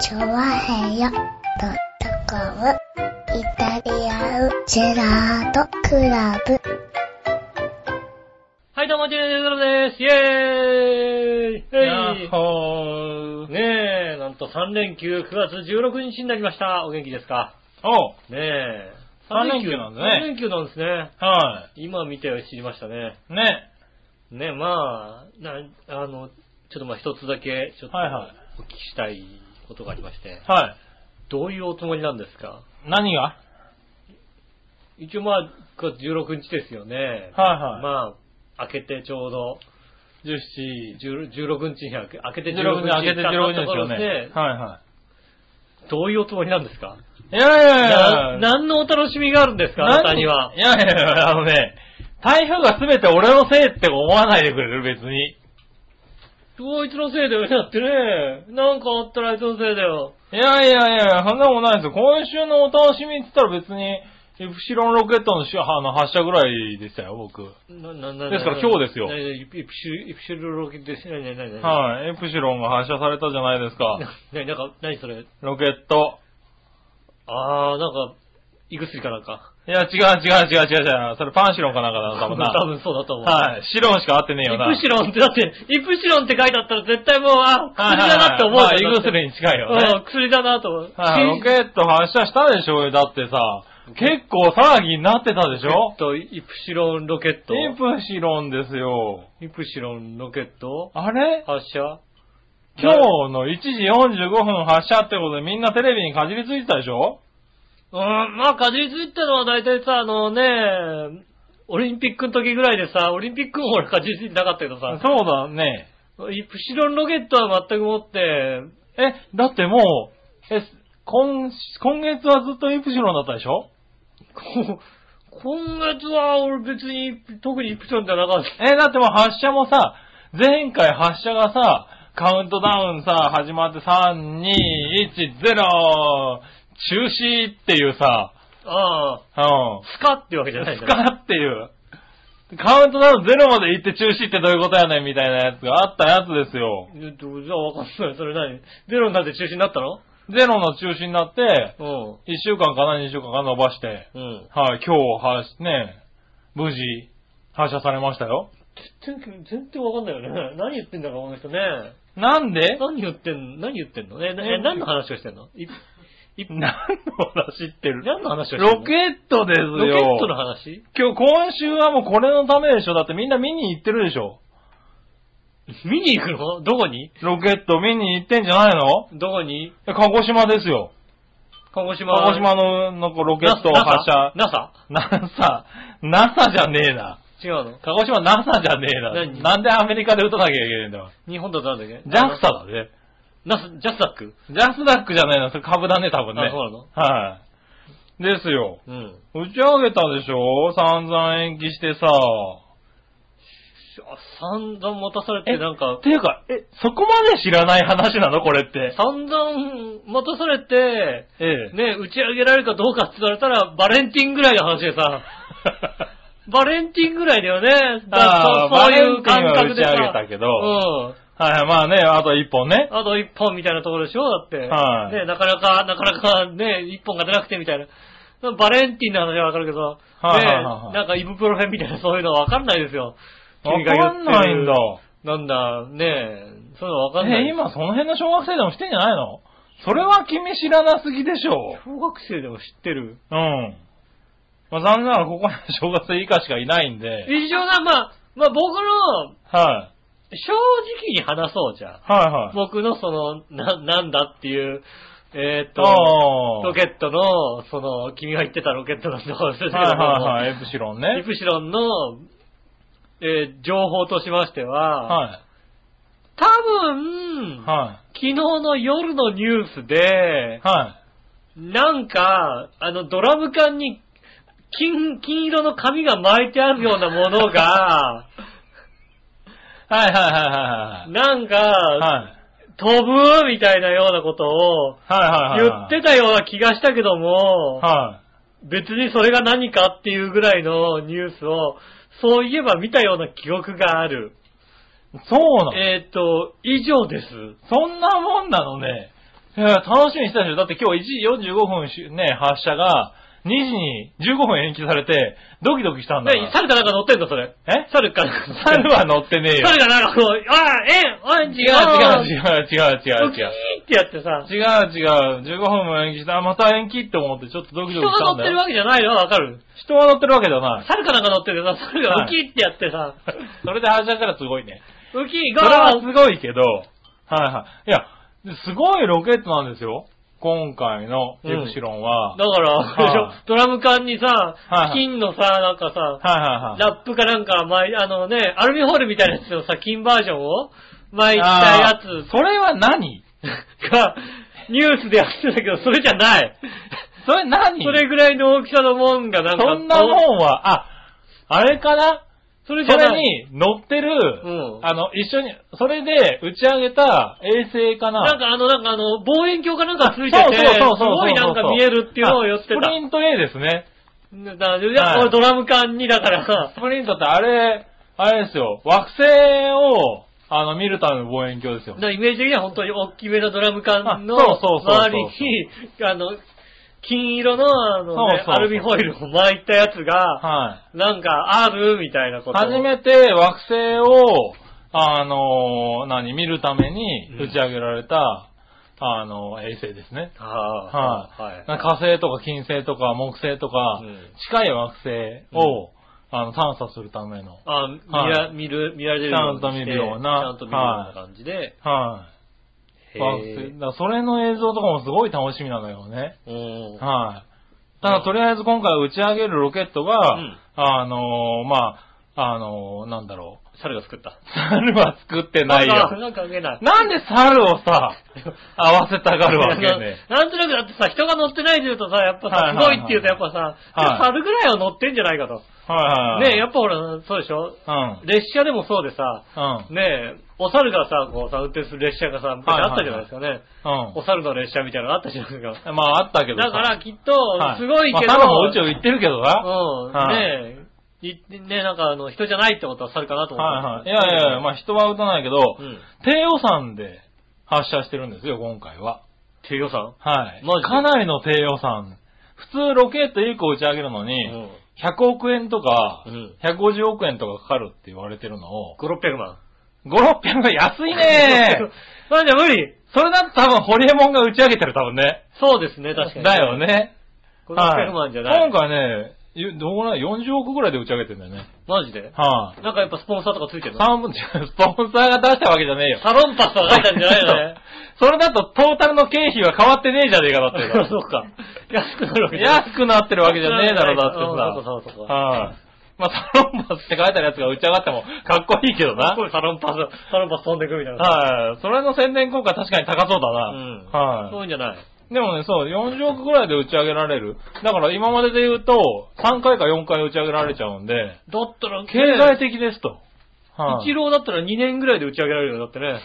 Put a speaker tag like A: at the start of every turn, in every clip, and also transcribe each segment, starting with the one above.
A: チョワヘヨドットコムイタリアンジェラートクラブ。
B: はい、どうも、ジェネズロです。イェーイ
C: や
B: えい
C: っほー。
B: ねえ、なんと3連休9月16日になりました。お元気ですか
C: おう
B: ねえ。
C: 三連休なんです
B: 3
C: ね
B: 連休なんですね。
C: は
B: 今見て知りましたね。
C: い。ね。
B: ねえ、まあ、な、あの、ちょっとまあ一つだけ、ちょっと
C: はいはい
B: お聞きしたいことがありまして。
C: は
B: どういうおつもりなんですか
C: い。何が
B: 一応まあ、9月16日ですよね。
C: はいはい
B: まあ、明けてちょうど、
C: ?17。
B: 10 16日に明け明けて
C: 16
B: 16
C: 日
B: 日
C: 開けて16日ですよね。
B: ね
C: はいは
B: どういうおつもりなんですか
C: い。いやいやいや
B: ない
C: や。
B: 何のお楽しみがあるんですかあなたには
C: 何。いやいやいや、あのね、台風が全て俺のせいって思わないでくれる、別に。
B: こいつのせいだよ、だってね。なんかあったらあいつのせいだよ。
C: いやいやいやいや、そんなことないですよ。今週のお楽しみって言ったら別に、エプシロンロケットのしあの発射ぐらいでしたよ、僕。
B: な、な、な、
C: ですから今日ですよ
B: ななイプイプシル、イプシルロケですね、な、な、な、い。
C: はい。エプシロンが発射されたじゃないですか。
B: な、なんか、何それ。
C: ロケット。
B: あー、なんか、胃薬かなんか。
C: いや、違う違う違う違う違う。それパンシロンかなんかだな、多分な。
B: 多分そうだと思う。
C: はい。シロンしか合ってねえよな。
B: イプシロンって、だって、イプシロンって書いてあったら絶対もう、あ、
C: はい
B: 薬
C: はい
B: だなって思う
C: はい
B: じゃん
C: まあ胃薬に近いよね。
B: うん、薬だなと思う。
C: はい、ロケット発射したでしょうよ。だってさ、結構騒ぎになってたでしょ
B: えっと、イプシロンロケット。
C: イプシロンですよ。
B: イプシロンロケット
C: あれ
B: 発射
C: 今日の1時45分発射ってことでみんなテレビにかじりついてたでしょ
B: うん、まあ、かじりついてたのは大体さ、あのね、オリンピックの時ぐらいでさ、オリンピックも俺かじりついてなかったけど
C: そ
B: さ、
C: うだね。
B: イプシロンロケットは全くもって、
C: え、だってもう、え、今、今月はずっとイプシロンだったでしょ
B: こ今月は俺別に特にイプシロンじゃなかった。
C: え、だってもう発射もさ、前回発射がさ、カウントダウンさ、始まって3、2、1、0、中止っていうさ、
B: ああ、
C: うん。
B: スカってわけじゃないん
C: ス
B: だね。
C: カっていう。カウントダウン0まで行って中止ってどういうことやねんみたいなやつがあったやつですよ。
B: えっとじゃあわかんない。それ何ゼロになって中止になったの
C: 0の中止になって、
B: う
C: 1週間かな2週間か伸ばして、
B: ん。うん。
C: はい、今日発、ね、無事、発射されましたよ。
B: 全然、全然わかんないよね。何言ってんだかこの人ね。
C: なんで
B: 何言ってん、何言ってんのえ、なえ何の話をしてんのいい
C: 何の話ってる
B: 何の話をしてんの
C: ロケットですよ。
B: ロケットの話
C: 今日、今週はもうこれのためでしょだってみんな見に行ってるでしょ
B: 見に行くのどこに
C: ロケット見に行ってんじゃないの
B: どこに
C: え鹿児島ですよ。
B: 鹿児島。
C: 鹿児島の、なんかロケット
B: な
C: 発射。
B: NASA?
C: NASA、NASA じゃねえな。
B: 違うの
C: 鹿児島 NASA じゃねえ
B: 何
C: な。なんでアメリカで打たなきゃいけねえんだよ。
B: 日本だとなんだっけ
C: JAXA だね。
B: ?NASA、ジャスダック
C: ジャスダックじゃないの、それ株だね、多分ね。
B: あそうなの
C: はい。ですよ。
B: うん。
C: 打ち上げたでしょ散々延期してさ。
B: あ散々待たされ
C: え
B: て、なんか
C: っ、ていうか、え、そこまで知らない話なのこれって。
B: 散々待たされて、
C: ええ。
B: ね、打ち上げられるかどうかって言われたら、バレンティンぐらいの話で さ、バレンティンぐらいだよね。だ
C: あー
B: そうそういう感覚でさ。
C: バレンティンは打ち上げたけど
B: うん。
C: はい、まあね、あと一本ね。
B: あと一本みたいなところでしょだって。
C: はい
B: ね、なかなか、なかなかね、一本が出なくてみたいな。バレンティンの話はわかるけど、
C: はいはいはいはい
B: ね、なんかイブプロフェンみたいなそういうのはわかんないですよ。
C: わ
B: 君が言
C: か
B: って
C: ん
B: る
C: ないんだ。。
B: なんだ、ねそういうのわかんない。
C: え、今その辺の小学生でもしてんじゃないのそれは君知らなすぎでしょ
B: 小学生でも知ってる。
C: う。うん。まあ残念ながらここには小学生以下しかいないんで。
B: 一応な、まあ、まあ僕の、
C: はい。
B: 正直に話そうじゃん。
C: はいはい。
B: 僕のその、な、なんだっていう、えーっと、
C: あー
B: ロケットの、その、君が言ってたロケットのところですけども
C: はいはいはい、エプシロン
B: イ
C: ね。
B: プシロンの、えー情報としましては、
C: は
B: 多
C: い。
B: 分、
C: は
B: 昨日の夜のニュース
C: い。
B: で、
C: は
B: なんか、あの、ドラム缶に、金、金色の紙が巻いてあるようなものが、
C: い。はいはいはいはいはい。
B: なんか、
C: はい。
B: 飛ぶみたいなようなことを、
C: はいはい
B: 言
C: はい。
B: ってたような気がしたけども、
C: は
B: 別にそれが何かっていうぐらいのニュースを、そういえば見たような記憶がある。
C: い。そうなの
B: えーっ、と、以上です。
C: そんなもんなのね。いや、楽しみにしてたでしょ。だって今日1時45分しね、発車が、2時に15分延期されて、ドキドキしたんだから。
B: ね、猿かなんか乗ってんだ、それ。
C: え
B: 猿かなんか。
C: 猿は乗ってねえよ。
B: 猿がなんかこう、あー、えん、おい、違う、
C: 違う
B: う。
C: 違う違う違う違う
B: ドキー
C: 違う。
B: ってやってさ、
C: 違う違う。15分も延期した。あまた延期って思ってちょっとドキ
B: 人
C: ドキし
B: が乗
C: たん
B: っ
C: だ
B: てる
C: よ。
B: わけじゃないのはわかる。
C: 人は乗ってるわけじゃない。
B: 猿かなんか乗ってるけどさ、猿がウキってやってさ、
C: それで発車したらすごいね。
B: ウキ
C: それは
B: が
C: すごいけど、はいはい。いや、すごいロケットなんですよ。今回のエプシロンは。
B: だから、でしょ
C: はい
B: ドラム缶にさ
C: はい、
B: 金のさ、なんかさ、
C: はいはいはい。
B: ラップかなんか巻い、あのね、アルミホイルみたいなやつのさ、金バージョンを巻いたや
C: あー
B: つ
C: それは何
B: が、ニュースでやってたけど、それじゃない。
C: それ何
B: それぐらいの大きさのもんがなんか、
C: そんなもんは、あ、あれかな
B: そ
C: そ
B: れじゃない。
C: れに乗ってる、
B: うん
C: あの、一緒に、それで打ち上げた衛星かな
B: なんかあの、なんかあの、望遠鏡かなんかついて
C: そう
B: て、
C: そう
B: す
C: そうそうそう
B: ごいなんか見えるっていうのを寄って
C: あスプリント A ですね。
B: た。だからいや
C: はい
B: 俺ドラム缶にだから
C: ス、プリントってあれ、あれですよ、惑星を、あの、見るための望遠鏡ですよ
B: だ。からイメージ的には本当に大きめのドラム缶の
C: あそうそうそうそう
B: 周りに、 あの、金色のあのね
C: そうそうそう
B: アルミホイルを巻いたやつが、
C: はい。
B: なんかあるみたいなことを。
C: 初めて惑星を、あのー何、見るために打ち上げられた、あの衛星ですね。
B: は
C: は
B: い。
C: い
B: はい。
C: なんか火星とか金星とか木星とか、
B: うん
C: 近い惑星を、あの探査するための。
B: あ、見ら、見る、見られるようにして
C: ちゃんと見るような
B: ちゃんと見るような感じで。
C: は
B: へ
C: い。
B: ー
C: 惑星。だからそれの映像とかもすごい楽しみなのよね。
B: うん。
C: はい。ただとりあえず今回打ち上げるロケットが、
B: うん
C: あのーまあ、あのーなんだろう。
B: 猿が作った。
C: 猿は作ってないよ。
B: なんか関係ない。
C: なんで猿を さ、合わせたがるわけね。
B: なんとなくだってさ、人が乗ってないで言うとさ、やっぱさ、
C: はい
B: す
C: は
B: ご
C: いは
B: い
C: い
B: って言うとやっぱさ、
C: はい
B: 猿ぐらいは乗ってんじゃないかと。
C: はいはいはい。
B: ねえ、やっぱほら、そうでしょ
C: う
B: 列車でもそうでさ、
C: ん。うん。
B: ねえ、お猿がさ、こうさ、運転する列車がさ、昔あったじゃないですかね。
C: う
B: お猿の列車みたいなのあったじゃないですか。
C: ん。まあ、あったけどさ
B: だから、きっ
C: は
B: と、すごいけど、
C: まあ、猿も宇宙行ってるけどな。
B: うん、
C: はい
B: ねえ、いねえ、なんかあの、人じゃないってことは猿かなと思っ
C: はいは
B: た。
C: い。いやいやいや、まあ人は打たないけど
B: う、ん。
C: 低予算で発射してるんですよ、今回は。
B: 低予算
C: はい
B: マジ。で
C: かなりの低予算。普通ロケット1個打ち上げるの
B: う
C: に、
B: ん。
C: 100億円とか
B: うん、
C: 150億円とかかかるって言われてるのを、
B: 5、600万。
C: 5、600が安い ね
B: それじゃ無理
C: それだと多分ホリエモンが打ち上げてる多分ね。
B: そうですね、確かに。
C: だよ。ね。
B: 5、600万じゃない。
C: はい今回ね、ゆどうぐらい ?40 億ぐらいで打ち上げてんだよね。
B: マジで
C: はい、
B: なんかやっぱスポンサーとかついてるの
C: 三分、スポンサーが出したわけじゃねえよ。
B: サロン パスは書いたんじゃないのね。。
C: そうそれだとトータルの経費は変わってねえじゃねえかだってさ
B: そうか。安くなるわけじゃない
C: 安くなってるわけじゃねえだろ、
B: う
C: だっ
B: ん
C: て
B: そうかそ
C: さ。
B: うか。
C: はい、まあ、サロンパスって書いてあるやつが打ち上がってもかっこいいけど
B: す
C: な。
B: ごいサロンパス、サロンパス飛んでくみたいな。
C: はい、それの宣伝効果確かに高そうだな。
B: うん
C: はい、
B: そういうんじゃない。
C: でもね、そう、40億ぐらいで打ち上げられる。だから今までで言うと、3回か4回打ち上げられちゃうんで、
B: だったら、
C: 経済的ですと。はい
B: 一郎だったら2年ぐらいで打ち上げられるよ、だってね。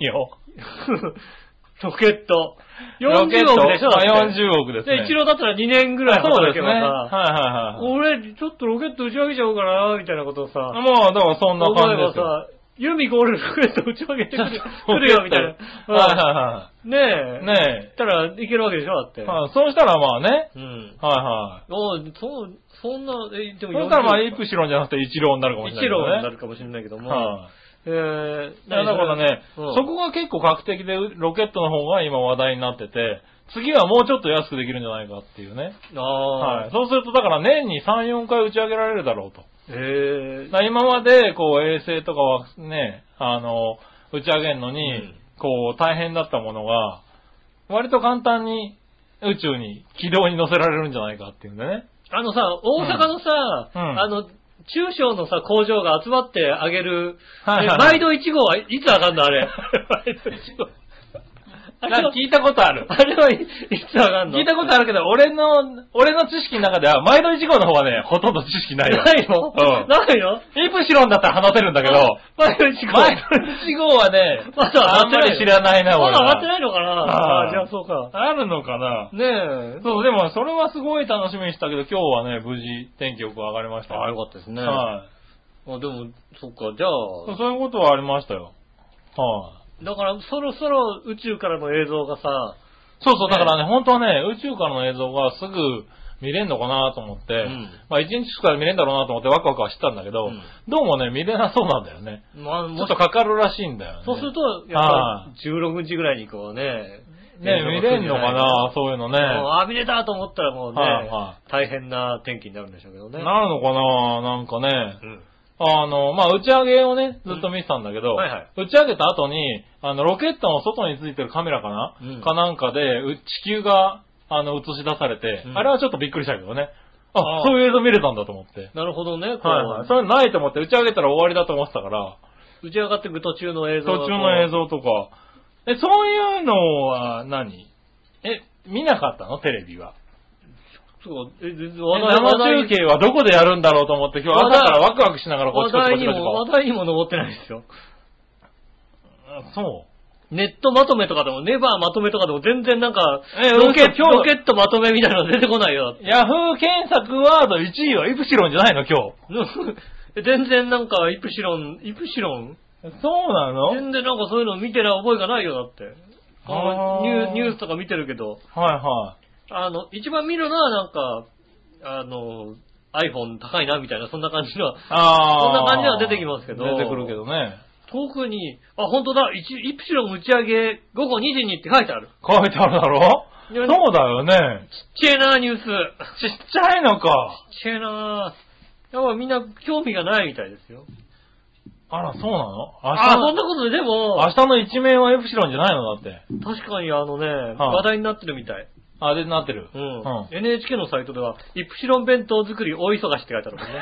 C: 何を
B: ロケット。
C: ロケッ
B: 40
C: ト
B: 億でしょだって
C: まあ40億ですね。
B: で、一郎だったら2年ぐらい
C: そうで
B: 働
C: す
B: け
C: ね。
B: ば
C: はい
B: さ、
C: はいはいはい。
B: 俺、ちょっとロケット打ち上げちゃおうかな、みたいなことをさ、
C: まあ、だからそんな感じですよ。
B: さ、ユミゴールドクレット打ち上げ てくる来るよ、みたいな。
C: は
B: うんねえ。
C: いはいはい。ね
B: 言ったらいけるわけでしょ、だって。
C: え。はいそうしたらまあね。
B: うん。
C: はいはい。
B: おうそう、そんな、え、で
C: そ
B: も
C: したらまあ、イ
B: 40
C: プシロンじゃなくて一郎になるかもしれない、
B: 一
C: ね。
B: 郎になるかもしれないけども。
C: はい、
B: えー、
C: だからね、
B: うん
C: そこが結構画期的で、ロケットの方が今話題になってて、次はもうちょっと安くできるんじゃないかっていうね。
B: あ
C: はい。
B: あ、
C: そうすると、だから年に3、4回打ち上げられるだろうと。
B: え
C: だ
B: ー
C: から今まで、こう、衛星とかはね、あの、打ち上げるのに、
B: うん
C: こう、大変だったものが、割と簡単に宇宙に、軌道に乗せられるんじゃないかっていうんでね。
B: あのさ、大阪のさ、
C: うんうん
B: あの、中小のさ、工場が集まってあげる、
C: はいはい
B: え毎度1号はいつ上がるのあ れ。毎度1号。 あれ
C: なん
B: は
C: か、聞いたことある。
B: あれはいいつ上がるの
C: 聞いたことあるけど、俺の、俺の知識の中では、毎度1号の方はね、ほとんど知識ないよ。
B: ないの、
C: うん
B: ないの
C: イプシロンだったら話せるんだけど、
B: 毎度1号。
C: マイル1号はね、
B: まだ
C: あ
B: 上が
C: ん
B: って
C: ま
B: ない
C: り知らないな、
B: ま
C: 俺
B: だ
C: は。
B: 上がってないのかな
C: はい
B: あーじゃあそうか。
C: あるのかな
B: ねえ。
C: そう、でもそれはすごい楽しみにしたけど、今日はね、無事天気よく上がりました。
B: ああ、よかったですね。
C: はい。
B: あでも、そっか、じゃ
C: そう
B: あ、
C: そういうことはありましたよ。はい、
B: だからそろそろ宇宙からの映像がさ、
C: そうそう、
B: ね
C: だからね、本当はね、宇宙からの映像がすぐ見れんのかなと思って、
B: うん
C: まあ一日しか見れんだろうなと思ってワクワクはしてたんだけど、
B: うん
C: どうもね、見れなそうなんだよね。
B: まあ、
C: ちょ
B: も
C: っ
B: し
C: とかかるらしいんだよね。
B: そうすると、やっぱり16日ぐらいにこうね、
C: ね、見れんのかな、そういうのね。
B: もうあ、見れたと思ったらもうね、
C: はいは
B: 大変な天気になるんでしょうけどね。
C: なるのかななんかね
B: う。ん。
C: あの、まあ、打ち上げをね、ずっと見てたんだけど、
B: うんはいはい
C: 打ち上げた後に、あの、ロケットの外についてるカメラかな、
B: うん
C: かなんかで、う地球が、あの、映し出されて、
B: うん
C: あれはちょっとびっくりしたけどね。
B: あ
C: あ、
B: あ
C: そういう映像見れたんだと思って。
B: なるほどね、こう、
C: はいはい。それないと思って、打ち上げたら終わりだと思ってたから、
B: 打ち上がっていく途中の映像がこ
C: 途
B: う
C: 中の映。像とか。え、そういうのは何え、見なかったのテレビは。
B: そう、え、全然
C: え
B: 話題
C: 生中継はどこでやるんだろうと思って、今日朝からワクワクしながらこ
B: 話
C: っちこっちこっ
B: 題
C: ち
B: に
C: こっち
B: も、話題にも上ってないですよ。
C: あそう。
B: ネットまとめとかでも、ネバーまとめとかでも全然なんか、
C: え
B: ロケ
C: 嘘今日
B: ロケットまとめみたいなの出てこない よ。
C: ヤフー検索ワード1位はイプシロンじゃないの今
B: 全然なんか、イプシロン、イプシロン
C: 日。そうなのはい
B: 全然なんかそういうの見てる覚えがないよ、だって。
C: あー
B: ニューニュースとか見てるけど、
C: は
B: あの、一番見るのはなんか、あの、iPhone 高いな、みたいな、そんな感じの。
C: い。あ
B: そんな感じは出てきますけど
C: 出てくるけどね。
B: 特に、あ、本当だ、イチイプシロン打ち上げ午後2時にって書いてある。
C: 書いてあるだろ
B: い
C: そ
B: や
C: うだよね。
B: ちっちゃいな、ニュース。
C: ちっちゃいのか。
B: ちっちゃいな。やっぱみんな興味がないみたいですよ。
C: あら、そうなの
B: あ、そん
C: 明
B: なことで、でも、
C: 日の明日の一面はイプシロンじゃないのだって。
B: 確かにあのね、
C: あ
B: 話題になってるみたい。
C: あ、で、なってる。
B: う。
C: うんん
B: NHK のサイトでは、イプシロン弁当作り大忙しって書いてあ るもんね。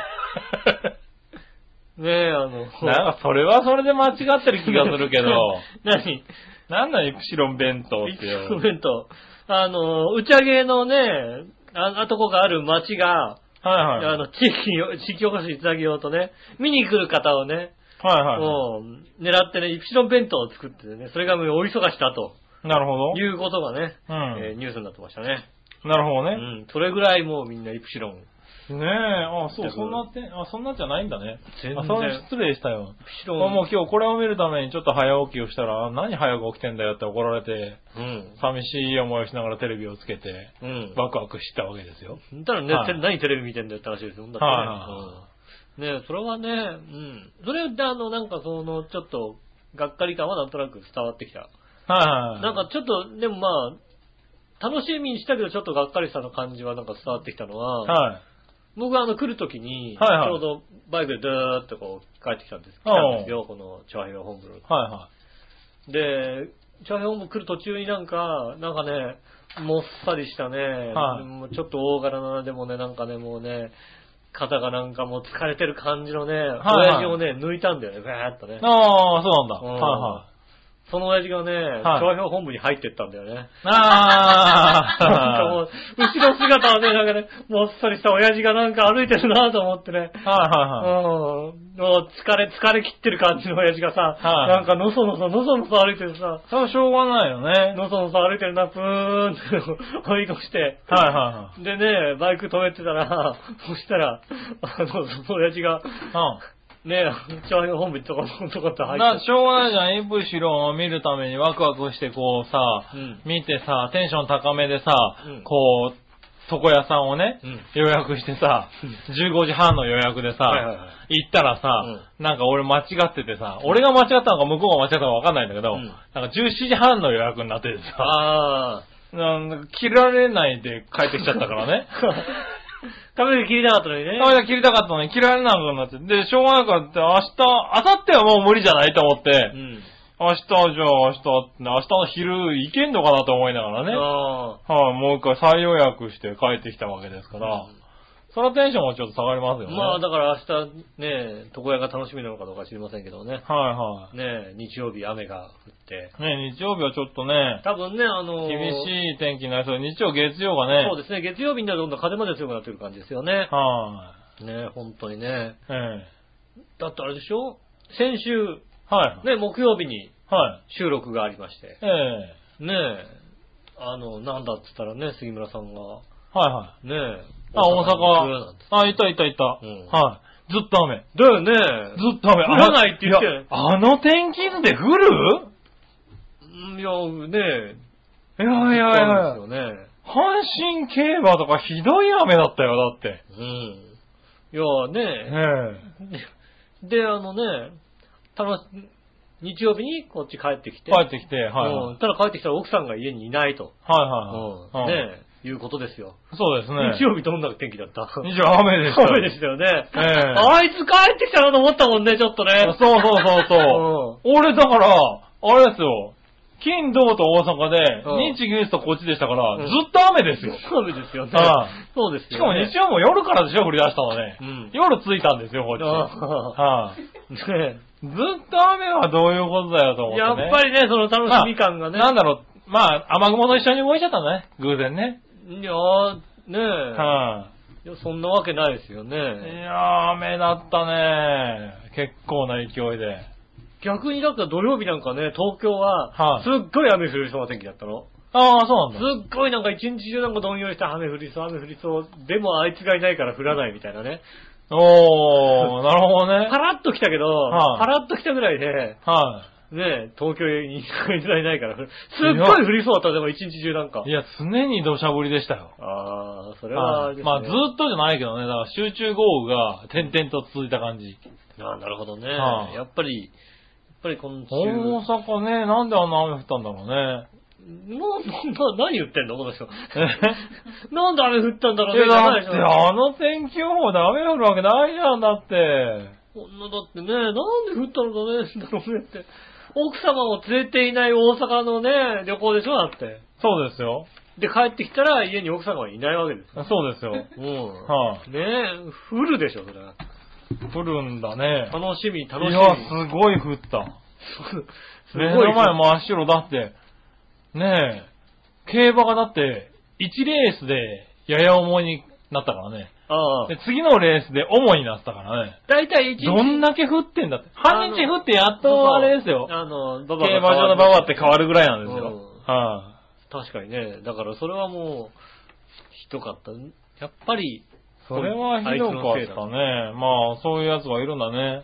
B: ねえ、あの、
C: なんか、それはそれで間違ってる気がす るけど。
B: 何
C: なんなんイプシロン弁当
B: イ
C: っ
B: プ
C: て
B: シ
C: よ
B: ロン弁当。あの、打ち上げのね、ああとこがある町が、
C: はいはい。
B: あの、地域を、地域おこしいただきようとね、見に来る方をね、
C: はいは
B: もう、狙ってね、イプシロン弁当を作ってね、それがもう大忙しだと
C: い。なるほど。
B: いうことがね、
C: うん
B: えーニュースになってましたね。
C: なるほど
B: う
C: ね。
B: ん、それぐらいもうみんなイプシロン。
C: ねえ、あ、そう、
B: だから
C: そんなって、あ、そんなじゃないんだね。
B: 全然
C: あ、それ失礼したよ。
B: イプシ
C: あ
B: ロン。
C: もう今日これを見るためにちょっと早起きをしたら、あ何早く起きてんだよって怒られて、
B: うん。
C: 寂しい思いをしながらテレビをつけて、
B: うん。
C: ワクワクしてたわけですよ。
B: だからね、
C: はい
B: テレ何テレビ見てんだよって話ですよ。だってね
C: は
B: うんねそれはね、うん。それであの、なんかその、ちょっと、がっかり感はなんとなく伝わってきた。
C: はいはい。
B: なんかちょっと、でもまあ、楽しみにしたけどちょっとがっかりしたの感じはなんか伝わってきたのは、
C: はい。
B: 僕はあの来るときに、
C: はいはい
B: ちょうどバイクでドゥーっとこう帰ってきたんです。来
C: ああ
B: たんですよ、このチョアヘヨ本部。
C: はいは
B: で、チャーヘンも来る途中になんか、なんかね、もっさりしたね、
C: はい
B: もうちょっと大柄な、でもね、なんかね、もうね、肩がなんかもう疲れてる感じのね、
C: はいはい
B: 親父をね、抜いたんだよね、バーっとね
C: い。。ああ、そうなん
B: う
C: だ。
B: ん
C: はいはい。
B: その親父がね、
C: はい
B: 調和表本部に入ってったんだよね。なんかも
C: あ
B: う、後ろ姿はね、なんかね、もっさりした親父がなんか歩いてるなと思ってね。
C: あ、 はいはい
B: う
C: はい。
B: ん。もう疲れ、疲れ切ってる感じの親父がさ、
C: はい
B: なんかのそのそ、のそのそ歩いてるさ、
C: それはしょうがないよね。
B: のそのそ歩いてるな、ぷーんって追い越して。
C: はいは
B: でね、バイク止めてたら、そしたら、あの、その親父が、
C: いはい。
B: ね、調和本部にとことことこと
C: う
B: 入
C: ん。
B: っ
C: だから
B: て。
C: しょうがないじゃん。イプシロンを見るためにワクワクしてこうさ、
B: うん
C: 見てさ、テンション高めでさ、
B: うん
C: こう、床屋さんをね、
B: うん
C: 予約してさ、15時半の予約でさ、
B: はいはいは
C: 行ったらさ、なんか俺間違っててさ、俺が間違ったのか向こうが間違ったのかわかんないんだけ
B: う
C: ど、
B: ん
C: なんか17時半の予約になっててさ、
B: ああ。
C: なんか切られないで帰ってきちゃったか らね。
B: 食べる気なかったのにね。
C: この間切りたかったのに切られなくなって、で、しょうがなくなって、明日、明後日はもう無理じゃないと思って、
B: うん。
C: 明日、じゃあ明日って、明日の昼行けんのかなと思いながらね。はい、
B: あ
C: もう一回再予約して帰ってきたわけですから、
B: うん
C: そのテンションもちょっと下がりますよね。
B: まあだから明日ね、床屋が楽しみなのかどうか知りませんけどね。
C: はいは
B: ね、日曜日雨が降って。
C: い。ね、日曜日はちょっとね、
B: 多分ね、あのー
C: 厳しい天気になりそう。日曜、月曜がね、
B: そうですね、月曜日になるとどんどん風まで強くなってくる感じですよね。
C: は
B: ね、本当にね。
C: い、え
B: だってあれでしょ先週、
C: えはい。
B: ね、木曜日に
C: はい。
B: 収録がありまして。
C: ええ
B: ねあの、なんだっつったらね、杉村さんが、
C: はいはい。
B: ね
C: あ、大
B: に来るなんて
C: 阪。あ、いたいたいた。
B: うん
C: はい。ずっと雨。
B: だよね。
C: ずっと雨。
B: 降らないって言って
C: あのいやあの天気図で降る
B: うんいや、ね
C: いやいやいや
B: あ
C: いや
B: るん、ですよね。
C: 阪神競馬とかひどい雨だったよ、だって。
B: うん。いやね、
C: ね
B: で、あのね、楽し、日曜日にこっち帰ってき
C: え。
B: て。
C: 帰ってきて、はい、
B: う
C: はい
B: ん。ただ帰ってきたら奥さんが家にいないと。
C: は
B: う
C: い
B: ん。
C: はい。
B: ねえ、いうことですよ。
C: え。そうですね。
B: 日曜日どんな天気だった
C: 日曜雨でした。
B: 雨でしたよね。
C: ええ
B: あいつ帰ってきたなと思ったもんね、ちょっとね。
C: そうそうそうそう。俺だから、あれですよ。金、銅と大阪で
B: う、ん
C: 日、月とこっちでしたか
B: う
C: ら、
B: ん
C: ずっと雨ですよ。
B: そうですよね
C: ああ。
B: そうです
C: しかも
B: よね。
C: 日曜も夜からでしょ、降り出したのね
B: う。ん。
C: 夜着いたんですよ、こっち。
B: あ
C: はい
B: ね
C: ずっと雨はどういうことだよと思って、
B: やっ
C: ね。
B: ぱりね、その楽しみ感がね。
C: なんだろう、まあ、雨雲と一緒に動いちゃったのね、偶然ね。
B: いやーねえ
C: はい
B: や。そんなわけないですよ
C: い、い
B: ね。
C: やー、雨だったね。結構な勢いで。
B: 逆にだったら土曜日なんかね、東京
C: は
B: は、
C: い
B: すっごい雨降る人の天気だったの。
C: ああ、そう
B: す
C: なんだ。
B: っごいなんか一日中なんかどんよりした雨降りそう、雨降りそう。でもあいつがいないから降らないみたいなね。
C: おー、なるほどね。
B: パラッと来たけど、
C: はい
B: パラッと来たぐらいで、
C: は
B: ね、東京にいないから、すっごい降りそうだった、でも一日中なんか
C: い。い。や、常に土砂降りでしたよ。
B: あー、それはあ
C: は
B: れ
C: い
B: ですね、
C: まあ、ずっとじゃないけどね、だから集中豪雨が点々と続いた感じ。
B: あーなるほどね。
C: はい
B: やっぱり、やっぱりこの
C: 大
B: 中、
C: 阪ね、なんであんな雨降ったんだろうね。
B: もう、な何言ってんのこの人。
C: え
B: なんで雨降ったんだろう
C: いや、だっ
B: じ
C: て
B: ゃない
C: あの天気予報で雨降るわけないじゃん、だって。
B: でしょこんなだってね、なんで降ったのかね、だろうねって。奥様を連れていない大阪のね、旅行でしょだって。
C: そうですよ。
B: で、帰ってきたら家に奥様はいないわけです。
C: そうですよ。
B: うん。
C: は
B: ねえ、降るでしょ、それは。
C: 降るんだね。
B: 楽しみ、
C: い
B: 楽しみ。
C: や、すごい降った。
B: す
C: 目
B: ご
C: の
B: い。
C: 前真っ白だって、ねえ、競馬がだって、1レースでやや重いになったからね。
B: ああ
C: で、次のレースで重いになったからね。
B: 大体一日。
C: どんだけ降ってんだって。半日降ってやっとあれですよ。
B: あの、バ
C: 競馬場のババって変わるぐらいなんですよ。
B: う
C: は
B: 確かにね。だからそれはもう、ひどかった。やっぱり、
C: い。それはひどか
B: あいつのせい
C: ったね。まあ、そういう奴がいるん だね。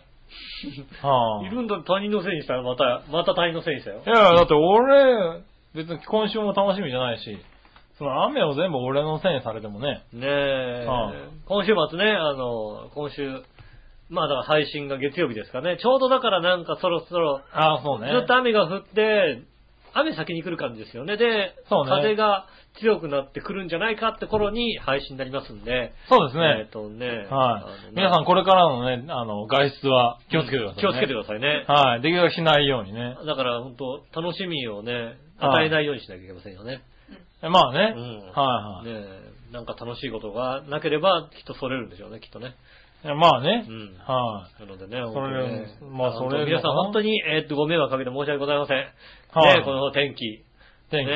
C: はいい
B: るんだ、他人のせいにしたらまた、また他人のせいにしたよ
C: い。や、だって俺、別に今週も楽しみじゃないし、その雨を全部俺のせいにされてもね。
B: ねえ
C: ああ。
B: 今週末ね、あの、今週、まあだから配信が月曜日ですかね。ちょうどだからなんかそろそろ、
C: ああ、そうね。
B: ずっと雨が降って、雨先に来る感じですよね。で、
C: そうね
B: 風が強くなってくるんじゃないかって頃に配信になりますんで。
C: そうです
B: えっ、
C: ね。
B: とね。
C: はい、
B: あのね
C: 皆さんこれからのね、あの、外出は気をつけてください、ね
B: 気をつけてくださいね。
C: はい。できるだけしないようにね。
B: だから本当楽しみをね、与えないようにしなきゃいけませんよね。
C: まあね。
B: うん
C: はいはい
B: ねえなんか楽しいことがなければ、きっとそれるんでしょうね、きっとね。
C: いや。まあね。
B: うん
C: は
B: なのでね、本
C: それ
B: 当にね
C: まあ
B: 本当
C: それ
B: 皆さん本当に、えーっと、ご迷惑かけて申し訳ございません。
C: はい
B: ねえこの天気。
C: い。天気
B: ね
C: ね。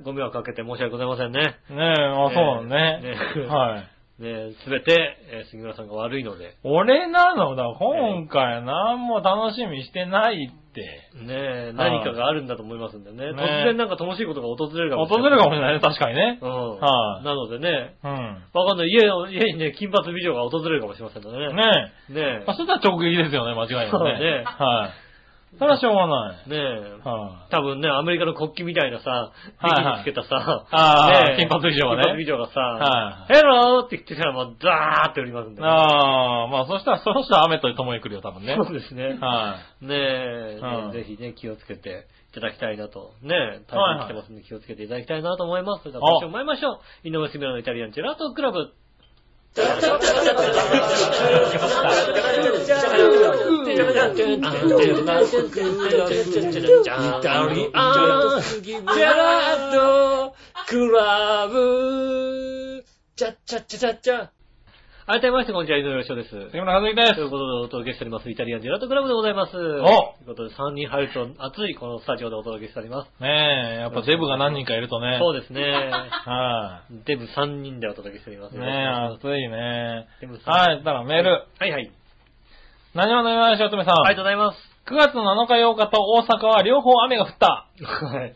B: えご迷惑かけて申し訳ございませんね。
C: ねえ、あ、そうだね。
B: ね
C: はい。
B: ねすべて、えー杉村さんが悪いので。
C: 俺なのだ、今回何も楽しみしてないって。
B: ねえ何かがあるんだと思いますんでね。
C: ね
B: 突然なんか楽しいことが訪れるかもし
C: 訪
B: れ
C: れ
B: ない。
C: るかもしれないね、確かにね
B: う。ん。
C: はい
B: なのでね、
C: うん。
B: わかんない。家を、家にね、金髪美女が訪れるかもしれませんのでね。
C: ね
B: ね
C: え。まあ、そしたら直撃ですよね、間違いな
B: そう
C: くね。
B: ね
C: はい。それはしょうがない。
B: え。ねえ。
C: は
B: 多分ね、アメリカの国旗みたいなさ、
C: はいはい
B: 息につけたさ、
C: あー
B: ねえ
C: 金髪以上はね
B: 金髪以上がさ
C: は、
B: ヘローって来てたらもうザーって寄りますん
C: い。
B: で。
C: ああ、まあそしたら、そしたら雨と共に来るよ、多分ね。
B: そうですね。
C: は
B: ねえ、
C: うん
B: ぜひね、気をつけていただきたいなと。ねえ、大変来てますんで気をつけていただきたいなと思います。それでは今週も参りましょう。井上杉村のイタリアンジェラートクラブ。改めまして、こんにちは、井上翔です。
C: い。杉村和之 です
B: とい。うことでお届けしております、イタリアンジェラートクラブでございます。おということで、3人入ると熱いこのスタジオでお届けしております。
C: ねえ、やっぱデブが何人かいるとね。
B: そう
C: で
B: ですね。
C: す。は
B: デブ3人でお届けしております。
C: い。ねえ、暑いね。
B: デブさん
C: はい、だからメール。
B: はいはい。
C: 何もないしおとめさん。
B: ありがとうございます。
C: 9月の7日8日と大阪は両方雨が降った。
B: はい。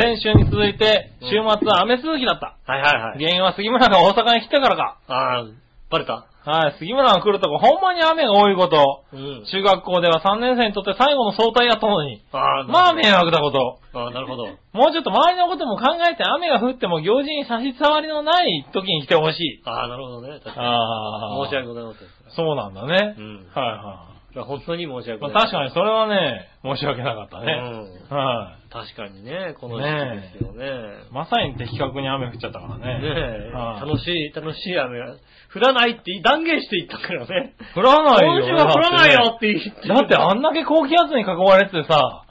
C: 先週に続いて、
B: うん
C: 週末は雨続きだった。
B: はいはいはい。
C: 原因は杉村が大阪に来てからか。
B: ああ、バレた
C: はい、杉村が来るとこ、ほんまに雨が多いこと。
B: うん。
C: 中学校では3年生にとって最後の総体やったのに、
B: ああ、
C: まあ迷
B: あ
C: 惑なこと。
B: あーなるほど。
C: もうちょっと周りのことも考えて雨が降っても行事に差し障りのない時に来てほしい。
B: ああ、なるほどね。確か
C: あ
B: に。
C: あ。
B: 申し訳ございません。
C: そうなんだね。
B: うん
C: はいはい
B: や、本当に申し
C: い。
B: 訳
C: ま
B: ない。
C: あ確かにそれはね、申し訳なかったね。
B: うん。
C: は
B: 確かにね、この時期ですよね。
C: い。まさに的確に雨降っちゃったから
B: ね
C: ね。
B: え、
C: はい
B: 楽しい、楽しい雨が、降らないって断言していったからね。
C: 降ら
B: 今
C: ないよ。
B: 週は降らないよって言って。
C: だってあんだけ高気圧に囲まれててさ、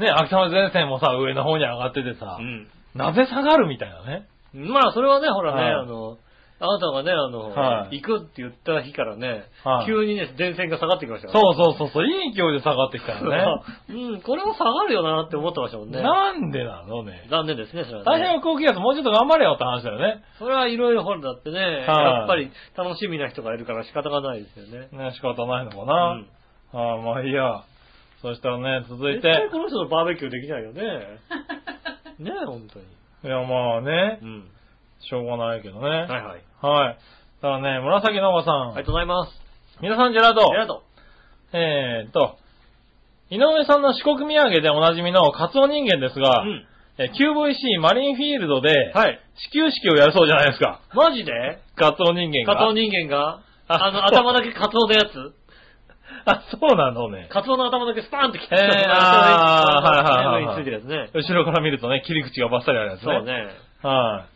C: ね、秋雨前線もさ、上の方に上がっててさ、
B: うん。
C: なぜ下がるみたいなね。
B: まあ、それはね、ほらね、
C: はい
B: あの、あなたがね、あの、
C: はい
B: 行くって言った日からね、
C: はい
B: 急にね、前線が下がってきましたか
C: そ
B: ら
C: うそうそう、そういい勢いで下がってきたよね。
B: ね。うん、これも下がるよなって思ってましたもん ね。
C: なんでなのね。
B: 残念ですね、それは、ね。
C: 太平洋高気圧もうちょっと頑張れよって話だよね。
B: それはいろいろほらだってね、
C: はい
B: やっぱり楽しみな人がいるから仕方がないですよね。
C: ね、仕方ないのか
B: う
C: な。
B: ん。
C: ああ、まあいいや。そしたらね、続い
B: 絶
C: て。
B: 対この人のバーベキューできないよね。ねえ、本当に。
C: いや、まあね
B: う、ん。
C: しょうがないけどね。
B: はい
C: はい。
B: はい。
C: ただね、紫のおばさ
B: あ
C: ん。
B: りがとうございます。
C: 皆さん、ジェラード。
B: ありがと
C: えーっと、井上さんの四国土産でおなじみのカツオ人間です
B: う。
C: が、
B: うん。
C: えー QVC マリンフィールドで、
B: はい。
C: 始球式をやるそうじゃないですか。
B: マジで
C: カツオ人間が。
B: カツオ人間が
C: あ
B: あの、
C: そう
B: 頭だけカツオのやつ
C: あ、そうなのね。
B: カツオの頭だけスパーンって切って
C: へーあーはいはいはいはい
B: 上についてるやつね。
C: 後ろから見るとね、切り口がバッサリあるやつね。
B: そう。ね。
C: は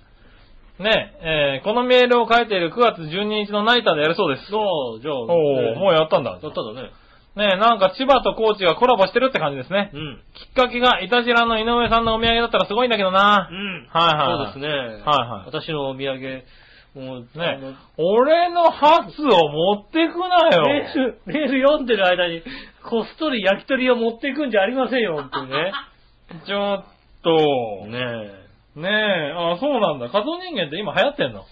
C: い。ね、えーこのメールを書いている9月12日のナイターでやるそうです。
B: そう、じゃあ、
C: おー、もう
B: や
C: やったんだ。
B: やったんだね。
C: ねなんか千葉と高知がコラボしてるって感じですね
B: う。ん。
C: きっかけが、いたじらの井上さんのお土産だったらすごいんだけどな。
B: うん。
C: はいはいはい
B: そうですね。
C: はい
B: 私のお土産、もう、あの
C: ね俺のハツを持ってくな
B: メー
C: よ。
B: ル、メール読んでる間に、こっそり焼き鳥を持っていくんじゃありませんよ、本当に ね。
C: ちょっと、ね
B: ねえ。
C: え、あ、そうなんだ。カツオ人間って今流行ってんの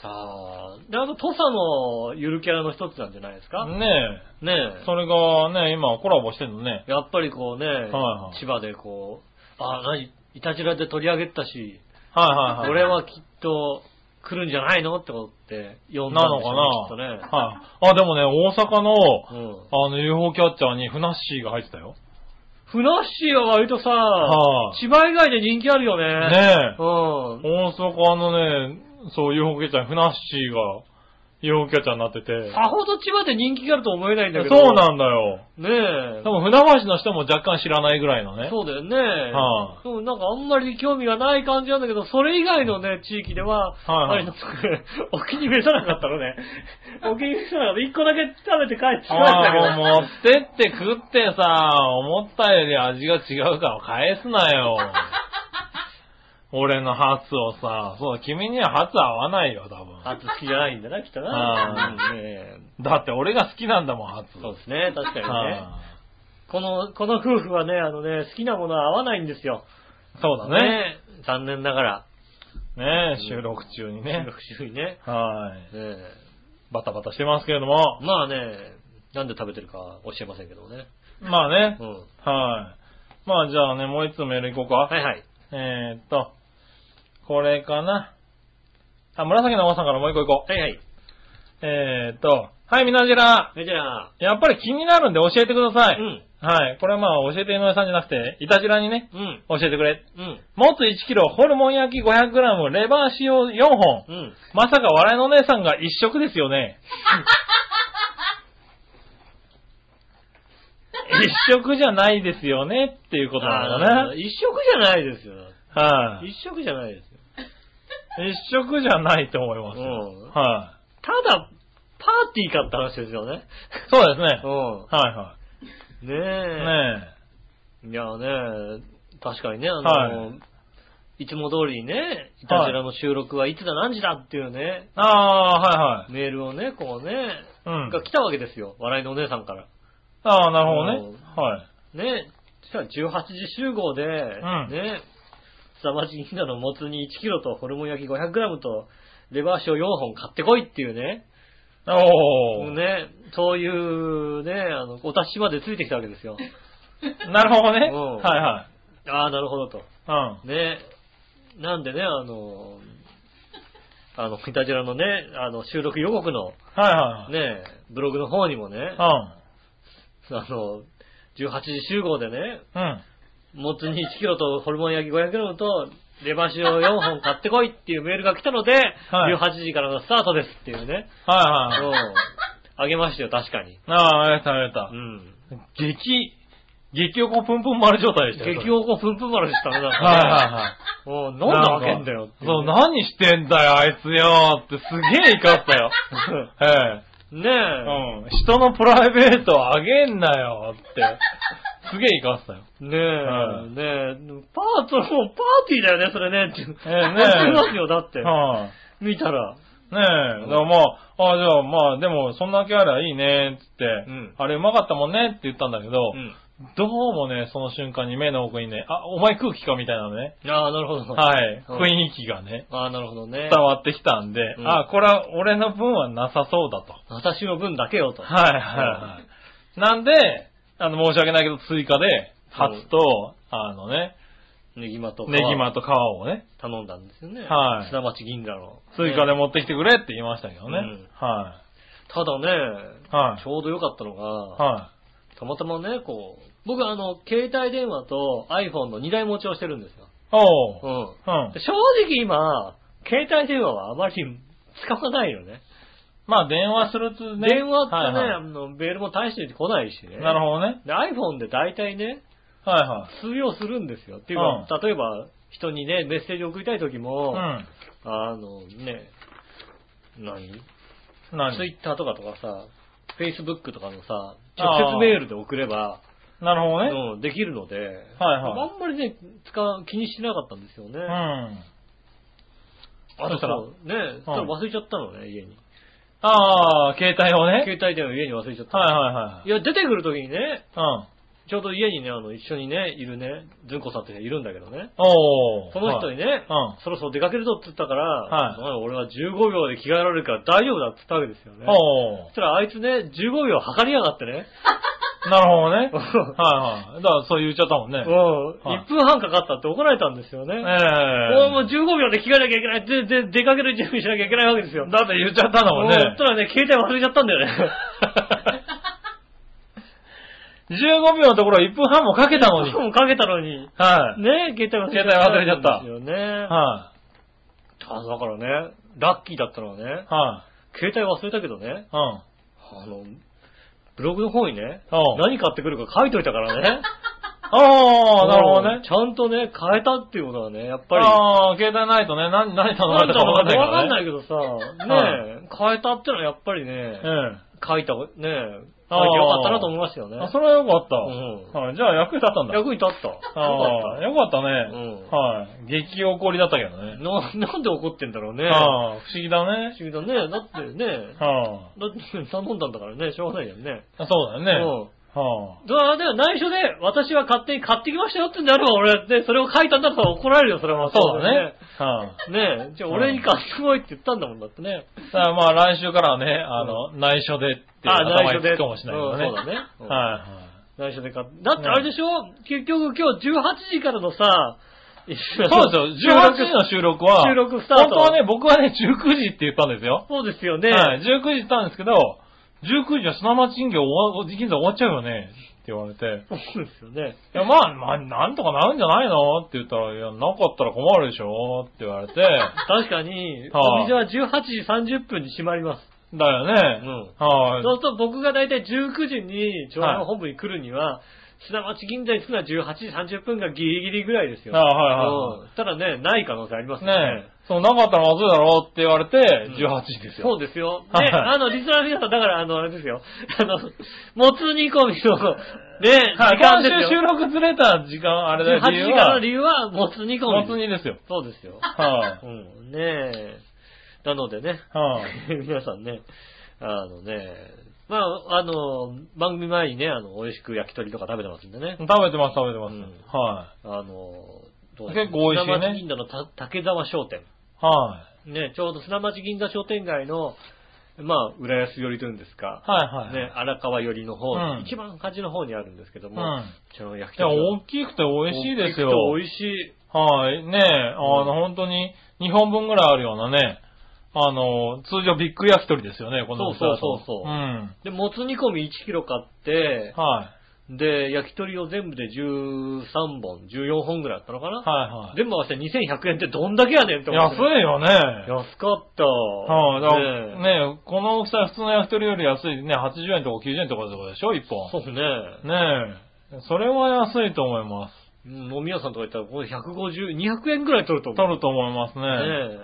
B: さあ、で、あと、土佐のゆるキャラの一つなんじゃないですかね
C: ねえ、
B: え。
C: それがね、今コラボしてんのね。
B: やっぱりこうね、
C: はい
B: 千葉でこう、あ、何、いたじらで取り上げたし、
C: はいはいはい。
B: 俺はきっと来るんじゃないのってことって呼んだ
C: なんの
B: でし
C: か
B: ょ
C: な
B: うね、きっとね。
C: はい。あ、でもね、大阪の、
B: うん。
C: あの、UFO キャッチャーにフナッシーが入ってたよ。
B: ふなっしーは割とさ、
C: はい
B: 千葉以外で人気あるよね。
C: ねえ
B: う。ん。
C: 大阪のね、そう、UFO キャッチャー、フナッシーが UFO キャッチャーになってて。
B: さほど千葉で人気があると思えないんだけど。
C: そうなんだよ。
B: ねえ。
C: 多分船橋の人も若干知らないぐらいのね。
B: そうだよね。
C: はい
B: そうなんかあんまり興味がない感じなんだけど、それ以外のね、地域では、
C: はいはい
B: あれなんかねお気に召さなかったの ね。お気に召さなかった。一個だけ食べて帰ってしまったけ
C: あ
B: ど。
C: あ、もう持ってって食ってさ、思ったより味が違うから返すなよ。俺のハツをさ、そう、君にはハツ合わないよ、多分。
B: あと好きじゃないんだな、きっと
C: は
B: な。うんね
C: だって俺が好きなんだもん、ハツ。
B: そうですね、確かにね
C: は。い
B: この、この夫婦はね、あのね、好きなものは合わないんですよ。
C: そうだね。
B: え。残念ながら。
C: ねえ収録中にね
B: 収。録中にね。
C: はい。
B: ねえ
C: バタバタしてますけれども。
B: まあね、なんで食べてるか教えませんけどもね。
C: まあね
B: う。ん。
C: はい。まあじゃあね、もう一つメールいこうか。
B: はいはい。
C: えーっと、これかな。あ、紫のおばさんからもう一個いこう。
B: はいはい。
C: えーっと、はい、みなじら。
B: それじゃあ、
C: やっぱり気になるんで教えてください。
B: うん。
C: はい。これはまあ、教えて井上さんじゃなくて、いたじらにね、
B: うん。
C: 教えてくれ。
B: うん。
C: もつ1キロ、ホルモン焼き500グラム、レバー塩4本。
B: うん。
C: まさか笑いのお姉さんが一食です よね。一食じゃないですよねっていうことなんだ
B: あー
C: ね。
B: 一食じゃないですよ。
C: はい、
B: 一食じゃないですよ。
C: 一食じゃないと思いますよ。
B: うん
C: は
B: ただ、パーティーかって話ですよね。
C: い、そうですね。
B: う
C: はいは
B: ん。ね
C: い。
B: え。
C: ね
B: いやね、確かにね、あの、、
C: はい
B: つも通りにね、いたじらの収録はいつだ何時だっていうね
C: え。、ああー、はいはい。
B: メールをね、こうね、
C: うん
B: が来たわけですよ。笑いのお姉さんから。
C: ああ、なるほどね。
B: う
C: はい。
B: ね、したら18時集合で、
C: ん
B: ね、凄まじ銀座のもつに1キロとホルモン焼き500グラムと、レバー塩4本買ってこいっていうね、
C: おお、
B: ね、そういうね、あの、お達しまでついてきたわけですよ。
C: なるほどね。
B: うん
C: はいはい。
B: ああ、なるほどと。
C: うん。
B: ね、なんでね、あの、あの、イタジラのね、あの、収録予告の、
C: はいはい。
B: ね、ブログの方にもね、あの、18時集合でね、
C: うん。うん。
B: もつ煮1キロとホルモン焼き500グラムと、レバ塩4本買ってこいっていうメールが来たので、
C: はい
B: 18時からのスタートですっていうね、
C: は
B: う
C: いはい。
B: んあげましたよ、確かに。
C: ああ、やったやっ
B: う
C: た。
B: ん。
C: 激、激おこぷんぷん丸状態でしたよ。そ
B: 激
C: れ
B: おこぷんぷん丸でしたね、なん
C: はいはい
B: か
C: はい。
B: ね。もう飲んだわけんだよってい
C: そう、何してんだよ、あいつよってすげえ怒った よ。
B: ねえ。
C: ええ。うん。人のプライベートをあげんなよって。すげえ怒ったよ。
B: ねえ、
C: はい
B: ねえ、パート、もうパーティーだよね、それね。え
C: えねえ
B: ますよ、だって。
C: はい、
B: 見たら。
C: ねえ、だからまあ、あじゃあまあ、でも、そんな気ありゃいいね、つって、
B: うん
C: あれうまかったもんねって言ったんだけど、
B: うん。
C: どうもね、その瞬間に目の奥にね、あ、お前空気かみたいなね、
B: ああ、なるほど。
C: はい、
B: うん
C: 雰囲気がね、
B: ああ、なるほどね
C: 伝。わってきたんで、
B: うん
C: あ、これは俺の分はなさそうだと。
B: 私の分だけよ、と。
C: はいはいはい。なんで、あの、申し訳ないけど追加で、ハツと、あのね、
B: ネギマと。
C: ネギマ。と皮をね、
B: 頼んだんですよね。
C: はい
B: 砂町銀座の。
C: 追加で
B: ね
C: 持ってきてくれって言いましたけどね。
B: うん
C: は
B: ただね、
C: い。はい
B: ち。ょうど良かったのが、
C: は
B: たまたまね、こう、僕あの、携帯電話と iPhone の2台持ちをしてるんですよ。
C: い。おう。
B: うん。
C: うん
B: で。正直今、携帯電話はあまり使わないよね。
C: まあ、電話するとね。
B: 電話ってね、
C: はいは
B: あのメールも大して来ないしね。
C: いなるほどね。
B: で iPhone で大体ね、
C: はいはい。
B: 通用するんですよ。っていうか、例えば人にね、メッセージ送りたい時も、
C: う
B: あのね、何
C: ん。何
B: ?Twitter とかとかさ、Facebook とかのさ、
C: あー
B: 直接メールで送れば、
C: なるほどね。
B: うん、できるので、
C: はいはい
B: あんまりね、使う、気にしてなかったんですよね。
C: うん。
B: あ
C: そしたら
B: そうね、そしたら忘れちゃったのね、家に。
C: ああ、携帯をね。
B: 携帯電話家に忘れちゃった。
C: はいはい
B: や、出てくる時にね、
C: いはい。うん。
B: ちょうど家にね、あの、一緒にね、いるね、ずんこさんっていう人いるんだけどね。
C: おお。
B: その人にね、
C: は
B: そろそろ出かけるぞって言ったから、
C: は
B: お
C: い
B: 前俺は15秒で着替えられるから大丈夫だって言ったわけですよね
C: い。。お
B: そしたらあいつね、15秒測りやがってね。
C: お。なるほど
B: うん
C: ね。はいはい。だからそう言っちゃったもんね。
B: うん。
C: は
B: 1
C: い
B: 分半かかったって怒られたんですよね。
C: ええ
B: お前もう15秒で着替えなきゃいけない。で、で、出かける準備しなきゃいけないわけですよ。
C: だって言っちゃったんだもんね
B: そ。したらね、携帯忘れちゃったんだよ ね。
C: 15秒のところ1分半もかけたのに。
B: もうかけたのに。
C: はい。
B: ね、携帯忘れちゃった。
C: 携帯忘れちゃった
B: ですよね。
C: は
B: あだからね、ラッキーだったのはね
C: い。、は
B: 携帯忘れたけどね、
C: い。うん。
B: あの、ブログの方にね、
C: おう
B: 何買ってくるか書いといたから ね。
C: ああ、なるほどね。
B: ちゃんとね、変えたっていうことはね、やっぱり。
C: ああ、携帯ないとね、何、何頼ま
B: なん
C: れた
B: か
C: か分かんないからね。
B: わかんないけどさ、ねえ、変えたってのはやっぱりね、
C: うん。
B: 書いた、ねえ、書いてよ
C: あ
B: か
C: ー
B: ったなと思いましたよね。
C: あ、それはよかった。
B: うん
C: はい、じゃあ役に立ったんだ。
B: 役に立った。よ
C: ああ、
B: かっ
C: よかったね。
B: うん
C: はい。激怒りだったけど
B: た
C: ね。
B: ななんで怒ってんだろうね。
C: ああ、不思議だね
B: 不。思議だね。だってね、
C: は
B: だって頼んだんだからね、しょうがないよね。
C: あ、そうだよね。
B: うん
C: はあ。
B: だから、でも内緒で、私は勝手に買ってきましたよってんであれば、俺、ね、それを書いたんだったら怒られるよ、それは。
C: そうだね。。はあ。
B: ねえ、じゃあ俺に買ってこいって言ったんだもんだってね。
C: さあ、まあ来週からはね、あの、内緒でっていう頭につくかもしれないけ
B: うん
C: ど
B: そう
C: ね。
B: だね。うん
C: はいはい。
B: 内緒で買って。だってあれでしょ結局今日18時からのさ、
C: そうですよ。18時の収録は、
B: 収録スタート
C: 本当はね、僕はね、19時って言ったんですよ。
B: そうですよね。
C: はい、19時って言ったんですけど、19時は砂町銀座終わ銀座終わっちゃうよね、って言われて。
B: そうですよね。
C: いや、まあ、まあ、なんとかなるんじゃないのって言ったら、いや、なかったら困るでしょって言われ て、だ
B: 確かに、
C: はい
B: お店は18時30分に閉まります。
C: よね。はい、
B: そうすると僕がだいたい19時に長
C: は
B: 男
C: い
B: 本部に来るには、砂町銀座に着くのは18時30分がギリギリぐらいですよ。
C: あはいはいはい
B: うんただね、ない可能性ありますね。
C: ねえ、そう、なかったらまずいだろうって言われて、
B: うん
C: 18時ですよ。
B: そうですよ。ね、
C: はい
B: あの、リスナーの皆さん、だから、あの、あれですよ。あの、もつ煮込みの、ね、時
C: はい、
B: 間
C: 今
B: で
C: 週
B: すよ
C: 収。録ずれた時間、あれだよ、
B: 18
C: 理
B: 時
C: 由
B: からの
C: は
B: 理、由は、もつ煮込み。
C: もつ煮ですよ。
B: そうですよ。
C: は
B: う
C: い、
B: ん、ねえ。なのでね、
C: はい、
B: 皆さんね、あのね、まあ、あの、番組前にね、あの、美味しく焼き鳥とか食べてますんでね。
C: 食べてます、食べてます。
B: うん
C: は
B: あの、どう
C: 結構美味しいね
B: 砂町銀座のた竹沢商店。
C: い。は
B: ね、ちょうど砂町銀座商店街の、まあ、浦安寄りというんですか。
C: い。はいはい。
B: ね、荒川寄りの方、
C: うん
B: 一番端の方にあるんですけど
C: う
B: も、
C: ん。
B: その焼き
C: いや、
B: 鳥
C: 大きくて美味しいですよ。
B: 美味しい。
C: はい。ねえ、あの、本当に、2本分ぐらいあるようなね、ああの、通常ビッグ焼き鳥ですよね、こ
B: そ
C: の
B: うそうそうそう
C: うん。
B: で、もつ煮込み1キロ買って、
C: はい。
B: で、焼き鳥を全部で13本、14本ぐらいあったのかな、
C: はいはい。
B: 全部合わせて2100円ってどんだけやねんって思っ
C: 安
B: て。
C: いよね。
B: 安かった。
C: はい、だか
B: ねえ
C: らね、この大きさ普通の焼き鳥より安いね、80円とか90円とかってことでしょ、一本。
B: そうね。
C: ねえ。それは安いと思います。
B: うん飲み屋さんとか行ったら、これ150、200円ぐらい取ると思
C: 取
B: う。
C: ると思いますね。
B: ねえ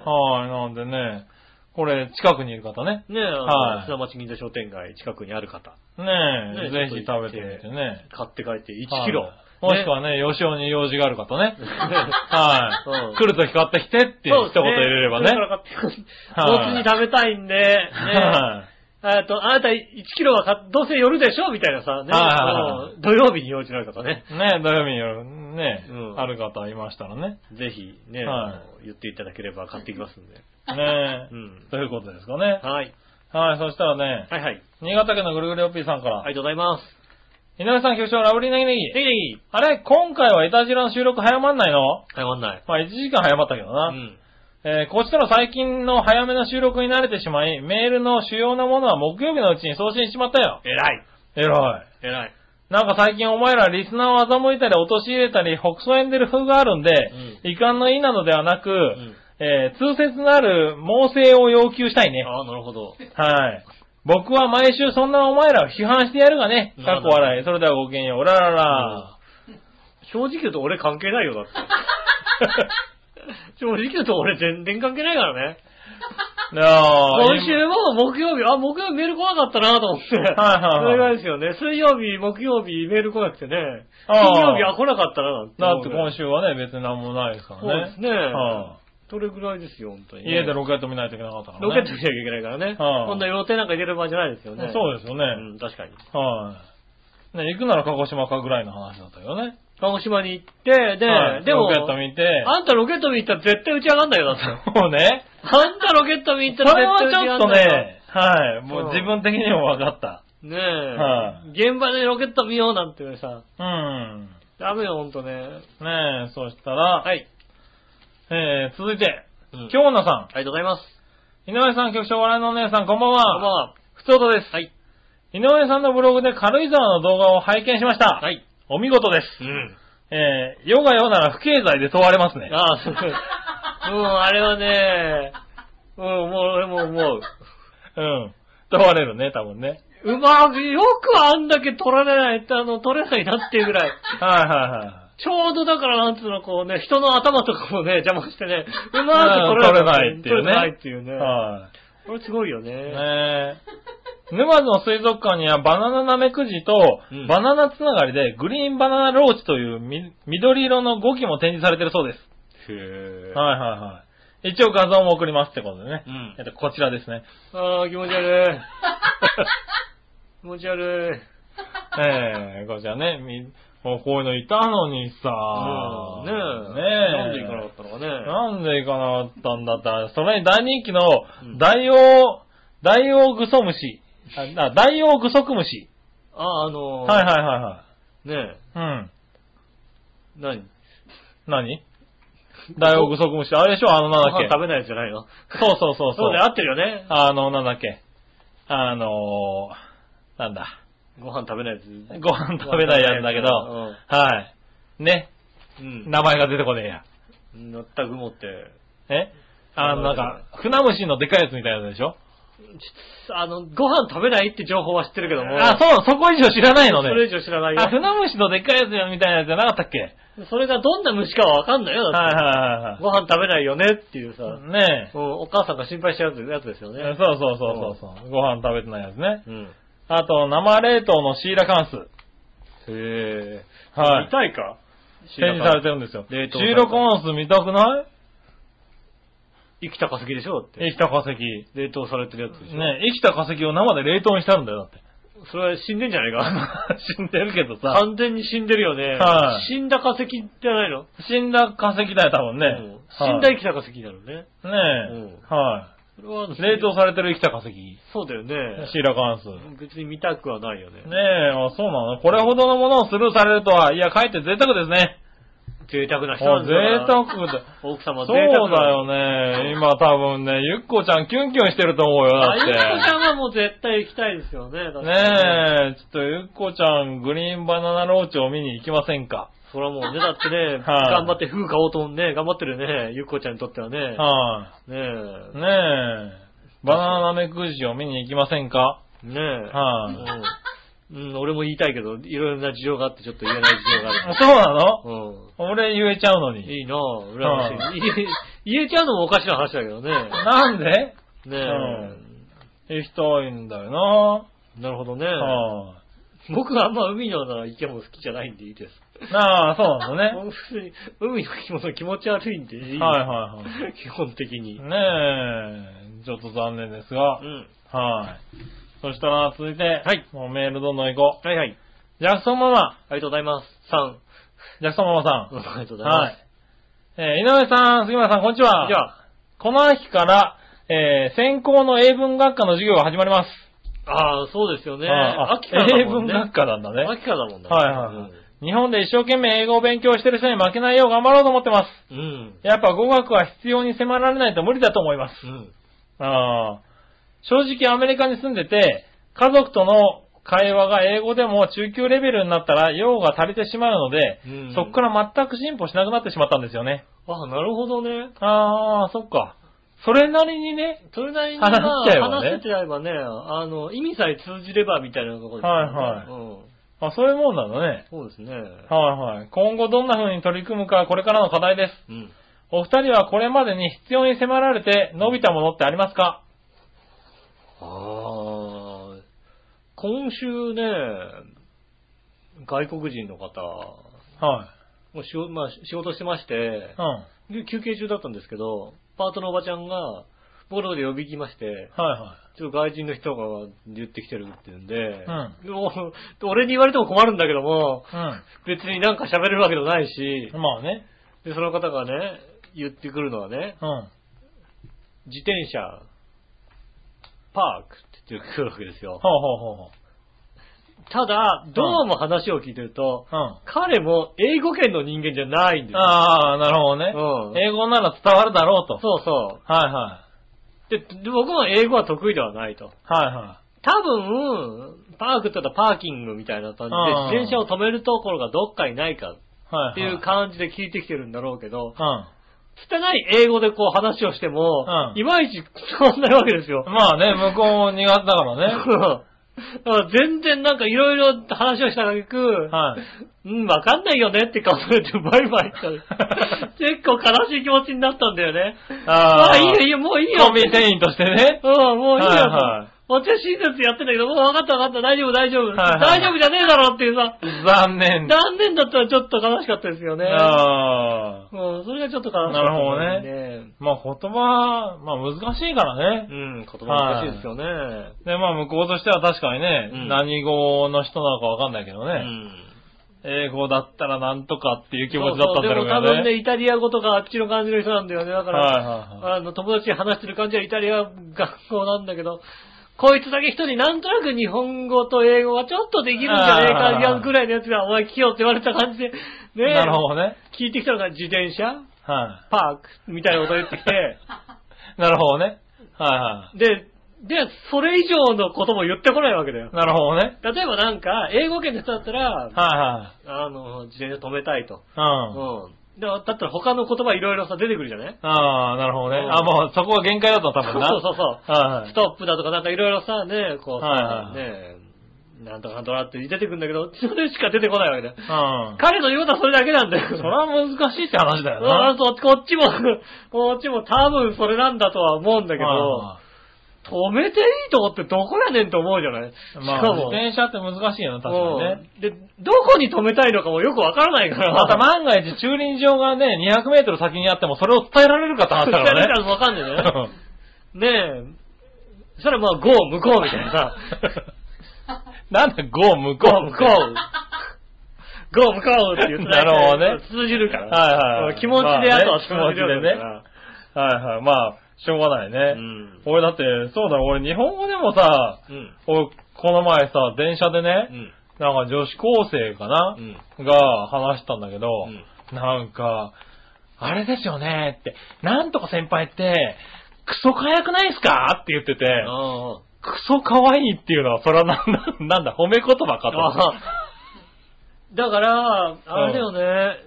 C: はい、なんでね、これ近くにいる方ね。
B: ねえ、あの、
C: はい
B: 砂町銀座商店街近くにある方、
C: ねえ、
B: ねえ
C: ぜひ食べてみてね。
B: 買って帰って1キロ。
C: はいもし
B: ね
C: くはね、吉尾に用事がある方 ね。
B: う
C: は
B: ん
C: い。来るとき買ってきてって
B: そう
C: 一
B: で
C: 言
B: すね
C: 入れればね
B: そ。から買って
C: はい
B: もつに食べたいんで、ね
C: はい
B: えっと、あなた1キロは買っどうせ夜でしょみたいなさ、ね
C: はいはいはい
B: うん土曜日に用事のある方ね、
C: ねえ、土曜日に夜ね、
B: うん
C: ある方いましたら ね。
B: ぜひね、
C: はい
B: あの言っていただければ買ってきますんで。
C: ね
B: う
C: え、
B: ん。
C: ということですかね。
B: はい。
C: はい、そしたらね、
B: はいはい。
C: 新潟県のぐるぐるおっぴーさんから、
B: ありがとうございます。
C: 井上さん局長、ラブリーネギネギ。
B: ネギネギ
C: あれ今回はイタジラの収録早まんないの
B: 謝んない。
C: まあ1時間早まったけど
B: う
C: な。
B: ん。
C: えーこっちとの最近の早めの収録に慣れてしまい、メールの主要なものは木曜日のうちに送信しちまったよ。
B: 偉い。
C: えらい。
B: 偉い。
C: なんか最近お前らリスナーを欺いたり陥れたり、北総エンデル風があるんで、
B: う
C: 遺憾の意なのではなく、
B: ん
C: えー通説のある猛省を要求したいね。
B: ああ、なるほど。
C: はい。僕は毎週そんなお前らを批判してやるがね。
B: な
C: か
B: る
C: っ
B: ほ
C: こ
B: ど
C: 笑い。それではごきげんよう。おららら。
B: 正直言うと俺関係ない よ、だって。正直言うと俺全然関係ないからね。
C: いやー
B: 今週も木曜日、あ、木曜日メール来なかったなと思って。はい
C: はいはい
B: それぐらいですよね。水曜日、木曜日メール来なくてね。金
C: あ
B: 曜
C: あ
B: 日、あ、来なかったななんて。
C: だって今週はね、別に何もないですか
B: そう
C: ら
B: で
C: ね。
B: すね。
C: は
B: それぐらいですよ、本当に
C: い
B: ね、
C: 家でロケット見ないといけなかったからね。
B: ロケット見なきゃいけないからね。
C: はあ
B: こんな予定なんか入れる場合じゃないですよね。
C: そうですよね。
B: うん、確かに。
C: はい。ね、行くなら鹿児島かぐらいの話だったよね。
B: 鹿児島に行って、で、
C: はい
B: でも、
C: ロケット見て。
B: あんたロケット見に行ったら絶対打ち上がんない よ、だって。
C: もうね。
B: あんたロケット見に行
C: そ
B: った
C: れ
B: ら
C: は
B: 絶
C: ち
B: 対打ち
C: ょ
B: 上が
C: っと
B: んないよ。
C: ね、はい。も
B: うん
C: う自分的にも分かった。
B: ねえ、
C: は
B: 現場でロケット見ようなんてさ、
C: うん。
B: ダメよ、ほんとね。
C: ねえ、そしたら、
B: はい。
C: えー、続いて、
B: うん
C: 京奈さ
B: ありがとうございます。
C: ん。井上さん、局長、笑いのお姉さん、こんばん
B: こんばん
C: は。
B: は。
C: ふつおとです。
B: はい。
C: 井上さんのブログで軽井沢の動画を拝見しました。
B: はい。
C: お見事で
B: う
C: す。
B: ん。
C: えー、世が世なら不敬罪で問われますね。
B: ああ、そうそう。うん、あれはね、うん、もう俺も思う。
C: うん。問われるね、多分ね。
B: うまく、よくあんだけ取られない、あの、取れないなっていうぐらい。
C: はいはいは
B: ちょうどだから、なんつうの、こうね、人の頭とかもね、邪魔してね、うまく取れない。
C: うん取れないって
B: 取れないっていうね
C: い。。はい。
B: これすごいよね。
C: ねえ。沼津の水族館にはバナナナメクジと
B: うん
C: バナナつながりでグリーンバナナローチというみ緑色の5機も展示されてるそうです。
B: へえ。
C: はいはいはい。一応画像も送りますってことでね。
B: うん
C: えっと、こちらですね。
B: ああ、気持ち悪い。気持ち悪い。
C: ええこちらね。みもうこういうのいたのにさ
B: うんねえ。
C: ね
B: なんで行かなかったのかね。
C: なんで行かなかったんだったら、それに大人気の
B: うん
C: ダイオウ、ダイオウグソムシ。あ、ダイオウグソクムシ。
B: ああ、あのー、。
C: はいはいはいはい
B: ねえ、
C: い。うん。
B: 何
C: 何ダイオウグソクムシ。あれでしょあの、なんだっ
B: ご飯
C: け
B: 食べないやつじゃないの
C: そうそうそう
B: そ
C: そうう
B: ね、。合ってるよね。
C: あの、なんだっけあのー、なんだ。
B: ご飯食べないやつ。
C: ご飯食べないやつだけど、はい。ね。
B: うん。
C: 名前が出てこねえや。
B: うん。乗った雲って、
C: えあの、なんか、船虫のでかいやつみたいなやつでしょ
B: ちょあの、ご飯食べないって情報は知ってるけども。
C: あ、そう、そこ以上知らないのね。
B: それ以上知らない
C: あ、
B: よ。
C: 船虫のでっかいやつみたいなやつじゃなかったっけはい
B: それがどんな虫かはわかんないよ。だって
C: はい
B: ご飯食べないよねっていうさ、
C: はいうはい。ね
B: んお母さんが心配しちゃうやつですよ
C: え。
B: ね。
C: そうそうそうそうそう。ご飯食べてないやつね。
B: うん。
C: あと、生冷凍のシーラカンス。
B: へえ。
C: はい
B: 痛いか
C: 展示されてるんですよ。
B: 冷凍された
C: 収録音数見たくない
B: 生きた化石でしょだって。
C: 生きた化石。ね
B: 冷凍されてるやつでしょ。
C: 生きた化石を生で冷凍にしてあるん だよ、だって。
B: それは死んでんじゃないか
C: 死んでるけどさ。
B: 完全に死んでるよね。
C: はい
B: 死んだ化石じゃないの、
C: 死んだ化石だよ、多分ね。
B: うん死んだ生きた化石なのね。
C: はいねえ。は。
B: それはい
C: 冷凍されてる生きた化石。
B: そうだよね。
C: シーラカンス。
B: 別に見たくはないよね。
C: ねえ、あ、そうなのこれほどのものをスルーされるとは、いや、かえって贅沢ですね。
B: 贅贅沢な人な
C: あ
B: ん
C: 贅
B: だから
C: 沢だ。
B: 奥様
C: そう
B: 贅
C: だ
B: 沢な
C: よね。今多分ね、ゆっこちゃんキュンキュンしてると思うよ、だ
B: あ
C: っ
B: ゆうこちゃ
C: て。
B: んはもう絶対行きたいですよね。だって
C: ねえ、ちょっとゆっこちゃん、グリーンバナナローチを見に行きませんか。
B: それはもうね、だってね、
C: はい
B: 頑張って服買おうとね、頑張ってるね、ゆっこちゃんにとってはね。
C: は
B: ね
C: い。ねえ、バナナめくじを見に行きませんか。
B: え。ねえ。
C: はい。
B: うん、うん、俺も言いたいけど、いろいろな事情があってちょっと言えない事情がある。
C: そうなの
B: う
C: 俺言えちゃうの
B: ん。
C: に。
B: いいなぁ、羨ましい。言え言えちゃうのもおかしな話だけどね。
C: なんで
B: ねえ。
C: 行きたいんだよ
B: なるほどね。
C: な。は
B: 僕はあんま海のなら池も好きじゃないんでいいです。
C: い。なあ、そうなんだね。
B: 僕普通に海の生き物気持ち悪いんでいい。
C: はいはいはい。
B: 基本的に。
C: ねえ、ちょっと残念ですが
B: う。ん。
C: はい。そしたら続いて、はい。もうメールどんどん行こ
B: はいはい。
C: う。ジャクソンママ、
B: ありがとうございます。さん。
C: ジャクソンママ
B: うんありがとう
C: さん。
B: ございま
C: は
B: す
C: い。。えー井上さん、杉村さん、こんにちは。
B: じゃあ、
C: この秋から、えー専攻の英文学科の授業が始まります。
B: ああ、そうですよね。
C: ああ
B: 秋からだ
C: 英
B: もん
C: 文
B: ね。
C: 学科なんだね。
B: 秋からだもんね。
C: はいはいはい。日本で一生懸命英語を勉強してる人に負けないよう頑張ろうと思ってます。
B: うん。うん。
C: やっぱ語学は必要に迫られないと無理だと思います。
B: うん。
C: ああ。正直アメリカに住んでて、家族との会話が英語でも中級レベルになったら用が足りてしまうので、
B: うん
C: そこから全く進歩しなくなってしまったんですよね。
B: あなるほどね。
C: ああ、そっか。それなりにね、
B: それなりに、ま
C: 話
B: あ
C: しちゃえばね
B: 話せてやればね、あの、意味さえ通じればみたいなところですよね。
C: はいはい
B: うん。
C: あそういうもんなのね。
B: そうですね。
C: はいはい。今後どんな風に取り組むかこれからの課題です。
B: うん。
C: お二人はこれまでに必要に迫られて伸びたものってありますか
B: ああ、今週ね、外国人の方、
C: は
B: もう仕事、まあ仕事してまして
C: い。う、ん。は
B: で休憩中だったんですけど、パートのおばちゃんが、僕のとこで呼びきまして、
C: いは
B: ちょっと外人の人が言ってきてるって言うんで、
C: うん
B: でも俺に言われても困るんだけども、
C: い。うん。
B: 別になんか喋れるわけでもないし、
C: まあね。
B: で、その方がね、言ってくるのはね、
C: うん。
B: 自転車、パークって言ってくるわけですよ。
C: ほうほうほうほう。
B: ただ、どうも話を聞いてると、
C: うん。
B: 彼も英語圏の人間じゃないんですよ。
C: ああ、なるほ
B: う
C: ど
B: ん
C: ね。英語なら伝わるだろうと。
B: そうそ
C: はいは
B: う。で、で僕も英語は得意ではないと。
C: い。はいは
B: 多分、パークって言ったらパーキングみたいな感
C: うん
B: じで、自転車を止めるところがどっかにないか
C: い。はい、はい。
B: っていう感じで聞いてきてるんだろうけど、
C: う
B: 拙い英語でこう話をしても、
C: うん
B: いまいち伝わんないわけですよ。
C: ん。まあね、向こうも苦手だからね。
B: だから全然なんかいろいろ話をしたらく、
C: はい。
B: うん、わかんないよねって顔されてバイバイ した。結構悲しい気持ちになったんだよね。
C: あ
B: あ、いいよいいよ、もういいよ。
C: コンビニ店員とし てね。
B: うん、もういいよ。
C: はいはい
B: 私親切やってんだけど、もう分かった分かった、大丈夫大丈夫。
C: はいはい
B: 大丈夫じゃねえだろっていうさ、
C: 残念。
B: 残念だったらちょっと悲しかったですよね。
C: ああ。
B: うん、それがちょっと悲しかった、
C: なるほどねまあ言葉、まあ難しいからね
B: う。ん、言葉難しいですよね。
C: で、まあ向こうとしては確かにね、
B: うん
C: 何語の人なのかわかんないけどね、
B: うん。
C: 英語だったらなんとかっていう気持ちだったんだろうけ
B: そうそうでも多
C: ど
B: 分ね、
C: ね。
B: イタリア語とかあっちの感じの人なんだよね。だから、
C: はいはい
B: あの、友達に話してる感じはイタリア学校なんだけど、こいつだけ一人なんとなく日本語と英語がちょっとできるんじゃねえか
C: あー
B: ぐらいのやつが、お前来ようって言われた感じで、ねえ
C: なるほどね。
B: 聞いてきたのが自転車
C: は
B: パークみたいなこと言ってきて、
C: い。なるほどね。はいは
B: で、で、それ以上のことも言ってこないわけだよ
C: い。。 なるほどね。
B: 例えばなんか、英語圏の人だったら、
C: は
B: あの、自転車止めたいと。
C: いはい。うん。
B: うん。だだったら他の言葉いろいろさ出てくるじゃない
C: ああ、なるほどね。
B: うん
C: あ、もうそこは限界だった多
B: そう
C: 分な。
B: そうそう。
C: はいは
B: ス
C: い。
B: トップだとかなんかいろいろさ、ね、こうさ、
C: はいはい
B: ね、なんとかなんとかって出てくるんだけど、それしか出てこないわけだよ。
C: うん。
B: 彼の言うことはそれだけなんだよ。
C: それは難しいって話だよな。
B: うんそうこっちも、 こっちも多分それなんだとは思うんだけど
C: は、
B: 止めていいとこってどこやねんと思うじゃない
C: いはいま
B: し
C: あ、
B: か
C: 自
B: も、
C: 転車って難しいよな、確かにね。
B: うんで、どこに止めたいのかもよくわからないから。
C: また万が一駐輪場がね、200メートル先にあってもそれを伝えられるかって話だか
B: 伝えられ
C: ら
B: るかわかんないじゃない
C: ね。
B: ねえ、それはまあ、ゴー向こうみたいな さ、
C: なんだ、ゴー向こ
B: ゴー
C: う。
B: 向こう、ゴー向こうって言って
C: なるほ
B: 通じるから、
C: はいはい
B: 気持ちであとは
C: まあね
B: 通じるわ
C: う。はいはい。まあ、しょうがない
B: け
C: ね。
B: だからうん。
C: 俺だって、そうだ、俺日本語でもさ、
B: うん。
C: 俺、この前さ、電車でね、
B: うん。
C: なんか女子高生かな
B: う、ん。
C: が話したんだけど、
B: うん
C: なんか、あれですよねって、なんとか先輩って、クソ可愛くないですかって言ってて、
B: うん。
C: クソ可愛いっていうのは、それはなんだ、 なんだ、褒め言葉かと思って。
B: だから、あれだよね、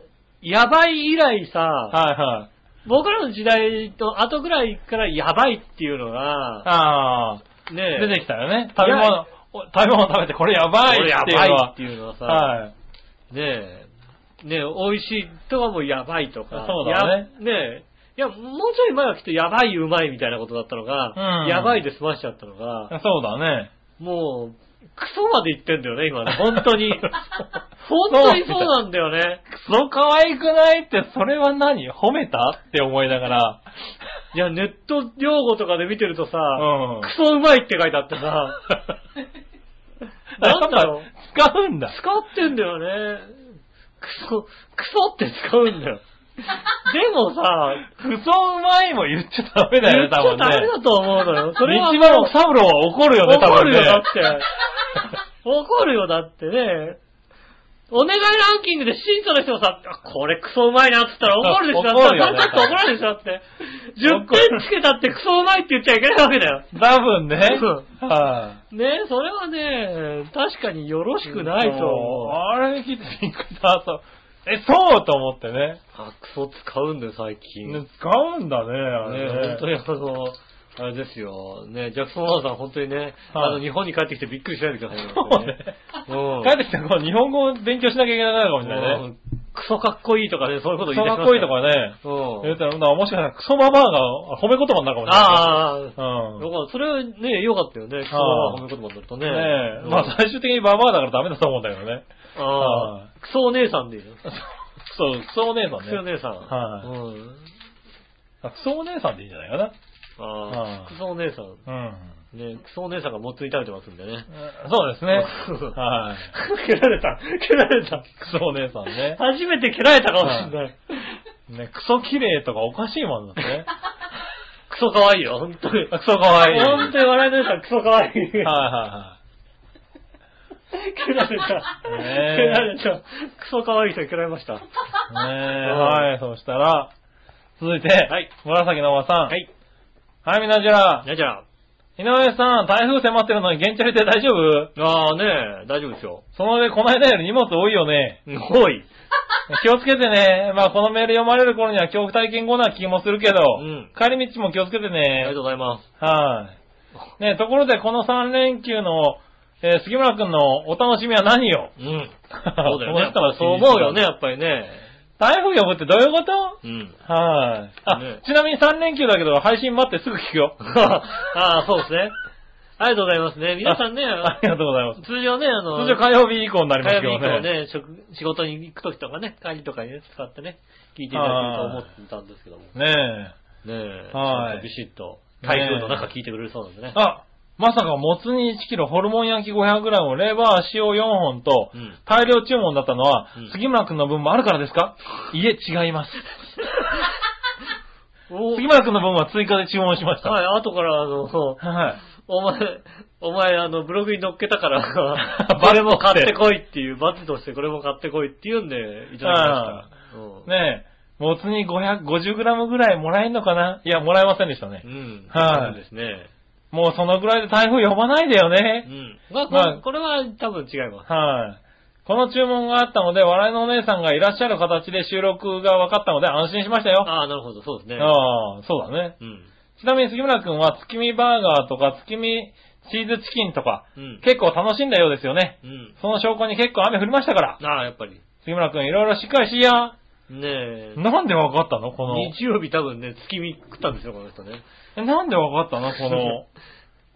B: やばい以来さ、
C: はいはい。
B: 僕らの時代と後ぐらいからやばいっていうのが、
C: ああ、
B: ね
C: 出てきたよね。食べ物、お食べ物食べてこれやばい
B: これや
C: っていう
B: ば
C: の
B: い
C: は
B: っ。ていうのはさ、
C: はい。
B: ねえ、ねえ、美味しいとかもやばいとか、
C: そうだね
B: やねえ、いや、もうちょい前はきっとやばいうまいみたいなことだったのが、
C: うん
B: やばいで済ましちゃったのが、
C: そうだね。
B: もう、クソまで言ってんだよね、 今ね。本当に。本当にそうなんだよね。
C: クソ可愛くないって、それは何褒めたって思いながら。
B: いや、ネット用語とかで見てるとさ、
C: うん
B: ク。ソうまいって書いてあ ってさ、なんだろう
C: やっぱ使うんだ。
B: 使ってんだよね。クソ、クソって使うん だよ。でもさ、
C: クソうまいも言っちゃダメだよね、多分ね。
B: 言っちゃダメだと思うのよ。それはもう
C: 道場のサブローは怒るよね、多
B: 怒
C: 分
B: る
C: ね。
B: よ、だって。怒るよ、だってね。お願いランキングで審査の人がさ、あこれクソうまいなって言ったら怒るでしょ、だって
C: 怒るよね
B: さっさと怒られるでしょ、だって。10
C: 怒る
B: 点つけたってクソうまいって言っちゃいけないわけだよ。
C: 多分ね。
B: う
C: は
B: ねそれはね、確かによろし
C: い。
B: くないと
C: そう
B: 思う。
C: あれ聞いてびっくりした。そうえ、そうと思ってね。
B: あ、クソ使うんだよ、最近。
C: ね
B: ね
C: 使うんだね、あれね。
B: 本当にあの、あれですよ。ねジャクソン・ワーさん本当にね、あの、日本に帰ってきてびっくりしないでくださいよ。
C: そうね。
B: うん。
C: 帰ってきたらこう日本語を勉強しなきゃいけなくなるかもしれないね。
B: うんクソかっこいいとかね、そういうこと言
C: クソ
B: い出し
C: か
B: ま
C: っ
B: す
C: こいいとかね。
B: う
C: 言
B: ん。
C: ったら、だからもしかしたらクソババアが褒め言葉になるかもしれないね。
B: ああ、
C: うん。
B: だからそれはね、良かったよね。クソは褒め言葉になるとね。
C: ね
B: う
C: え。
B: ん
C: まあ最終的にババアだからダメだと思うんだけどね。
B: あ
C: は
B: あ、クソお姉さんでいいよ。ク
C: そう、クソお姉さん
B: ソお
C: ね。
B: 姉さん。
C: はい
B: うん。
C: あクソお姉さんでいいんじゃないか
B: あ
C: うん
B: あ、クソお姉さん。
C: な。
B: ね、クソお姉さんがもつ煮食べてますんでね。
C: うん。そうですね。は い。
B: 蹴られた、蹴られた。
C: クソお姉さんね。
B: 初めて蹴られたかもしんない。
C: ね、クソ綺麗とかおかしいもんだってね。
B: クソかわいいよ、本当に。
C: クソ可愛い。
B: 本当に笑いの姉さん、クソかわいい。
C: はいは
B: 蹴られた。蹴
C: ねえ
B: られた。クソかわいい人に蹴られました。
C: いはい。ねえ、
B: うん
C: はい、そしたら、続いて、
B: はい
C: 紫のおばさん。
B: は。い。
C: はい、みなじら。
B: じゃあじゃあ。
C: 井上さん、台風迫ってるのに現地ャリで大丈夫
B: ああねえ、大丈夫ですよ。
C: その上、この間より荷物多いよね。
B: おい。
C: 気をつけてね。まあ、このメール読まれる頃には恐怖体験後な気もするけど、
B: うん
C: 帰り道も気をつけて
B: ありが
C: ね
B: と。うございます。
C: はい。ねところで、この3連休の、えー杉村くんのお楽しみは何よ
B: うん。
C: そ
B: そうだよね。やっぱそう思うよね、。やっぱりね。
C: 台風呼ぶってどういうこと
B: うん。
C: はい。あ、
B: ね
C: ちなみに3連休だけど、配信待ってすぐ聞くよ。
B: ああ、そうですね。ありがとうございますね。皆さんね、
C: ありがとうございます。
B: 通常ね、あの、
C: 通常火曜日以降になりま
B: 火
C: す
B: 曜日
C: けど
B: 以降ね、職仕事に行くときとかね、帰りとかにね、使ってね、聞いていただけると思ってたんですけども。ね
C: ねえ。
B: え、ち
C: はい
B: ょっとビシッと、台風の中聞いてくれるそうなんでね。
C: あ、まさかもつ煮1キロ、ホルモン焼き 500g、レバー、塩4本と
B: う、ん。
C: 大量注文だったのは、
B: うん
C: 杉村くんの分もあるからですかいえ、違います。
B: お
C: 杉村くんの分は追加で注文しました。はい。
B: はい、後からあの、お前、お前、あの、ブログに載っけた から、これも買ってこいっていう、バッジとしてこれも買ってこいっていうんで、いただきました。
C: ねえ、もつ煮 550g ぐらいもらえんのかないや、もらえませんでしたね
B: う。ん。
C: はい
B: そうですね。
C: もうそのぐらいで台風呼ばないでよ
B: う
C: ね。
B: ん。まあ、
C: まあ
B: ここれは多分違います。
C: はい。この注文があったので、笑いのお姉さんがいらっしゃる形で収録が分かったので安心しましたよ。
B: ああ、なるほど、そうですね。
C: ああ、そうだね。
B: うん。
C: ちなみに杉村くんは月見バーガーとか月見チーズチキンとか
B: うん。
C: 結構楽しんだようですよね。
B: うん。
C: その証拠に結構雨降りましたから。
B: ああ、やっぱり。
C: 杉村くんいろいろしっかりしや。
B: ねえ。
C: なんでわかったのこの。
B: 日曜日多分ね、月見食ったんですよ、この人ね。
C: えなんでわかったのこ の。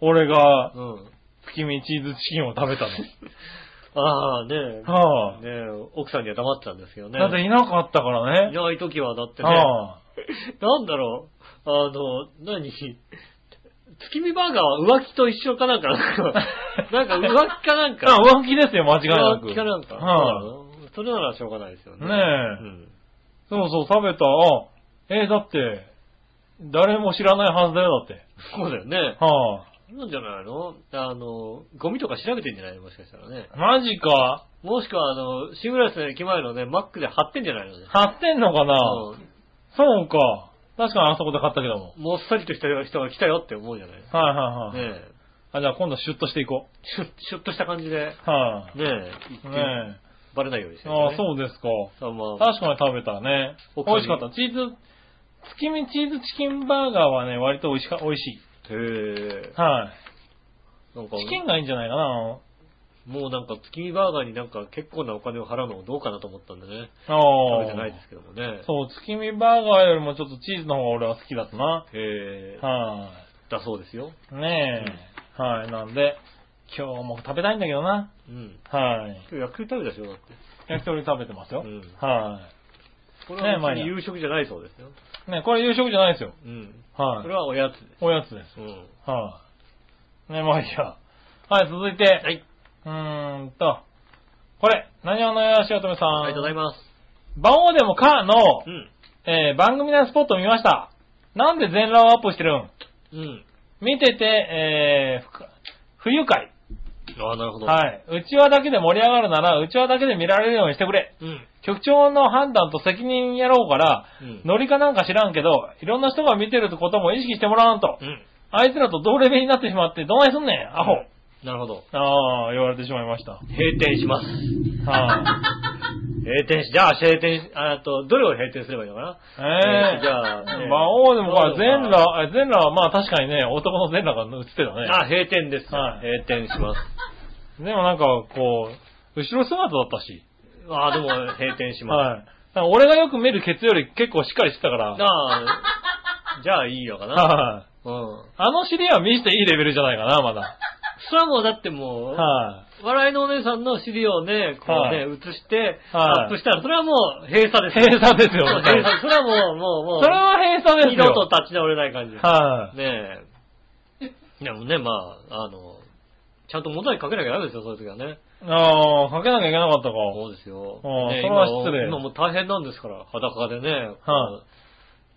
C: 俺が
B: うん。
C: 月見チーズチキンを食べたの。
B: ああ、ねえ。
C: はあ、
B: ねえ、奥さんには黙ってたんですけどね。
C: だっていなかったから
B: い
C: ね。
B: ない時はだってね、
C: はあ、
B: なんだろう、あの、何月見バーガーは浮気と一緒か なんか、なんか浮気かなんか。
C: あ浮気ですよ、間違いなく。
B: 浮気かなんか。
C: はあ、
B: うんそれならしょうがないですよね。
C: ねえそうそう、食べた。あえーだって、誰も知らないはずだよ、だって。
B: うんそうだよね。
C: はあ、
B: なんじゃないのあの、ゴミとか調べてんじゃないのもしかしたらね。
C: マジか
B: もしくは、あの、シングラスの駅前のね、マックで貼ってんじゃないのね。
C: 貼ってんのかな、
B: うん
C: そうか。確かにあそこで買ったけども。
B: もっさりとした人が来たよって思うじゃないね
C: はいはいはい。
B: え。
C: あ、じゃあ今度シュッとしていこ
B: シュッ、シュッとした感じで、ね
C: う。は
B: え、行って
C: い、ね
B: バレないようにし
C: え。
B: てる、ね。
C: ああ、そうですか。
B: さあまあ、
C: 確かに食べたね。
B: 他に
C: 美味しかった。チーズ、月見チーズチキンバーガーはね、割と美味しか、美味しい。
B: へえ。
C: は
B: なんか
C: い。、チキンがいいんじゃないかな。
B: もうなんか月見バーガーになんか結構なお金を払うのもどうかなと思ったんでね。
C: あ
B: 食
C: あ。
B: べてないですけどもね。
C: そう、月見バーガーよりもちょっとチーズの方が俺は好きだったな。
B: へえ。
C: は
B: だそうですよ。
C: い。ねえ。はい。なんで、今日も食べたいんだけどな。
B: うん。
C: はい。
B: 今日薬食べたでしょだって。
C: 焼き鳥食べてますよ。
B: うん
C: は
B: これは別
C: ね
B: に
C: え
B: 夕食じゃないそうですよ。
C: い。ねこれ夕食じゃないですよ。
B: うん。
C: は
B: こ
C: い
B: れ。はおやつで
C: おやつです。
B: す。うん。
C: はい。ね、まあいいや。はい、続いて。はい。うーんと、これ、何をのよしおとめさん。
B: ありがとうございます。
C: バオーデモカーの
B: う、ん。
C: えー番組内スポットを見ました。なんで全裸をアップしてるん
B: うん。
C: 見てて、えーふか不愉快。
B: ああ、なるほど。い。
C: はい。うちわだけで盛り上がるなら、うちわだけで見られるようにしてくれ。
B: うん。
C: 局長の判断と責任やろうから、
B: うん。
C: ノリかなんか知らんけど、いろんな人が見てるってことも意識してもらわんと
B: う。ん。
C: あいつらと同レベルになってしまって、どないすんねん、アホ。
B: なるほど。
C: ああ、言われてしまいました。
B: 閉店します。
C: は
B: 閉店し、じゃあ閉店し、あと、どれを閉店すればいいのかな
C: あ、ええ
B: じゃあ、えー
C: 魔王でも、まあ、
B: 魔王で
C: 全
B: もまあ
C: 裸、え全裸はまあ確かにね、男の全裸が映ってたね。
B: あ、閉店です。
C: はい
B: 閉店します。
C: でもなんか、こう、後ろ姿だったし。
B: ああ、でも閉店します。
C: はい。なんか俺がよく見るケツより結構しっかりしてた から。
B: じゃあ、じゃあいいのかな。
C: はい。
B: うん。
C: あの尻は見せていいレベルじゃないかな、まだ。
B: それはもうだってもう、
C: は
B: 笑いのお姉さんの尻をね、こう
C: は
B: ね、映して、
C: はい
B: アップしたら、それはもう閉鎖です。
C: 閉鎖ですよ
B: そう 閉鎖。それはもう、もう、も
C: い。
B: う、
C: それは閉鎖で
B: 二
C: すよ。
B: 度と立ち直れない感じ。
C: はい。
B: ねえ。でもね、まあ、あの、ちゃんと問題かけなきゃダメですよ、そういう時はね。
C: ああ、かけなきゃいけなかったか。
B: そうですよ。
C: ああ
B: ね
C: それは失礼
B: 今今もう大変なんですから、裸でね、
C: は
B: こ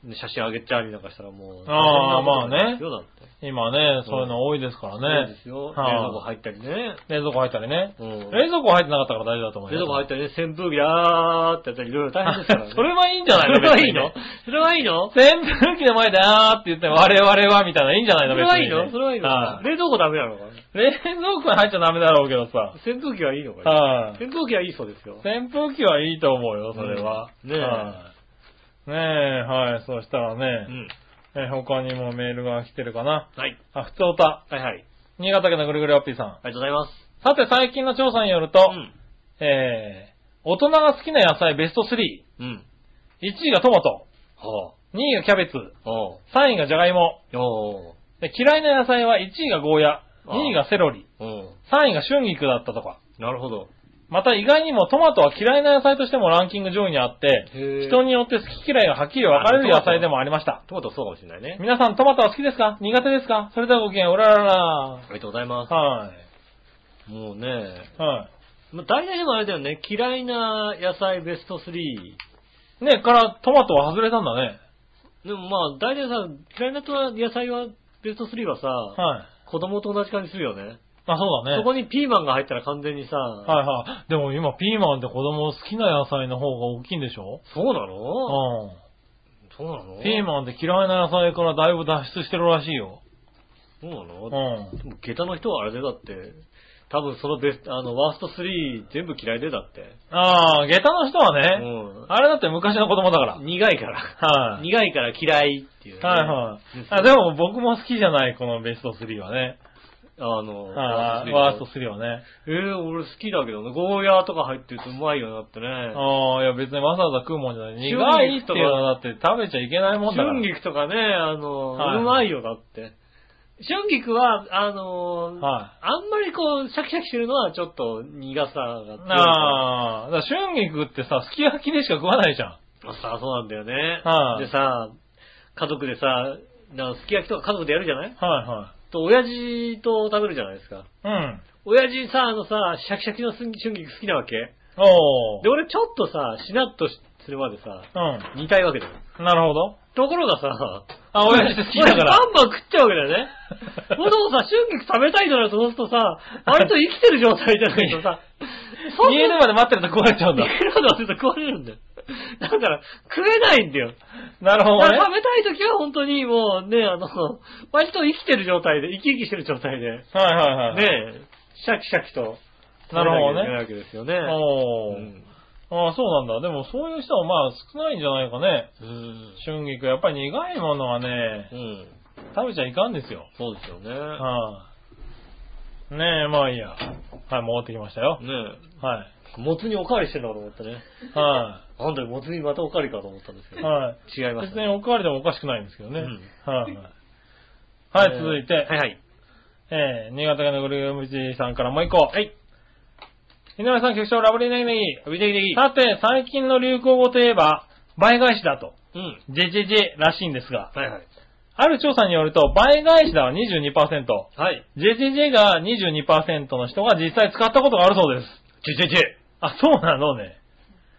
B: うね写真あげちゃりなんかしたらもう。
C: ああまあね
B: 大変なことですよだって。
C: 今ね、そういうの多いですか
B: そ
C: ら
B: う
C: ね
B: で。すよ。冷
C: はい
B: 蔵庫入ったりね。
C: 冷蔵庫入ったりね。
B: うん
C: 冷蔵庫入ってなかったから大丈夫だと思い
B: 冷
C: ます。
B: 蔵庫入ったりね、扇風機だーってやったり、いろいろ大変ですからね
C: 。それはいいんじゃないの
B: それはい
C: 別
B: い
C: に
B: のそれはいいの
C: 扇風機の前であーって言って我々はみたいなのいいんじゃな
B: そ
C: いの
B: れ
C: 別に。
B: はいいのそれはいいの
C: は
B: 冷蔵庫ダメなのかない
C: 冷蔵庫に入っちゃダメだろうけどさ。
B: 扇風機はいいのかな
C: はい
B: 扇風機はいいそうですよ。
C: 扇風機はいいと思うよ、それは。
B: うんねえ
C: はいねえ、はい。そしたら
B: う
C: ね、
B: ん。
C: え他にもメールが来てるかな。
B: はい。
C: あ、ふつおた。
B: はいはい。
C: 新潟県のぐるぐるおっぴーさん。
B: ありがとうございます。
C: さて、最近の調査によると、えー、大人が好きな野菜ベスト3。
B: うん。うん。
C: 1位がトマト。
B: は
C: 2位がキャベツ。
B: あ。は
C: 3位がジャガイモ。
B: あ。お
C: で嫌いな野菜は1位がゴーヤ。2位がセロリ。
B: ー。うん。
C: 3位が春菊だったとか。
B: なるほど。
C: また意外にもトマトは嫌いな野菜としてもランキング上位にあって、
B: へー
C: 人によって好き嫌いがはっきり分かれる野菜でもありました。
B: トマトそうかもしれないね。
C: 皆さんトマトは好きですか苦手ですかそれではごきげんよう、うららら
B: ありがとうございま
C: は
B: す。もうね、
C: い。は
B: まあ、大体でもあれだよね、嫌いな野菜ベスト3。
C: い。ねからトマトは外れたんだね。
B: でもまあ、大体さ、嫌いな野菜は、ベスト3はさ、
C: はい。
B: 子供と同じ感じするよね。
C: あ、そうだね。
B: そこにピーマンが入ったら完全にさ、
C: はいはい。でも今ピーマンって子供好きな野菜の方が大きいんでしょ
B: そうなの
C: う
B: そうなの
C: ん。ピーマンって嫌いな野菜からだいぶ脱出してるらしいよ。
B: そうなの、
C: う
B: でも
C: ん。
B: 下駄の人はあれでだって、多分そのベスト、あの、ワースト3全部嫌いでだって。
C: ああ、下駄の人は
B: う
C: ね、
B: ん。
C: あれだって昔の子供だから。
B: 苦いから。
C: はい。
B: 苦いから嫌いっていうね、
C: はいはい。あ、
B: で
C: です
B: よ
C: も僕も好きじゃない、このベスト3はね。
B: あの、
C: はいワースト3はね。
B: えー、俺好きだけどね。ゴーヤーとか入ってるとうまいよなってね。
C: ああ、いや別にわざわざ食うもんじゃない。
B: 春菊
C: 苦いっていうのはだって食べちゃいけないもんだから。
B: 春菊とかね、あの、
C: はいう
B: まいよだって。春菊は、あの、
C: は
B: あんまりこう、シャキシャキしてるのはちょっと苦さが強いから
C: ああ、だから春菊ってさ、すき焼きでしか食わないじゃん。
B: さあ、そうなんだよね。
C: はい
B: でさ、家族でさ、なんかすき焼きとか家族でやるじゃない
C: は
B: と、親父と食べるじゃないですか。
C: いはい。
B: 親父さ、あのさ、シャキシャキの春菊好きなわけ
C: うん。お
B: で、俺ちょっとさ、しなっとしするまでさ、
C: ー。
B: 煮たいわけだよ。
C: うん。なるほど。
B: ところがさ、
C: あ、親父好きだから
B: 俺。バンバン食っちゃうわけだよ ね。もともとさ、春菊食べたいとなると思うとさ、割と生きてる状態じゃないと さ、そう
C: 家出まで待ってると壊れちゃうんだ
B: 家。の中で食われるんだよ。だから、食え ないんだよ。
C: な
B: だ
C: るほ
B: か
C: どね
B: ら。食べたい時は本当にもうね、あの、割と生きてる状態で、生き生きしてる状態で、ね
C: はいはいはい。。
B: え、シャキシャキと、
C: なるほどね
B: 食べなきゃいけないわけですよね。
C: おー。
B: うん
C: ああ、そうなんだ。でもそういう人もまあ少ないんじゃないかね。
B: うん。
C: 春菊、やっぱり苦いものはね、
B: うん。
C: 食べちゃいかんですよ。
B: そうですよね。
C: はい、ねえ、まあいいや。はい、戻ってきましたよ。
B: ね
C: はい。
B: え、もつにおかわりしてんだかと思ったね。
C: は
B: なんだよ、もつにまたおかわりかと思ったんですけ
C: い。
B: ど。
C: はい。
B: 違いま
C: 別
B: す
C: に
B: ね。
C: おかわりでもおかしくないんですけどね。
B: うん
C: はい、はい。はい、続いて、
B: えーはいはい。
C: えー、新潟県のぐるぐるむじさんからもう一個。はい。井上さん、局長、ラブリーネギネ
B: あビデギデ
C: ギ。
B: ギ。
C: さて、最近の流行語といえば、倍返しだと。
B: うん。
C: JJJ らしいんですが、
B: はいはい。
C: ある調査によると、倍返しだは22%、
B: はい。
C: JJJ が22%の人が実際使ったことがあるそうです。
B: JJJ。
C: あ、そうなのね。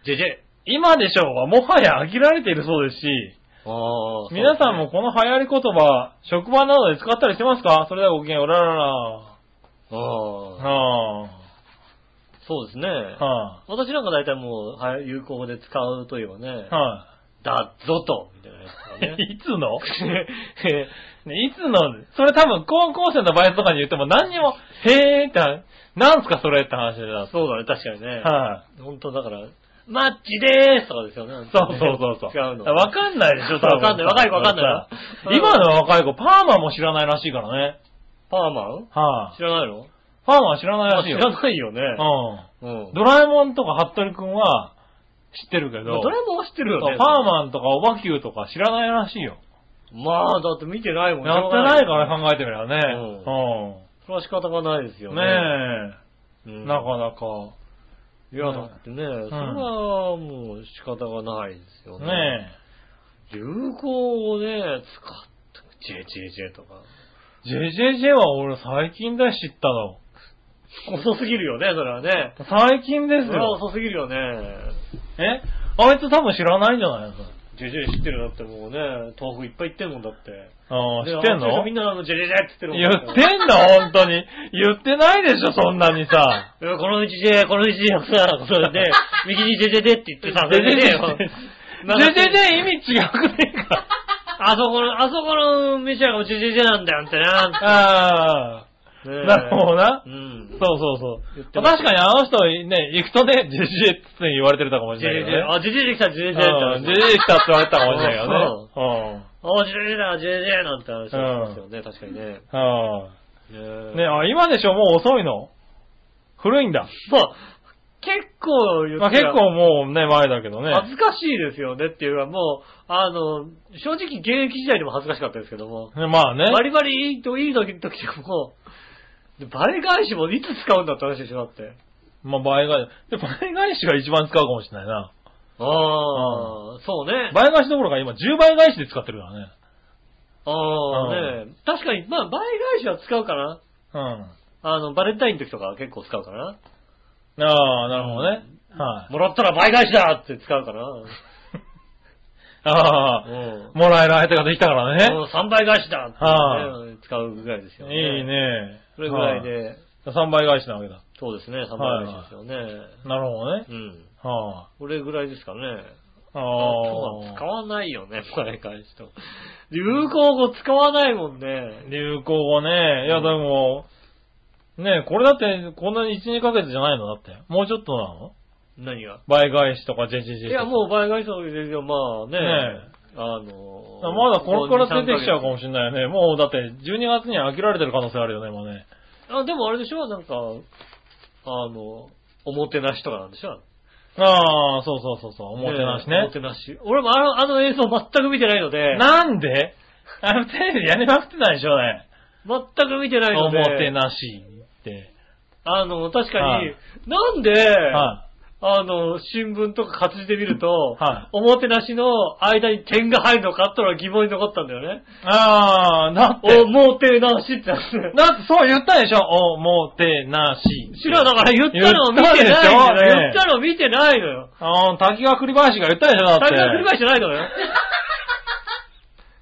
B: JJ。
C: 今でしょうはもはや飽きられているそうですし、
B: ああ。
C: 皆さんもこの流行り言葉、職場などで使ったりしてますかそれではごきげんよう、らららら。
B: そうですね。ああ。そ
C: は
B: うですね。
C: あ、は
B: 私なんか大体もう、はい、有効語で使うといえばね
C: あ、、は
B: だぞと、みたいなやつ だ
C: い
B: ね。
C: いつのねいつの、それ多分高校生のバイトとかに言っても何にも、へーって、なんすかそれって話だ。はい、
B: そうだね、確かにね。本当だから、マッチでーすとかですよね。
C: そうそうそうそう。
B: 違うの。
C: わかんないでしょ、多分。
B: わかんない若い子わかんないな
C: さ今の若い子、パーマも知らないらしいからね。
B: パーマン
C: はい、
B: 知らないの
C: パーマは知らないらしい
B: 知
C: よ。
B: らないよね。
C: うん。
B: うん。
C: ドラえもんとか服部くんは知ってるけど、
B: ドラえもんは知ってるよね。
C: パーマンとかオバキューとか知らないらしいよ。
B: まあ、だって見てないもん
C: やってないから。考えてみればね。
B: うそれは仕方がないです
C: う
B: よ
C: ん。
B: ね。
C: ね
B: え。
C: え、
B: ん
C: なかなか。
B: いや、だってね、それはもう仕方がないですよね。
C: ね
B: 流行をね、使って、JJJ とか。
C: え、JJJ は俺最近だよ、知ったの。
B: 遅すぎるよね、それはね。
C: 最近です
B: それは
C: よ。
B: 遅すぎるよね。
C: えあいつ多分知らないんじゃないの
B: JJ 知ってるだってもうね、東北いっぱい行ってんもんだって。
C: ああ、知
B: で
C: ってん
B: あ
C: の
B: みんなあの JJJ って言ってるもん
C: 言ってんの 本当に。言ってないでしょ、そんなにさ。
B: いやこの道で、この道で、さ、それで、右に JJJ って言ってさ、それでねなんか
C: JJJ 意味違くねえ か。
B: あそこの、あそこの道は JJJ なんだよってな。
C: あ
B: ね
C: あ、
B: え
C: なるほどな。
B: うん
C: そう。そうそ
B: 言って
C: う。
B: ます
C: 確かにあの人ね、行くとね、ジェジェって言われてるかもしれないけ
B: JJJ、
C: どね。
B: あ、JJJ 来た、
C: ジ
B: JJJ って
C: ェジェ来たって言われてたかもしれないけど
B: そう
C: ね。
B: あ、JJJ だ、JJJ なんて話をしますよね、確かにね。
C: うん。は
B: ね
C: あね、あ、今でしょ、もう遅いの古いんだ。
B: まあ、結構言
C: まあ
B: って
C: 結
B: た
C: 構もうね、前だけどね。
B: 恥ずかしいですよねっていうか、もう、あの、正直現役時代でも恥ずかしかったですけども、
C: まあね。
B: バリバリいいといい時の時でも、バレ返しもいつ使うんだって話でしょ、だって。
C: まあ倍返し。で、倍返しが一番使うかもしれないな。
B: ああ、そうね。
C: 倍返しどころか今10倍返しで使ってるからね。
B: あ
C: う
B: あ、ね確かに、まあ、倍返しは使うかな。
C: うん。
B: あの、バレンタインの時とかは結構使うかな。
C: ああ、なるほどね。はい。
B: もらったら倍返しだって使うかな。
C: あ
B: うん。
C: あ、もらえる相手ができたからね。
B: 3倍返しだって、
C: は
B: ね、使うぐらいですよね。
C: いい。ね。
B: それぐらいで、
C: はい。3倍返しなわけだ。
B: そうですね、3倍返しですよね。
C: なるほどね。
B: うん。
C: は
B: これぐらいですかね。
C: あ。
B: あ
C: あ
B: 使
C: あ。
B: わないよね、前返しと。流行語使わないもんね。
C: 流行語ね。いや、でも、ねこれだって、こんなに1、2ヶ月じゃないのだって。もうちょっとなの
B: 何が。
C: 倍返しとかジェジェジェ
B: いや、もう倍返しの時ですよ、まあね。
C: ね
B: あのー
C: まだこれから出てきちゃうかも
B: し
C: しれないよね。もうだって12月には飽きられてる可能性あるよね、今ね。
B: れない。あ、でもあれでしょなんか、あの、おもてなしとかなんでしょ
C: ああ、そうそうそうそう、おもてなし
B: えお
C: ね
B: も。てなし。俺もあのあの映像全く見てないので、
C: なんで あのテレビでやりまくってたでしょうね。
B: 全く見てない
C: お
B: ので、
C: もてなしって。
B: あの、確かに、
C: はい
B: なんで、
C: は
B: あの、新聞とか活字で見ると、
C: はい
B: おもてなしの間に点が入るのかってのは疑問に残ったんだよね。
C: い。ああ、だって、
B: おもてなしってなって。
C: だってそう言ったでしょおもてなし。
B: 知らだから言ったのを見てないんだよ。言
C: 言
B: っ
C: ったた,、でしょね
B: のを見てないのよ。
C: ああ、滝川栗林が言ったでしょだって。
B: 大会繰り返してないのよ。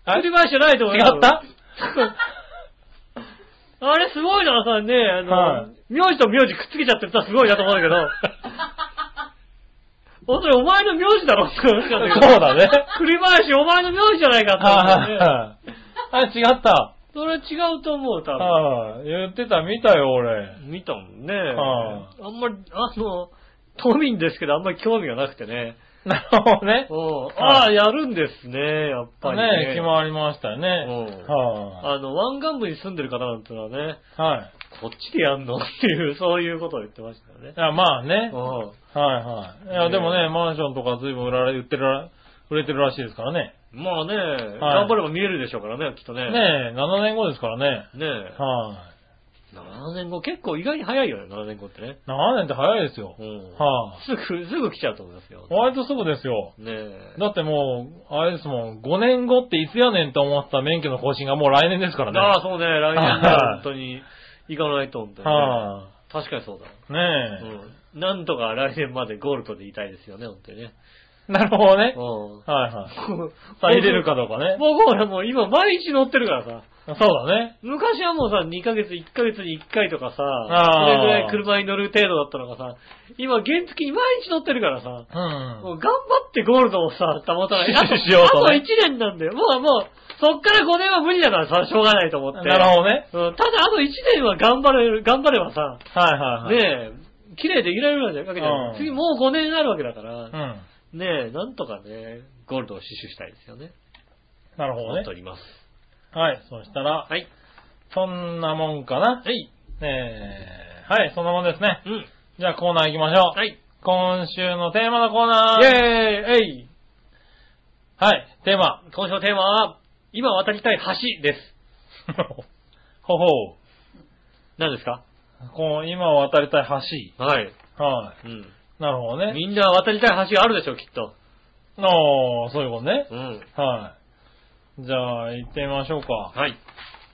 B: 繰り返してないと思います。
C: 違った
B: あれすごいな、さ、ね、あの、
C: はい
B: 名字と名字くっつけちゃってたらすごいなと思うんだけ ど、本当にお前の名字だろって思ったんだけど
C: そうだね。
B: 栗林お前の名字じゃないかって思ったんだよね。
C: はいはい。あ、違った。
B: それ違うと思う、多分。
C: はい。言ってた見たよ、俺。
B: 見たもんね。
C: は
B: あんまり、あの、都民ですけどあんまり興味がなくてね。
C: なるほどね。
B: おうあ
C: は
B: あ、やるんですね、やっぱり
C: ね
B: ね。
C: 決まりましたね。
B: うん
C: は
B: あの、湾岸部に住んでる方なんてのはね、
C: い。はい。
B: こっちでやんのっていう、 そういうことを言ってましたよね。
C: あまあね。
B: うん
C: はいはい。いや、
B: ね
C: でもね、マンションとか随分売られ、売ってるら、売れてるらしいですからね。
B: まあね、頑張れば見えるでしょうからね、きっとね。
C: ねえ、7年後ですからね。
B: ねえ。
C: は
B: 7年後、結構意外に早いよね、7年後ってね。
C: い。7年って早いですよ
B: う。ん。
C: は
B: すぐ、すぐ来ちゃうと思いますよ
C: い。。割とすぐですよ。
B: ねえ。
C: だってもう、あれですもん、5年後っていつやねんと思ってた免許の更新がもう来年ですからね。
B: ああ、そうね、来年ね
C: はい
B: 本当に行かないと、本当にね、
C: は
B: 確かにそうだ。
C: い。ね
B: うん。なんとか来年までゴールドでいたいですよね、本当に ね。
C: え。なるほどね
B: う。ん。
C: はいはい。さあ入れるかどうかね。
B: 僕ほらもう今毎日乗ってるからさ。
C: そうだね。
B: 昔はもうさ、2ヶ月、1ヶ月に1回とかさ、そ
C: あー
B: れぐらい車に乗る程度だったのがさ、今原付に毎日乗ってるからさ、
C: う
B: も
C: ん。
B: う頑張ってゴールドをさ、保たない。あと、
C: 死守しようと
B: あ
C: ね
B: と1年なんだよ。もう、もう、そっから5年は無理だからさ、しょうがないと思って。
C: なるほどね。
B: うん、ただあと1年は頑張れる、頑張ればさ、
C: はいはいはい。
B: ねえ、綺麗でいられるわけじゃな
C: うん
B: い。次もう5年あるわけだから、
C: うん。
B: ねえ、なんとかね、ゴールドを死守したいですよね。
C: なるほど
B: 思
C: ね
B: ってお。ります。
C: はい。そしたら、
B: はい。
C: そんなもんかな。
B: はい。
C: えー、はい、そんなもんですね。
B: うん。
C: じゃあコーナー行きましょう。
B: はい。
C: 今週のテーマのコーナ
B: イェ
C: ー。
B: ーイえい
C: はい、テーマ。
B: 今週のテーマは、今渡りたい橋です。
C: ほほう。
B: 何ですか
C: こう今渡りたい
B: はい。
C: 橋。は
B: うん。
C: い。なるほどね。
B: みんな渡りたい橋があるでしょ、きっと。
C: おー、そういうことね。
B: うん。
C: はい。じゃあ行ってみましょうか。
B: はい。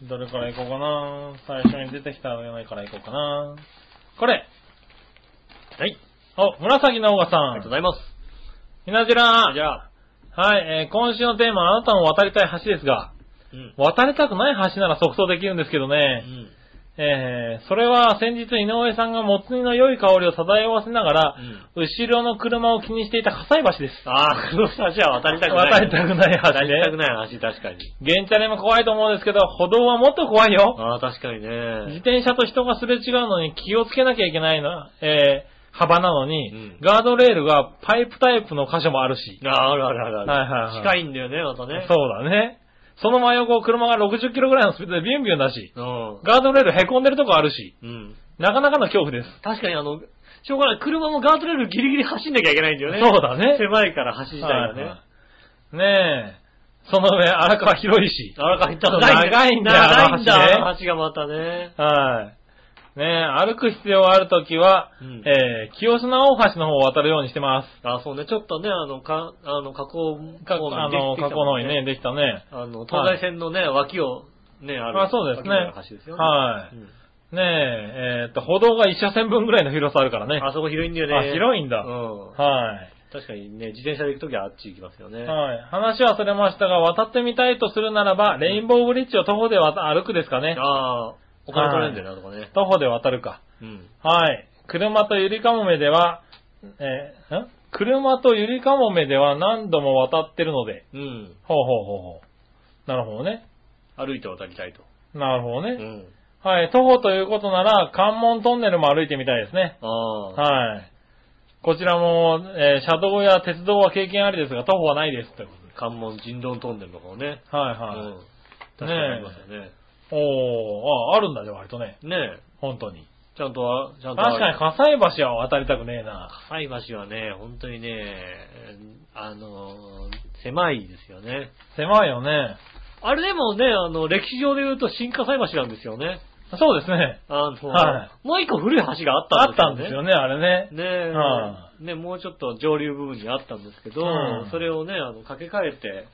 C: どれから行こうかな。最初に出てきたのから行こうかな。これ。
B: はい。
C: お、紫のおさ
B: ありがとうご
C: ん。
B: ざいます。
C: ひなじら
B: じゃあ、
C: はい、えー今週のテーマ、あなたも渡りたい橋ですが、
B: うん。
C: 渡りたくない橋なら即答できるんですけど
B: う
C: ね。
B: ん。
C: えー、それは先日井上さんがもつ煮の良い香りを漂わせながら、後ろの車を気にしていた火災橋です。
B: ああ、この橋は渡りたくない。
C: 渡りたくない
B: 渡
C: 橋
B: りたく
C: ね。
B: ない橋、確かに。
C: 現チャレも怖いと思うんですけど、歩道はもっと怖いよ。
B: ああ、確かに
C: 自
B: ね。
C: 転車と人がすれ違うのに気をつけなきゃいけないな、えー、幅なのに、
B: うん
C: ガードレールがパイプタイプの箇所もあるし。
B: ああ、あるあるあるある。
C: はいはいはい
B: 近いんだよね、またね。
C: そうだね。その真横を車が60キロぐらいのスピードでビュンビュンだし、
B: う。
C: ガードレール凹んでるとこあるし、
B: うん。うん。
C: なかなかの恐怖です。
B: 確かにあの、しょうがない。車もガードレールギリギリ走んなきゃいけないんだよね。
C: そうだね
B: 狭いから橋自体がね。
C: はいはいねえ。その上、荒川広いし。
B: あらか行った
C: 長いんだよ
B: 長いんだ、
C: あの橋ね
B: あの橋がまたね。
C: はい。ねえ、歩く必要があるときは、
B: うん
C: えー、清砂大橋の方を渡るようにしてます。
B: あ、そうね、ちょっとね、あの、か、あの、河口の方に
C: かあの、
B: できてきたもん
C: 過去の方にね、。できたね。
B: あの、東西線のね、脇をね、ある。
C: あそうで
B: 脇
C: すね
B: のある橋ですよね。
C: は
B: う
C: い
B: ん
C: ねえ、えーっと、歩道が一車線分ぐらいの広さあるからね。
B: あそこ広いんだよね。
C: あ広いんだ
B: うん。
C: は
B: 確かにね、自転車で行くときはあっち行きますよね。
C: い。はい。話はそれましたが、渡ってみたいとするならば、レインボーブリッジを徒歩で渡歩くですかね。
B: ああ、お金取れるんだよな、とかね。
C: 徒歩で渡るか。
B: うん。
C: はい。車とゆりかもめでは、えーん車とゆりかもめでは何度も渡ってるので。
B: うん。
C: ほうほうほうほう。なるほどね。
B: 歩いて渡りたいと。
C: なるほど
B: う
C: ね。
B: ん。
C: はい。徒歩ということなら、関門トンネルも歩いてみたいですね。
B: ああ。
C: はい。こちらも、えー車道や鉄道は経験ありですが、徒歩はないです。というこ
B: 関門人道トンネルとかをね。
C: とではいうは
B: ん。確かにありますよね。
C: い。おー、あ、あるんだね、割とね。
B: ねえ。
C: 本当に。
B: ちゃんとは、ちゃんとは。
C: 確かに、火災橋は渡りたくねえな。
B: 浅い橋はね、本当にね、あのー、狭いですよね。
C: 狭いよね。
B: あれでもね、あの、歴史上で言うと新葛西橋なんですよね。
C: そうですね。
B: あの、
C: は
B: もう一個古い橋があ
C: あっ
B: った
C: た
B: ん
C: ん
B: で
C: ですす
B: よ
C: よ
B: ね。
C: ね、あれね。
B: ねえ
C: は
B: ねもうちょっと上流部分にあったんですけど、
C: うん
B: それをね、あの、架け替えて、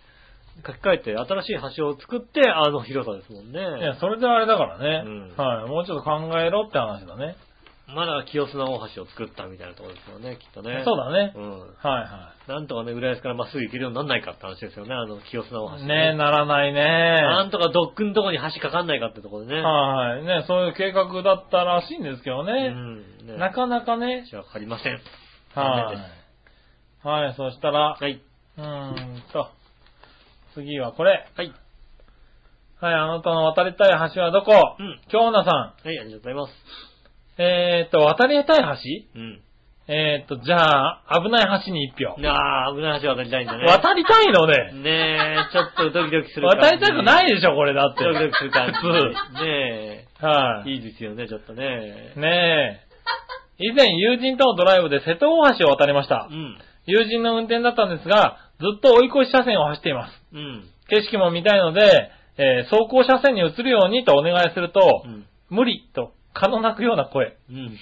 B: 架け替えて、新しい橋を作って、あの広さですもんね。
C: いや、それであれだから
B: う
C: ね
B: ん。
C: はい。もうちょっと考えろって話だね。
B: まだ清砂大橋を作ったみたいなところですよね、きっとね。
C: そうだね
B: うん。
C: はいは
B: なんとかね、浦安からまっすぐ行けるようになんないかって話ですよね、あの、清砂大橋
C: い。ねえ、ならないね
B: なんとかドックンとこに橋かかんないかってところでね。
C: はい。ね、そういう計画だったらしいんですけど
B: う
C: ね。
B: ん。ね
C: なかなかね。
B: 橋はかかりません。
C: は
B: 残念で
C: い。はい、そしたら、
B: はい。
C: うーんと、次はこれ。
B: はい。
C: はい、あなたの渡りたい橋はどこ
B: うん。
C: 京奈さ
B: はい、ありがとうございます。
C: ん。えーっと、渡りたい
B: うん。
C: 橋えーっと、じゃあ、危ない橋に一票。
B: ああ、危ない橋渡りたいんだね。
C: 渡りたいのね。
B: ねえ、ちょっとドキドキする
C: 渡りたく
B: い
C: ないでしょ、これだって。
B: ドキドキする感
C: 普通
B: じ。ね
C: は
B: え、
C: い。
B: いいですよね、ちょっとね。
C: ねえ。以前、友人とのドライブで瀬戸大橋を渡りました
B: う。ん。
C: 友人の運転だったんですが、ずっと追い越し車線を走っています。
B: うん。
C: 景色も見たいので、えー走行車線に移るようにとお願いすると、
B: うん。
C: 無理と、可の泣くような声。
B: うん。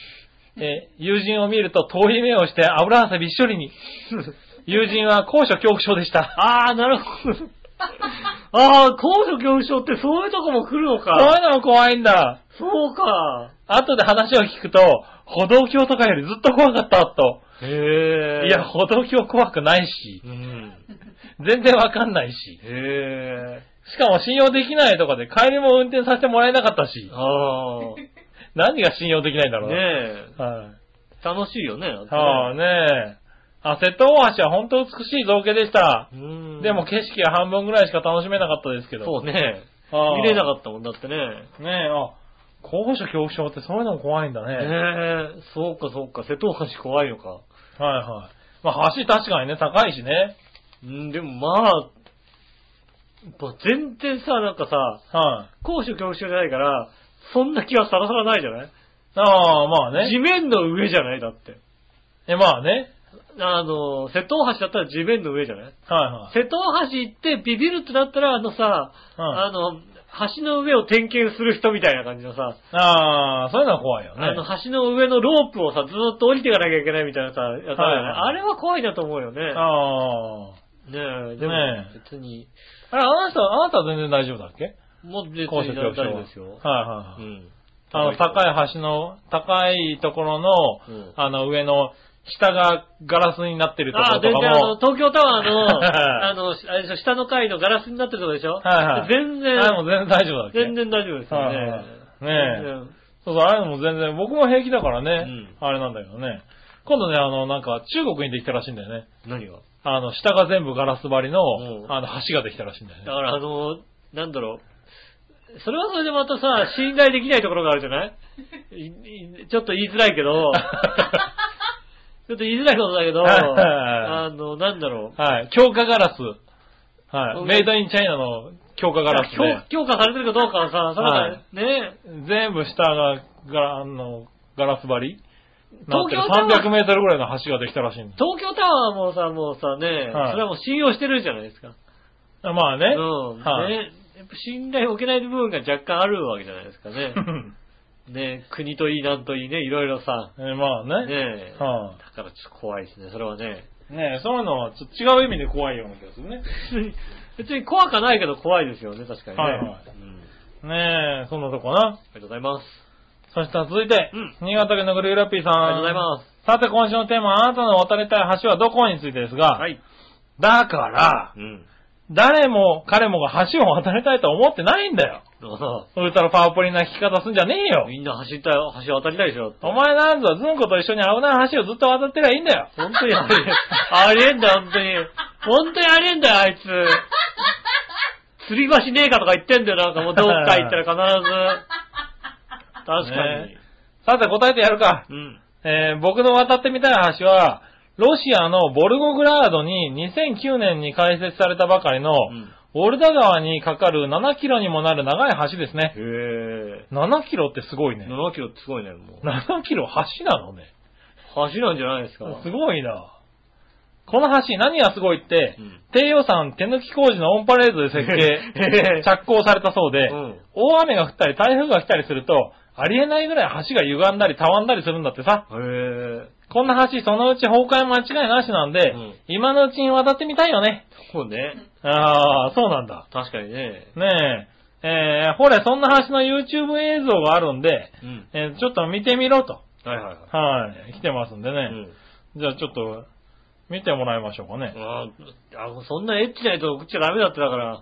C: えー友人を見ると遠い目をして油汗びっしょ りに。友人は高所恐怖症でした。
B: ああ、なるほど。ああ、高所恐怖症ってそういうとこも来るの
C: そうい
B: か。
C: うのも怖いんだ。
B: そうか。
C: 後で話を聞くと、歩道橋とかよりずっと怖かった、と。
B: へえ。
C: いや、歩道橋怖くないし
B: う、ん。
C: 全然わかんないし。
B: へえ。
C: しかも信用できないとかで帰りも運転させてもらえなかったし、
B: ああ。
C: 何が信用できないんだろうな。
B: ねえ。
C: はい、
B: 楽しいよね。だってね
C: はあねえ。あ、瀬戸大橋は本当美しい造形でした。
B: うん。
C: でも景色は半分ぐらいしか楽しめなかったですけど。
B: そうね。
C: はあ
B: 見れなかったもんだってね。
C: ねえ、あ、高所恐怖症ってそういうのも怖いんだね。
B: ねえ。そうかそうか、瀬戸大橋怖いのか。
C: はいはい。まあ橋確かにね、高いしね。
B: うん、でもまあ、やっぱ全然さ、なんかさ、
C: はい、
B: 高所恐怖症じゃないから、そんな気はさらさらないじゃない
C: ああ、まあね。
B: 地面の上じゃないだって。
C: え、まあね。
B: あの、瀬戸大橋だったら地面の上じゃない
C: はいはい。
B: 瀬戸大橋行ってビビるってなったら、あのさ、
C: うん
B: あの、橋の上を点検する人みたいな感じのさ、
C: ああ、そういうのは怖いよね。
B: あの橋の上のロープをさ、ずーっと降りていかなきゃいけないみたいなさ、やつあるよね
C: はいはい
B: あれは怖いなと思うよね。
C: ああ。
B: ねえ、でも
C: ねえ
B: 別に、
C: あれ、あなた、あなたは全然大丈夫だっけ
B: もう別に
C: 高所恐
B: 大
C: 怖症は。
B: 丈夫ですよ。
C: はいはいはい。
B: うん。
C: あの、高い橋の、高いところの、
B: うん
C: あの、上の、下がガラスになってるとこ
B: あ
C: ろ
B: あ、全
C: と
B: 然
C: か
B: あの、
C: も、
B: 東京タワーの、
C: はい
B: あの、あれでしょ、下の階のガラスになってるとこでしょ
C: はいはい
B: 全然、
C: あれも全然大丈夫だっけ
B: 全然大丈夫ですよね
C: はいはい。
B: 全然
C: そうそう、あれも全然、僕も平気だからね、
B: うん
C: あれなんだけどね。今度ね、あの、なんか、中国にできたらしいんだよね。
B: 何が
C: あの、下が全部ガラス張りの、
B: うん
C: あの、橋ができたらしいんだよ
B: だ
C: ね。
B: からあの、なんだろう。それはそれでまたさ、信頼できないところがあるじゃ ないいいちょっと言いづらいけど、ちょっと言いづらいことだけど、
C: はいはいはい
B: あの、なんだろう。
C: はい。強化ガラス。は
B: う
C: い。
B: ん
C: メイドインチャイナの強化ガラスで、
B: 強強化されてるかどうかはさ、さ
C: はい
B: ね
C: 全部下がガラ、あの、ガラス張りな
B: 東
C: って
B: 京
C: る
B: タワー
C: 300メートルぐらいの橋ができたらしいんだよ。
B: 東京タワーもさ、もうさ、ね、
C: はい
B: それはもう信用してるじゃないですか。
C: まあね。
B: うん。
C: はい
B: ね。やっぱ信頼を受けない部分が若干あるわけじゃないですかね。 ね国といいなんといいね、いろいろさ。
C: えーまあ
B: ね
C: ね。
B: え。
C: は
B: だからちょっと怖いですね、それはね。
C: い。ねえそういうのはちょっと違う意味で怖いような気がす るね。
B: 別に怖かないけど怖いですよね、確かにね。
C: はいはい
B: うん。
C: ねえ、そんなとこかな。
B: ありがとうございます。
C: そしたら続いて、
B: うん
C: 新潟県のグリーラッピーさん。
B: ありがとうございます。
C: す。さて今週のテーマ、あなたの渡りたい橋はどこについてですが、
B: はい。
C: だから
B: う、ん。
C: 誰も彼もが橋を渡りたいと思ってないんだよ。
B: だか
C: ウルトラパープリンな聞き方すんじゃねえ
B: ら
C: よ。
B: みんな走ったよ、橋渡りたいでしょ。だって
C: お前なんぞはズンコと一緒に危ない橋をずっと渡ってりゃいいんだよ。
B: 本当にありえん。ありえんだよ、本当に。本当にありえんだよ、あいつ。釣り橋ねえかとか言ってんだよ、なんかもうどっか行ったら必ず。確かに。
C: ねさて答えてやるか。
B: うん。
C: えー僕の渡ってみたい橋は、ロシアのボルゴグラードに2009年に開設されたばかりの、
B: うん
C: オルダ川にかかる7キロにもなる長い橋です
B: へ
C: ね。
B: え。
C: 7キロってすごいね。
B: 7キロってすごいね、もう。
C: 7キロ橋なのね。
B: 橋なんじゃないですか。
C: すごいな。この橋、何がすごいって
B: うん、
C: 低予算手抜き工事のオンパレードで設
B: へ
C: 計
B: え、
C: 着工されたそうで、
B: うん
C: 大雨が降ったり台風が来たりすると、ありえないぐらい橋が歪んだりたわんだりするんだってさ。
B: へえ。
C: こんな橋、そのうち崩壊間違いなしなんで、
B: うん
C: 今のうちに渡ってみたいよね。
B: そうね。
C: ああ、そうなんだ。
B: 確かにね。
C: ねえ、えー、ほれ、そんな橋の YouTube 映像があるんで、
B: うん。
C: えーちょっと見てみろと。
B: はいはいはい。
C: はい。来てますんで
B: う
C: ね。
B: ん
C: じゃあちょっと、見てもらいましょうかね。
B: あーあ、そんなエッチな人送っちゃダメだってだから、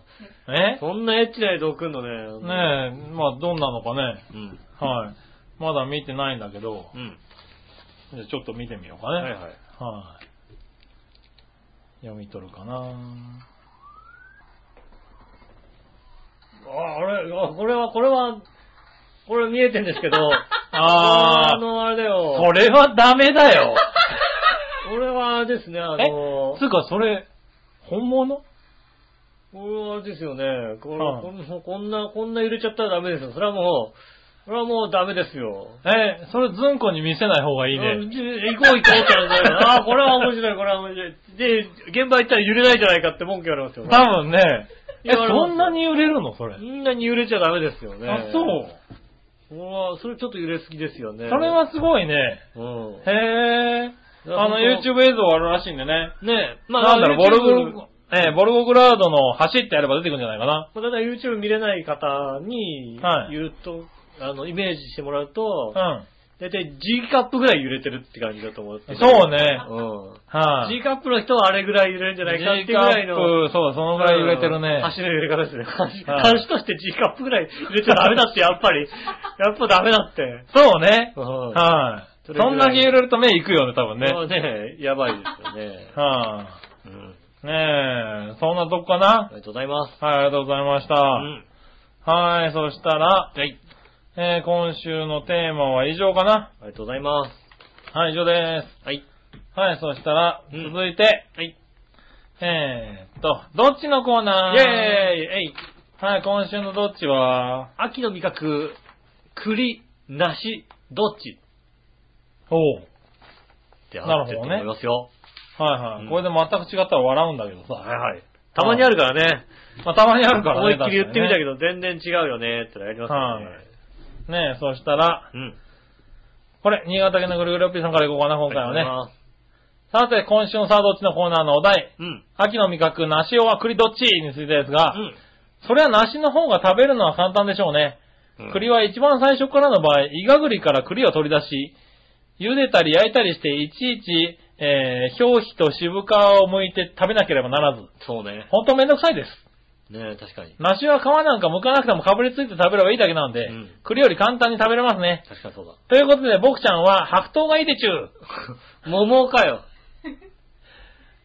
C: え
B: そんなエッチな人送るのね。
C: ねえ、まあどんなのかね。
B: うん。
C: はい。まだ見てないんだけど、
B: うん。
C: じゃあちょっと見てみようかね。
B: はいはい。
C: はい。読み取るかなあ、あれ
B: あ、これは、これは、これ見えてんですけ ど、
C: あ
B: あ
C: ー、
B: の、あれだよ。
C: それはダメだ よ。
B: これはあれですね、あの、
C: つうか、それ、本物
B: これはあれですよね。これ
C: は
B: こんこんな、こんな揺れちゃったらダメですよ。それはもう、それはもうダメですよ。
C: え、それズンコに見せない方がいい
B: うん
C: ね。
B: じ行こう行こうってなる からああ、これは面白い、これは面白い。で、現場行ったら揺れないじゃないかって文句言われますよ。
C: 多分ね、
B: い
C: え、
B: やあれ
C: そんなに揺れるのそれ
B: そ。んなに揺れちゃダメですよね。
C: あ、そう。
B: うわそれちょっと揺れすぎですよね。
C: それ、はすごいね。
B: うん。
C: へえ。
B: いや
C: あの、
B: 本当
C: YouTube 映像あるらしいんでね。
B: ねえ、
C: なんだろう、ボル
B: YouTube
C: ゴ、えーボルゴグラードの走ってやれば出てくるんじゃないかな。
B: まあただ YouTube 見れない方に
C: はい
B: 言うと、あの、イメージしてもらうと、
C: うん。
B: だいたい G カップぐらい揺れてるって感じだと思って。
C: そうね
B: うん。
C: はい。
B: G カップの人はあれぐらい揺れるんじゃないかっていうぐらいの。
C: G-cup そう、そのぐらい揺れてるね。
B: 足の揺れ方ですね。足
C: はい
B: 足として G カップぐらい揺れちゃダメだって、やっぱり。やっぱダメだって。
C: そうね。
B: うん
C: はい。そ
B: それぐらい
C: んだけ揺れると目行くよね、多分ね。
B: もうね、やばいですよね。
C: は
B: うん。
C: い。ねえ、そんなとこか
B: あ
C: な
B: りがとうございます。
C: はい、ありがとうございました。
B: うん。
C: はい、そしたら、
B: はい。
C: えー今週のテーマは以上かな
B: ありがとうございま。
C: はい、以上です
B: はい。
C: す。はい、そしたら、
B: うん
C: 続いて、
B: はい。
C: えーっと、どっちのコーナー
B: イェーイえい
C: はい、今週のどっちは、
B: 秋の味覚、栗、梨、どっち
C: おう
B: ってあってると思いますよ。
C: はいはい、
B: うん
C: これで全く違ったら笑うんだけどさ。
B: はいはい。たまにあるからね。
C: まあ、たまにあるから
B: 思い
C: ね。
B: っきり言ってみたけ
C: ど。
B: ど、全然違うよねってのやりますよね
C: は。ねえ、そしたら、
B: うん。
C: これ、新潟県のぐるぐるおっぴーさんからいこうかな、今回は
B: ありがとう
C: ね。
B: ございます
C: さて、今週のさあどっちのコーナーのお題、
B: うん。
C: 秋の味覚、梨は栗どっちについてですが、
B: うん
C: それは梨の方が食べるのは簡単でしょうね。
B: うん
C: 栗は一番最初からの場合、イガグリから栗を取り出し、茹でたり焼いたりして、いちいち、えー、表皮と渋皮を剥いて食べなければならず、
B: そうね。
C: ほんとめんどくさいです。
B: ね確かに。
C: 梨は皮なんか剥かなくてもかぶりついて食べればいいだけなんで、
B: うん
C: 栗より簡単に食べれますね。
B: 確かにそうだ。
C: ということで、僕ちゃんは白桃がいいでちゅう。
B: 桃かよ。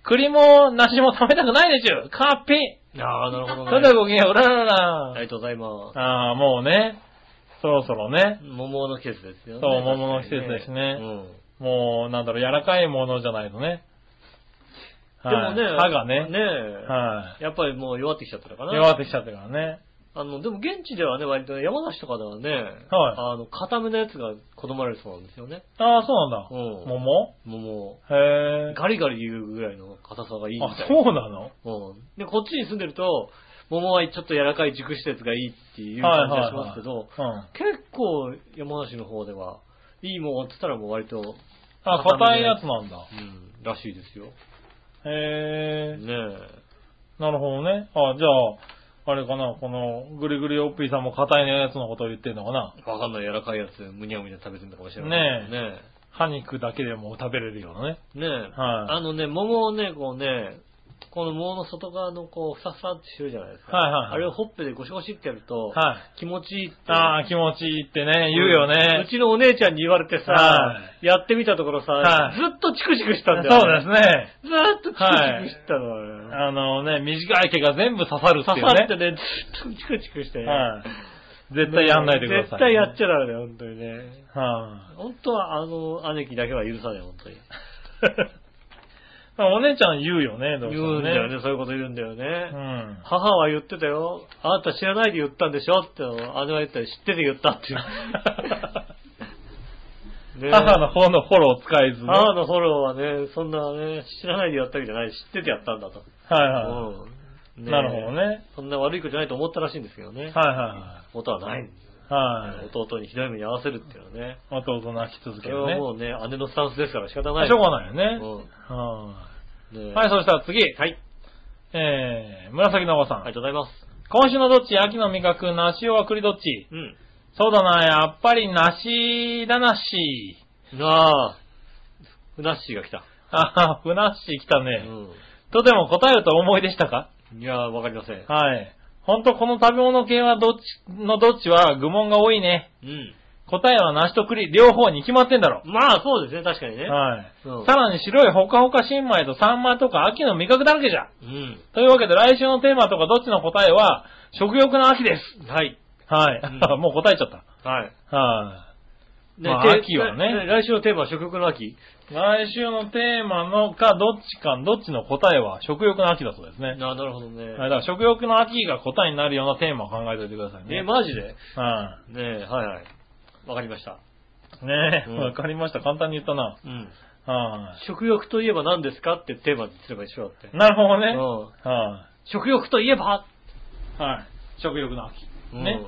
C: 栗も梨も食べたくないでちゅう。カッピ
B: ああ、なるほど
C: そ
B: ね。
C: れではごきげんよう、うららら
B: あ
C: ら
B: りがとうございま
C: ああ、もうね、そろそろね
B: す。、桃の季節ですよね。
C: そう桃の季節ですね
B: うん。
C: もう、なんだろう、柔らかいものじゃないとね。
B: でもね、
C: はい歯がね。
B: ね
C: は
B: やっぱりもう弱ってきちゃったのかな。
C: 弱ってきちゃったからね。
B: あの、でも現地ではね、割と山梨とかではね、あの、固めのやつが好まれるそうなんですよね。
C: ああ、そうなんだ。
B: うん
C: 桃
B: 桃。
C: へえ。
B: ガリガリ言うぐらいの硬さがいいみ
C: あ
B: た、い
C: そうなの
B: な。うん。で、こっちに住んでると、桃はちょっと柔らかい熟したやつがいいっていう感じがしますけど、
C: はいはいはいうん。
B: 結構山梨の方では、いいもんって言ったらもう割と、
C: あ、硬いやつなんだ。
B: うん、らしいですよ。ね
C: へえ。
B: え。
C: なるほどね。あ、じゃあ、あれかな、この、ぐりぐりおっぴーさんも硬いやつのことを言ってんのかな。
B: わかんない柔らかいやつ、むにゃむにゃ食べてるのかもしれない。
C: ね
B: ね
C: 歯肉だけでも食べれるようなね。
B: え。ねえ。
C: はい
B: あのね、桃をね、こうね、この桃の外側のこう、ふさふさってしてるじゃないですか。
C: はいはいはい
B: あれをほっぺでゴシゴシってやると、
C: はい。
B: 気持ちいいって。
C: ああ、気持ちいいってね、言うよね
B: う。ちのお姉ちゃんに言われてさ、
C: は
B: やってみたところさ、
C: はい
B: ずっとチクチクした
C: そ
B: ん
C: う
B: だ
C: で
B: よ、
C: すね。
B: すね。ずーっとチクチクしたの、あれ
C: あのね、短い毛が全部刺さるってい
B: 刺
C: う
B: さって
C: ね。
B: ね、ずっとチクチクしてね。
C: はい。絶対やんないでください。
B: 絶対やっちゃダメだよ、本当にね。
C: は
B: 本当は、あの、姉貴だけは許さない、本当に。
C: い。お姉ちゃん言うよね、どうして
B: 言う
C: も
B: んだよ
C: ね。
B: ね、そういうこと言うんだよね。
C: うん。
B: 母は言ってたよ。あなた知らないで言ったんでしょってのを姉は言ったら知ってて言ったって いう。ねえ
C: 母の方のフォローを使いずね。
B: 母のフォローはね、そんなね、知らないでやったわけじゃない、知っててやったんだと。
C: はいは
B: うん
C: なるほどね。
B: そんな悪い子じゃないと思ったらしいんですけど
C: い。
B: ね。
C: はいは
B: ことはないんで
C: いはい。は
B: す
C: い。
B: よ。弟にひどい目に遭わせるっていうのはね。
C: 弟泣き続
B: そ
C: け
B: れ
C: る
B: は
C: ね。
B: もうね、姉のスタンスですから仕方ない。
C: しょうがないよね。は
B: うん。ね
C: い
B: え
C: はい、そしたら次。
B: はい。
C: えー、紫のおばさん。
B: ありがとうございます。
C: 今週のどっち秋の味覚、梨は栗どっち
B: うん。
C: そうだな、やっぱり梨だなし。
B: なあ、ふなっしーが来た。
C: あはは、ふなっしー来た
B: う
C: ね。
B: ん。
C: とでも答えると思いでしたか
B: いやー、わかりません。
C: はい。ほんとこの食べ物系はどっち、のどっちは愚問が多いね。
B: うん。
C: 答えは梨と栗、両方に決まってんだろ。
B: まあ、そうですね、確かにね。
C: はい。
B: うん
C: さらに白いほかほか新米と三米とか秋の味覚だらけじゃ。
B: うん。
C: というわけで来週のテーマとかどっちの答えは、食欲の秋です。
B: はい。
C: はい。
B: うん
C: もう答えちゃった。
B: はい。
C: は
B: ね
C: まあ
B: て
C: 秋はね
B: ね来週のテーマは食欲の秋
C: い。来週のテーマのか、どっちか、どっちの答えは食欲の秋だそうです
B: あ
C: ね。
B: なるほどね。
C: はい、だから食欲の秋が答えになるようなテーマを考えておいてください
B: え、
C: ね。
B: マジで
C: は
B: ねえ、はいはい。わかりました。
C: い。ねえ、
B: うん
C: わかりました。簡単に言ったな。
B: うん。
C: は
B: 食欲といえば何ですかってテーマにすれば一緒だって。
C: い。なるほどね。
B: うん
C: は
B: 食欲といえば
C: い。はい。食欲の秋。ね。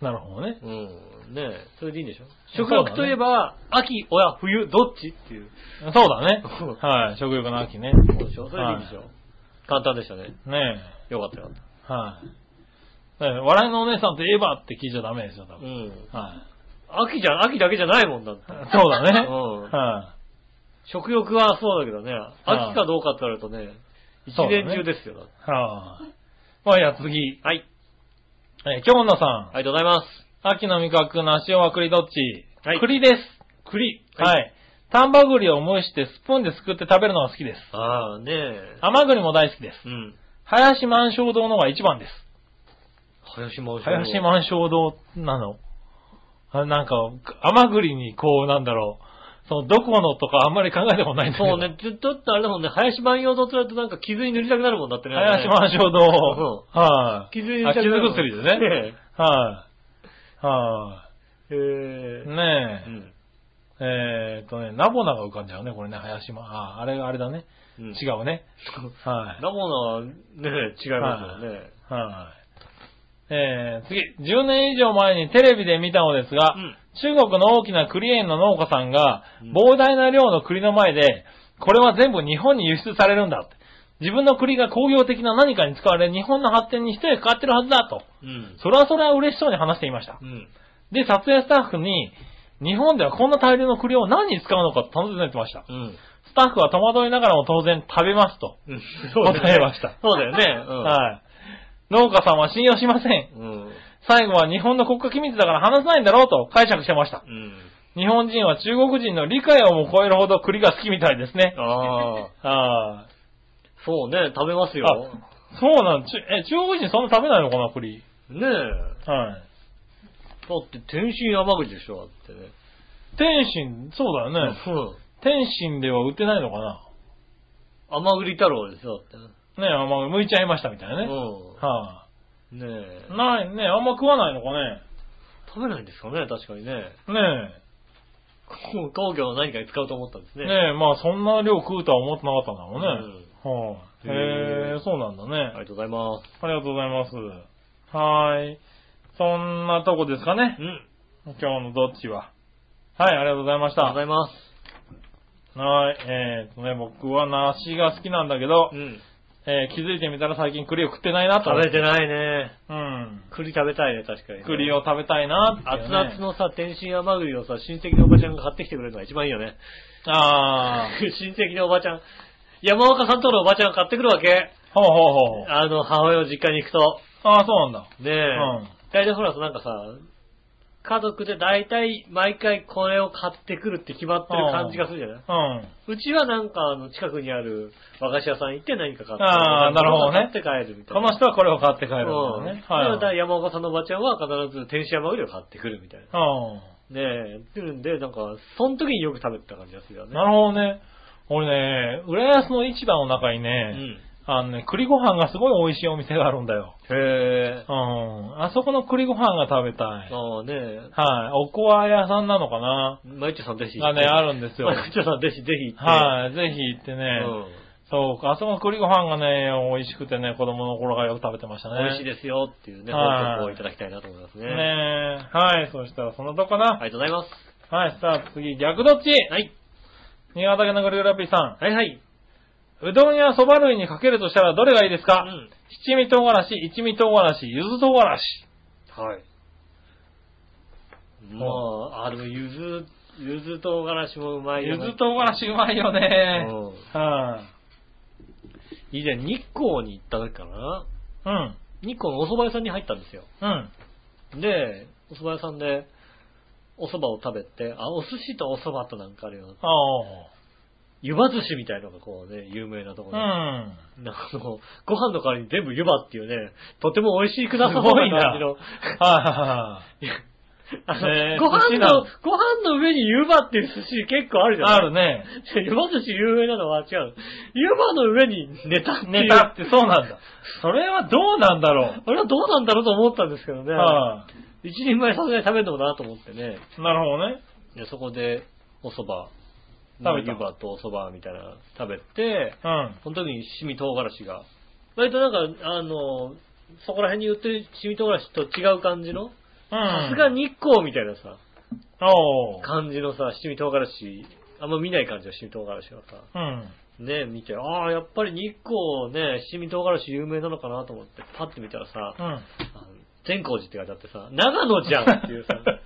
C: なるほどね。
B: うん。うん。ねえ、それでいいんでしょ
C: そう
B: 食
C: だね
B: 欲といえば、秋、おや、冬、どっちって いう。
C: そうだね
B: うん。
C: はい。食欲の秋ね。
B: そうでしょそれでいいんでしょ、簡単でしたね。
C: ねえ。
B: よかったよかっ
C: はい。だから笑いのお姉さんといえばって聞いちゃダメですよ、多
B: た。う
C: 分。
B: ん。
C: はい。
B: 秋じゃ、秋だけじゃないもんだって。
C: そうだね。
B: うん
C: は
B: 食欲はそうだけどね、秋かどうかって言われるとね、一
C: そうだね
B: 年中ですよ。だって
C: い。はい。まあ、いや、次。
B: はい。
C: えー、京女さん。
B: ありがとうございます。
C: 秋の味覚、梨は栗どっち
B: はい
C: 栗です。栗。
B: はい
C: はい。丹波栗を蒸してスプーンですくって食べるのが好きです。
B: ああ、ねえ。
C: 甘栗も大好きで
B: う
C: す。
B: ん。
C: 林満昇堂のが一番です。
B: 林真央
C: 林満昇堂なのあなんか、甘栗にこう、なんだろう。その、どこのとかあんまり考えたことないんだけど。
B: そうね、ずっとってあれだもんね、林万葉とつられとなんか傷に塗りたくなるもんだってね。
C: 林満昇堂。はい。
B: 傷に塗
C: あ
B: りたくなるもん。
C: 傷薬でね。はい。は
B: え。へ
C: い。
B: え。
C: ね
B: う
C: え。
B: ん。
C: えーっとね、ナボナが浮かんじゃうね、これね、林間。あ、あれ、あれだね。
B: うん
C: 違うね。はい。
B: ラモナはね、違いますよね。
C: はい。えー、次。10年以上前にテレビで見たのですが、
B: うん
C: 中国の大きな栗園の農家さんが
B: うん、
C: 膨大な量の栗の前で、これは全部日本に輸出されるんだって。自分の栗が工業的な何かに使われ、日本の発展に一役買ってるはずだと。
B: うん。
C: それはそれは嬉しそうに話していました
B: う。ん。
C: で、撮影スタッフに、日本ではこんな大量の栗を何に使うのかと尋ねてました。
B: うん。
C: スタッフは戸惑いながらも当然食べますと。
B: うん。
C: 答えました
B: そうだよ ね。うん。
C: はい。農家さんは信用しません。
B: うん。
C: 最後は日本の国家機密だから話さないんだろうと解釈してました。
B: うん。
C: 日本人は中国人の理解をも超えるほど栗が好きみたいですね。
B: ああ。
C: ああ。
B: そうね、食べますよ。
C: そうなん、ちゅえ、中国人そんな食べないのかな、栗。
B: ねえ。だ
C: はい。
B: って天津山口でしょ、だってね。
C: 天津、そうだよね。
B: うん。
C: 天津では売ってないのかな。
B: 甘栗太郎でしょ、だってね。
C: ねえ、あんま剥いちゃいましたみたいなね。
B: う
C: はあ。
B: ん。ねえ。
C: ないね、あんま食わないのかね。
B: 食べないんですかね、確かにね。
C: ね
B: こう工業の何かに使うと思ったんです
C: え。
B: ね。
C: ねえ、まあそんな量食うとは思ってなかったんだろうね。はあ、
B: へえ
C: へえ、そうなんだね、
B: ありがとうございま
C: ありがとうございます。はーい。そんなとこですかね
B: す。う。ん。
C: 今日のどっちは。はい、ありがとうございまし
B: ありがとうござ
C: た。
B: います。
C: はい、えーっとね、僕は梨が好きなんだけど、
B: うん。
C: えー気づいてみたら最近栗を食ってないなと。
B: 食べてないね。
C: うん。
B: 栗食べたいね、確かに、
C: 栗。を食べたいなって、
B: 熱々。のさ、天津甘栗をさ、親戚のおばちゃんが買ってきてくれるのが一番いいよね。
C: あー。
B: 親戚のおばちゃん。山岡さんとこのおばちゃんが買ってくるわけ。
C: ほうほうほう。
B: あの、母親の実家に行くと。
C: あー、そうなんだ。
B: ねえ。
C: うん
B: 大体ほら、なんかさ、家族で大体毎回これを買ってくるって決まってる感じがするじゃない
C: うん。
B: うちはなんか、あの、近くにある和菓子屋さん行って何か買って。
C: あーなるほど
B: 買
C: ね
B: って帰るみたいな。
C: この人はこれを買って帰るんだ
B: うん。
C: ね。
B: だから
C: はい。
B: 山岡さんのおばちゃんは必ず天使山栗を買ってくるみたいな。
C: うん。
B: ねえ、ってるんで、なんか、その時によく食べてた感じがするよね。
C: なるほどね。俺ね、浦安の市場の中に
B: う
C: ね、
B: ん。
C: あのね、栗ご飯がすごい美味しいお店があるんだよ。
B: へえ
C: う。ん。あそこの栗ご飯が食べたい。
B: ああねえ、
C: はい。おこわ屋さんなのかな
B: マイッチョさんぜひ。
C: がね、あるん ですよ。
B: マ
C: は
B: イッチョさんぜひぜひ行って。
C: い。ぜひ行って
B: い
C: ね。そうか。あそこの栗ご飯がね、美味しくてね、子供の頃からよく食べてましたね。
B: 美味しいですよっていうね、報
C: はい
B: 告をいただきたいなと思いますね。
C: ねはい。そしたらそのとこな。
B: ありがとうございます。
C: はい。さあ次、逆どっち
B: はい。
C: 新潟県のグルーラピーさん。
B: はいはい。
C: うどんやそば類にかけるとしたらどれがいいです
B: う
C: か、
B: ん。
C: 七味唐辛子、一味唐辛子、柚子唐辛子。
B: はい。まあ、あの、ゆずゆず唐辛子もうまい
C: ゆ
B: よね。
C: ず唐辛子うまいよね。は
B: 以前日光に行った時かな。
C: い。うん。
B: 日光のお蕎麦屋さんに入ったんですよ。
C: うん。
B: で、お蕎麦屋さんで、お蕎麦を食べて、あ、お寿司とお蕎麦となんかあるよ。
C: ああ。
B: 湯葉寿司みたいのがこうね、有名なところで。
C: うん。
B: なんかあの、ご飯の代わりに全部湯葉っていうね、とても美味しいくださそう
C: すごい
B: な
C: な
B: 感じの。
C: はい
B: やあの
C: ねえ
B: ご
C: 寿
B: 飯
C: 司な
B: の
C: の、
B: ご飯の上に湯葉っていう寿司結構ある
C: いはい
B: じ
C: は
B: ゃない
C: い。ある
B: ね。
C: ね。
B: 湯葉寿司有名なのは違う。湯葉の上にネタっていう。
C: ネタってそうなん だ。それはどうなんだろう。
B: あれはどうなんだろうと思ったんですけどね。
C: は
B: 一人前さすがに食べるのもなと思ってね。
C: い。なるほどね。
B: で、そこで、お蕎麦、
C: 食べた
B: 湯葉とお蕎麦みたいなの食べて、
C: うん。
B: その時に七味唐辛子が、割となんか、あの、そこら辺に売ってる七味唐辛子と違う感じの、
C: うん。
B: さすが。日光みたいなさ、
C: おう。
B: 感じのさ、七味唐辛子、あんま見ない感じの七味唐辛子がさ、
C: うん。
B: ね、見て、ああ、やっぱり日光ね、七味唐辛子有名なのかなと思って、パッて見たらさ、
C: うん。
B: あの善光寺って書いてあってさ、長野じゃんっていうさ、確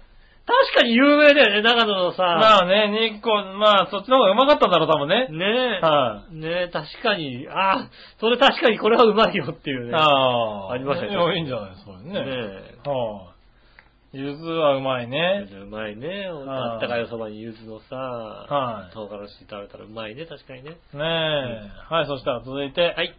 B: かに有名だよね、長野のさ、
C: まあね、日光、まあそっちの方がうまかったんだろう、多分ね。
B: ねえ、
C: は
B: ねえ、確かに、ああ、それ確かにこれはうまいよっていうね。
C: ああ。
B: ありましたね
C: いやいいんじゃないそれね。
B: ね
C: はい。ゆずはうまい
B: え。ゆ
C: ね。
B: ずうまいね。
C: はい
B: あったかいおそばにゆずのさ、
C: はい
B: 唐辛子食べたらうまいね、確かにね。
C: ねえ。はい、そしたら続いて。
B: はい。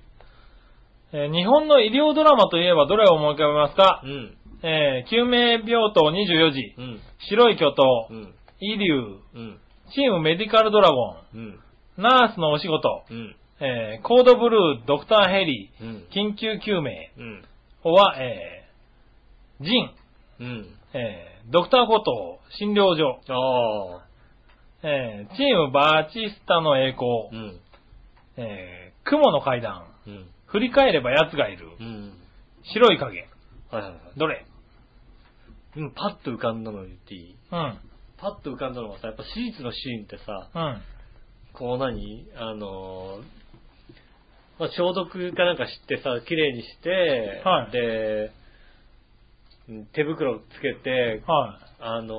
C: えー日本の医療ドラマといえばどれを思い浮かべますか
B: う、ん、
C: えー救命病棟24時、
B: うん、
C: 白い巨頭
B: う、ん、
C: 医流、
B: うん、
C: チームメディカルドラゴ
B: うん、
C: ン、ナースのお仕事、
B: うん、
C: えーコードブルー、ドクターヘリ
B: うん、
C: ー、緊急救命、
B: うん、
C: おは、えージン、
B: うん。
C: えードクターコトー、診療所、
B: ああ、
C: えーチームバーチスタの栄
B: う
C: 光、
B: ん、
C: えー雲の階段、
B: うん、
C: 振り返れば奴がいる、
B: うん。
C: 白い影、
B: はいはいはい。
C: どれ
B: うんパッと浮かんだの言っていい
C: うん、
B: パッと浮かんだのがさ、やっぱ手術のシーンってさ、
C: うん、
B: こう何あのーまあ、消毒かなんかしてさ、綺麗にして、
C: はい
B: で、うん手袋つけて、
C: は
B: あのー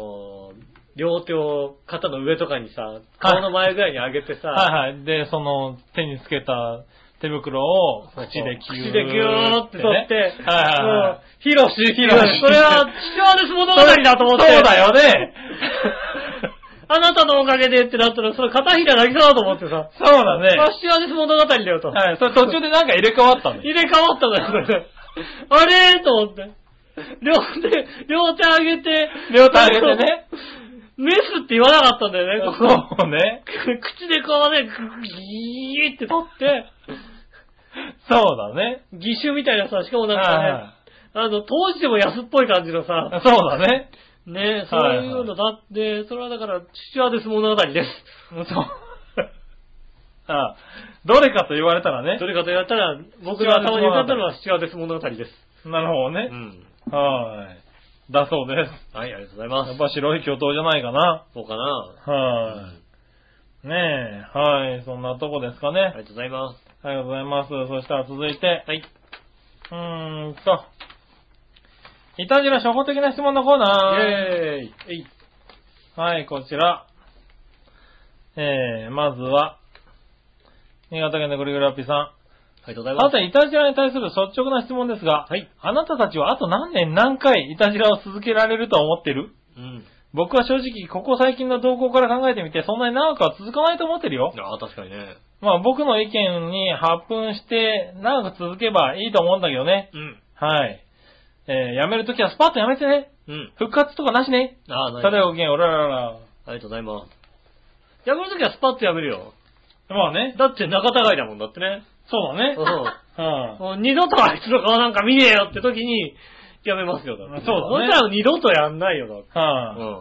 B: 両手を肩の上とかにさ、顔の前ぐらいに上げてさ、
C: い。はいはい。で、その手につけた手袋を
B: そうそう
C: 口で
B: 口
C: キュー
B: でギューって取って、
C: ねはいはいはい。
B: ヒロシ、ヒ
C: ロ
B: そ
C: シ
B: れは、父親です物語だと思って。
C: そうそうだよね。
B: あなたのおかげでってなったら、それ片平渚だと思ってさ。
C: そうだね。
B: 父親です物語だよと。
C: はい。それ途中でなんか入れ替わったの
B: 入
C: よ。
B: れ替わったのよ、それ。あれと思って。両手、両手上げて。
C: 両手上げてね。
B: メスって言わなかったんだよね、ここ。
C: そうね。
B: 口でこうね、ギーって取って。
C: そうだね。
B: 義手みたいなさ、しかもなん
C: はい
B: か
C: は
B: ね、あの、当時でも安っぽい感じのさ、
C: そうだね。
B: ね、そ
C: はいうはい
B: いうのだって、それはだから、父親です物語です。
C: そう。あどれかと言われたらね
B: ど。れかと言われたら、僕が頭に浮かんだのは父親です物語です。
C: なるほど
B: う
C: ね。
B: ん。
C: はい。だそうです。
B: はい、ありがとうございま
C: やっ
B: す。
C: ぱ白い巨頭じゃないかな。
B: そうかな。
C: はい。ねえ、はい、そんなとこですかね。
B: ありがとうございます。
C: ありがとうございます。そしたら続いて、
B: はい。
C: うーんと、いたじら初歩的な質問のコーナー。
B: イェーイ。えい。
C: はい、こちら。えー、まずは、新潟県のぐりぐりラッピー
B: あ
C: さ
B: りがとうござい
C: ん。
B: ま
C: さ
B: す。
C: て、いたじらに対する率直な質問ですが、
B: はい
C: あなたたちはあと何年何回いたじらを続けられると思ってる
B: うん。
C: 僕は正直、ここ最近の動向から考えてみて、そんなに長くは続かないと思ってるよ。
B: ああ、確かにね。
C: まあ、僕の意見に発奮して、長く続けばいいと思うんだけどね。
B: うん。
C: はい。えー、やめるときはスパッとやめてね。
B: うん。
C: 復活とかなしね。
B: ああ、
C: た
B: な
C: だ
B: る
C: ごきげん、おららら
B: ありがとうございます。やめるときはスパッとやめるよ。
C: ら。まあね。
B: だって仲違いだもんだってね。
C: そうだね。
B: うん。
C: うん。
B: もう 二度とあいつの顔なんか見ねえよって時に、やめますよ、だって
C: そうだね
B: こいつらは二度とやんないよ、だって。
C: はあ。
B: ん。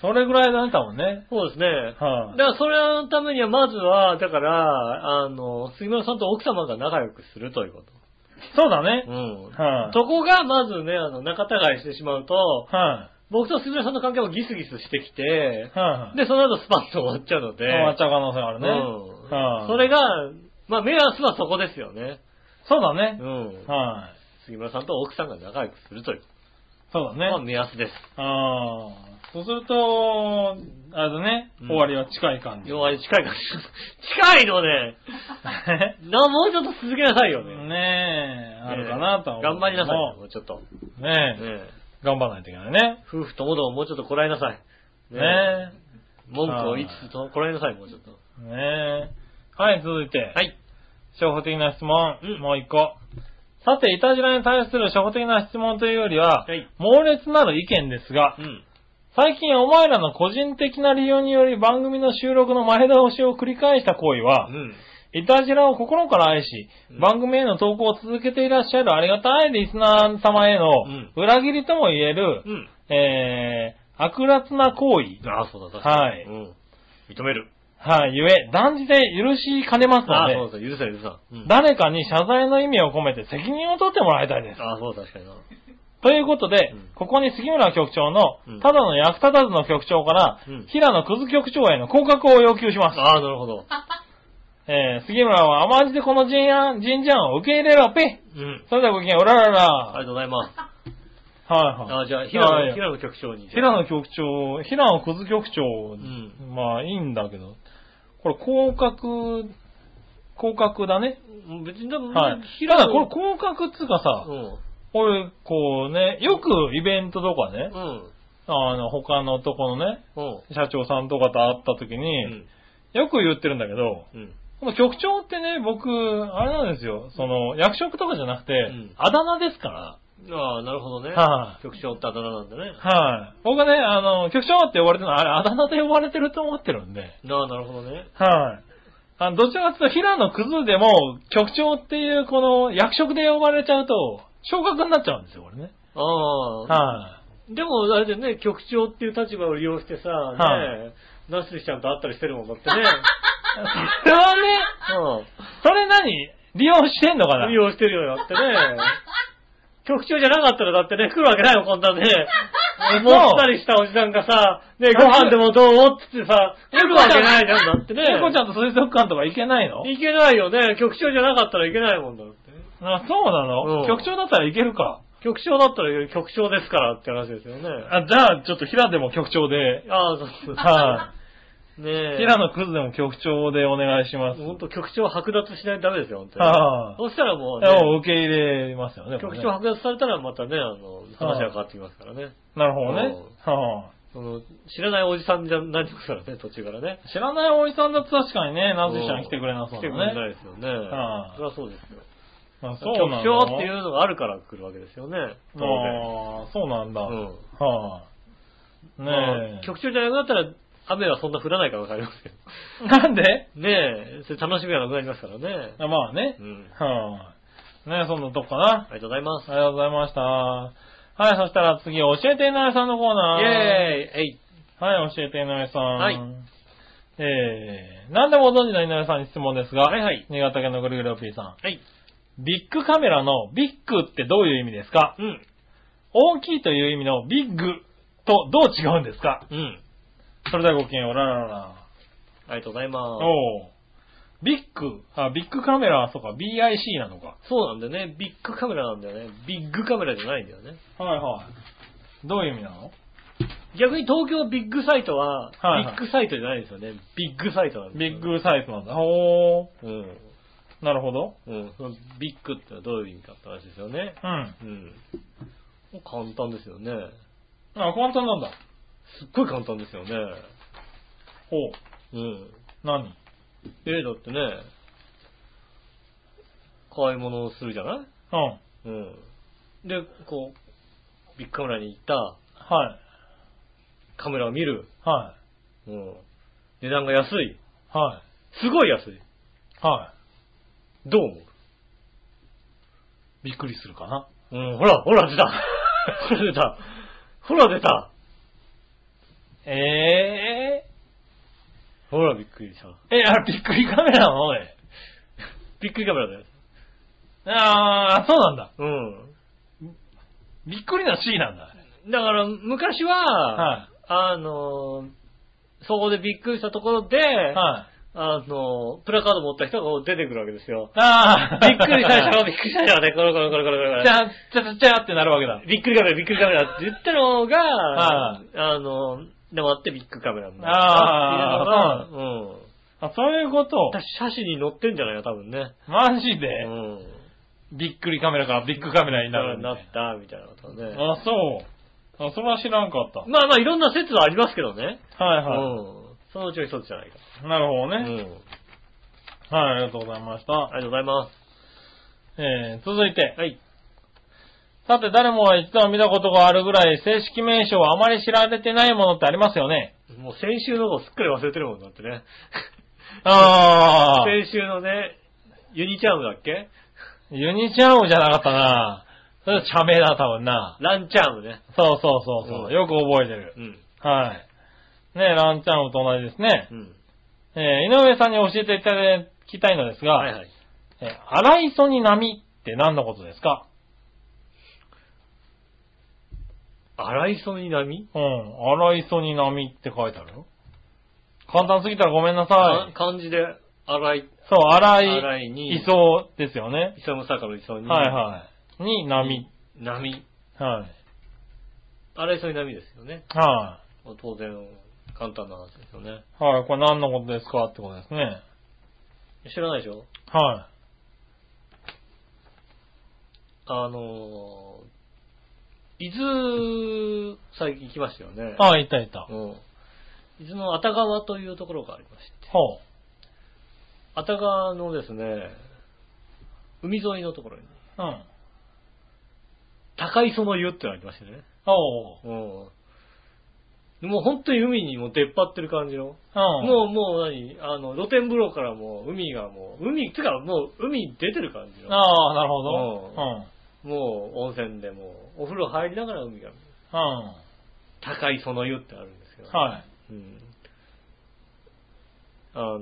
C: それぐらいだね、多分ね。
B: そうですね。だ
C: はあ
B: から、それのためには、まずは、だから、あの、杉村さんと奥様が仲良くするということ。
C: そうだね。
B: うん。
C: はい
B: そこが、まずね、あの、仲違いしてしまうと、
C: は
B: 僕と杉村さんの関係もギスギスしてきて
C: い。、はい。
B: で、その後スパッと終わっちゃうので、
C: 終わっちゃう可能性があるね。
B: うん
C: はあ
B: それが、まあ、目安はそこですよね。
C: そうだ
B: う
C: ね。
B: ん。
C: は
B: 杉村さんと奥さんが仲良くするという。
C: い。そうだ
B: まあ
C: ね。
B: 目安です。
C: ああ。そうすると、あれだね、
B: うん
C: 終わりは近い感じ。
B: 弱い近いか近いのね。な、もうちょっと続けなさいよね。
C: ねえ、あるかなとは
B: ね
C: 思
B: 頑
C: う。
B: 張りなさいよ、もうちょっと。
C: ねえ、
B: ね
C: 頑張らないといけないね。
B: 夫婦ともどももうちょっとこらえなさい。
C: ね
B: ね
C: え。
B: 文句を5つとこらえなさい、もうちょっと。
C: ねえ。はい、続いて。
B: はい。
C: 初歩的な質問。
B: うん
C: もう一個。さて、いたじらに対する初歩的な質問というよりは、
B: はい
C: 猛烈なる意見ですが、
B: うん。
C: 最近お前らの個人的な理由により番組の収録の前倒しを繰り返した行為は、
B: うん。
C: いたじらを心から愛し、
B: うん
C: 番組への投稿を続けていらっしゃるありがたいリスナー様へ
B: うん
C: の裏切りとも言える、
B: うん。
C: えー、悪辣な行為。
B: ああ、そうだ、確
C: は
B: かに。
C: い
B: うん。認める。
C: はい、ゆえ、断じて許しかねますの
B: あ
C: で
B: あ、、そうだ、許さん許さん。うん。
C: 誰かに謝罪の意味を込めて責任を取ってもらいたいです。
B: ああ、そうだ、確かにな。
C: ということで、
B: うん
C: ここに杉村局長の
B: うん、
C: ただの役立たずの局長から、
B: うん
C: 平野くず局長への降格を要求します。
B: ああ、なるほど。
C: えー、杉村は甘んじてこの人案、人事案を受け入れろ、ピ
B: うん。
C: それではごきげん、うららら。
B: ありが
C: はい
B: とうございます。
C: はい。
B: ああ、じゃあ、平
C: はい
B: 野、平野局長に。
C: 平野局長、平野くず局長、
B: ん
C: まあいいんだけど、これ降格、降格だね。
B: うん別に、でも
C: はい。
B: 平野、
C: ただこれ降格っつうかさ、
B: うん。
C: 俺、こうね、よくイベントとかね
B: う、ん。
C: あの、他のとこのね、
B: うん。
C: 社長さんとかと会った時
B: う
C: に、
B: ん。
C: よく言ってるんだけど、
B: うん。
C: この局長ってね、僕、あれなんですよ、その、役職とかじゃなくて、
B: ん
C: あだ名ですから、
B: ああ、なるほどね。
C: はい
B: 局長ってあだ名なんだね。
C: はい、僕ね、あの、局長って呼ばれてるのは、あれ、あだ名で呼ばれてると思ってるんで、
B: ああ、なるほどね。
C: はい、あの、どちらかというと、平野くずでも、局長っていう、この、役職で呼ばれちゃうと、昇格になっちゃうんですよ、これね。
B: ああ、
C: は
B: でも、あれだよね、局長っていう立場を利用してさ、
C: は
B: ね、ナスリちゃんと会ったりしてるもんだって ね。
C: い、それはね、 それ何利用してんのか
B: う。
C: なん
B: 利用してるよ、だってね。局長じゃなかったらだってね、来るわけないよ、こんなね。もったりしたおじさんがさ、ね、ご飯でもどうっつってさ、来るわけないじゃん、だってね。
C: 猫ちゃんと水族館とか行けないの
B: いけないよね。局長じゃなかったらいけないもんだって。
C: あ、そうなの、
B: うん
C: 局長だったらいけるか。
B: 局長だったら局長ですからって話ですよね。
C: あ、じゃあ、ちょっと平でも局長で、
B: ああ、そうそう。
C: は
B: ねえ。
C: 平野クズでも局長でお願いします。
B: 本当局長剥奪しないとダメですよ、本当に。
C: はあ
B: そしたらもう、
C: いやもう
B: ね、
C: 受け入れますよね。こ
B: 局
C: れ
B: 長
C: ね
B: 剥奪されたらまたね、あの、話が変わってきますからね。
C: なるほどね。はあ
B: その、知らないおじさんじゃないですからね、途中からね。
C: 知らないおじさんだと確かにね、なずちゃん来てくれなそう
B: 来
C: だ
B: て
C: ね
B: く。れないですよね。
C: はあ
B: そりゃそうですよ。
C: あそうな
B: 局
C: んだ。
B: 長っていうのがあるから来るわけですよね。当然
C: ああ、そうなんだ。
B: うん
C: はあ。
B: ま
C: ね
B: あ
C: え。
B: 局 長じゃなくなったら、雨はそんな降らないからわかりますよ。
C: なんで
B: ねえ、それ楽しみがなくなりますからね。
C: あまあね
B: う。ん。
C: はあ。ねえ、そんなとこかな。
B: ありがとうございます。
C: ありがとうございました。はい、そしたら次、教えて井上さんのコー
B: イェ
C: ナー。
B: ーイえい。
C: はい、教えて井上さん。
B: はい
C: えー、何でもご存知の井上さんに質問ですが、
B: はいはい
C: 新潟県のぐるぐるおっぴーさ
B: はい。
C: ん。ビッグカメラのビッグってどういう意味ですか
B: うん。
C: 大きいという意味のビッグとどう違うんですか
B: うん。
C: それではごきげんよう、ララララ。
B: ありがとうございます。
C: おービッグ、あ、ビッグカメラはそうか、BIC なのか。
B: そうなんだよね。ビッグカメラなんだよね。ビッグカメラじゃないんだよね。
C: はいはい。どういう意味なの
B: 逆に東京ビッグサイトは、
C: はいはい
B: ビッグサイトじゃないんですよね。ビッグサイトなんです
C: ビ
B: よ
C: ッ。グサイズなんだ。おー、
B: うん。
C: なるほど。
B: うん。そのビッグってのはどういう意味かって話ですよね。
C: うん。
B: うん。もう簡単ですよね。
C: あ、簡単なんだ。
B: すっごい簡単ですよね。
C: ほう。
B: うん。
C: 何
B: え、だってね、買い物をするじゃない
C: うん。はい。
B: うん。で、こう、ビッグカメラに行った、カメラを見る。
C: は
B: うん。値段が安い。
C: い。はい。
B: すごい安い。
C: は
B: どう思
C: い。びっくりするかな。
B: ううん、ほら、ほら出た。ほら出た。ほら出た。
C: え
B: ほらびっくりした。
C: ええ、あれびっくりカメラなのね。
B: びっくりカメラだよ。
C: ああ、そうなんだ。
B: うん。
C: びっくりの C なんだ。
B: だから、昔は、
C: は
B: あのーそこでびっくりしたところで、
C: い。は
B: あの、プラカード持った人がこう出てくるわけですよ。
C: あ あ、
B: びっくりしたでしょ
C: ち
B: びっくりしたでしょね、これこれこれこれこれこれ。
C: ゃ、ちゃちゃちゃってなるわけだ。
B: びっくりカメラ、びっくりカメラって言ったのが、
C: は
B: あの、でもあってびっくりカメラにな
C: あー
B: っていうのが、うん。
C: あ、そういうこと。
B: 私、写真に載ってんじゃないよ、多分ね。
C: マジで、
B: うん。
C: びっくりカメラからビッグカメラになるん
B: な
C: だ
B: った、みたいなことね。
C: あ、そう。あ、それは知らんかった。
B: まあまあ、いろんな説はありますけどね。
C: は
B: う
C: いは
B: ん。そのうちの一つじゃないか。
C: い。なるほど
B: うん。あ
C: ね、
B: り
C: はい、ありがとうございました。
B: がとうございま
C: えー、続いて。
B: す。はい。
C: さて、誰もが一度は見たことがあるぐらい、正式名称はあまり知られてないものってありますよね。
B: もう先週のことすっかり忘れてるもんだってね。
C: あー、
B: 先週のね、ユニチャームだっけ
C: ユニチャームじゃなかったな。それ社名だ、多分な。
B: ランチャームね。
C: そうそうそうそう、
B: うん
C: よく覚えてる。
B: うん。
C: はい。ねランチャームと同じですね
B: う。ん。
C: えー、井上さんに教えていただきたいのですが、
B: はいはい。
C: えー、荒磯に波って何のことですか
B: 荒磯に波
C: うん、荒磯に波って書いてあるよ。簡単すぎたらごめんなさ
B: か
C: い。
B: 漢字で荒い、
C: そう、荒い、
B: 荒いに、
C: 磯ですよね。
B: 磯の坂の磯に、
C: はいはい。に波。
B: 波。
C: は
B: 荒磯に波ですよね。
C: い。は
B: まあ当然、簡単な話ですよね。
C: い。はい、これ何のことですかってことですね。
B: 知らないでしょ
C: は
B: あのー、伊豆、最近行きましたよね。
C: い。ああ、いたいた。
B: うん。伊豆の熱川というところがありまして、
C: ほう。
B: 熱川のですね、海沿いのところに、
C: うん。
B: 高磯の湯ってのがありましてね。
C: おう。
B: うん。もう本当に海にもう出っ張ってる感じの。
C: うん。
B: もう、もう何あの、露天風呂からもう海がもう、海、つうかもう海に出てる感じの。
C: ああ、なるほど。
B: う
C: うんん。
B: もう温泉でもう、お風呂入りながら海が見える、
C: うん。
B: 高磯の湯ってあるんですけど、
C: はい。
B: うん。あの、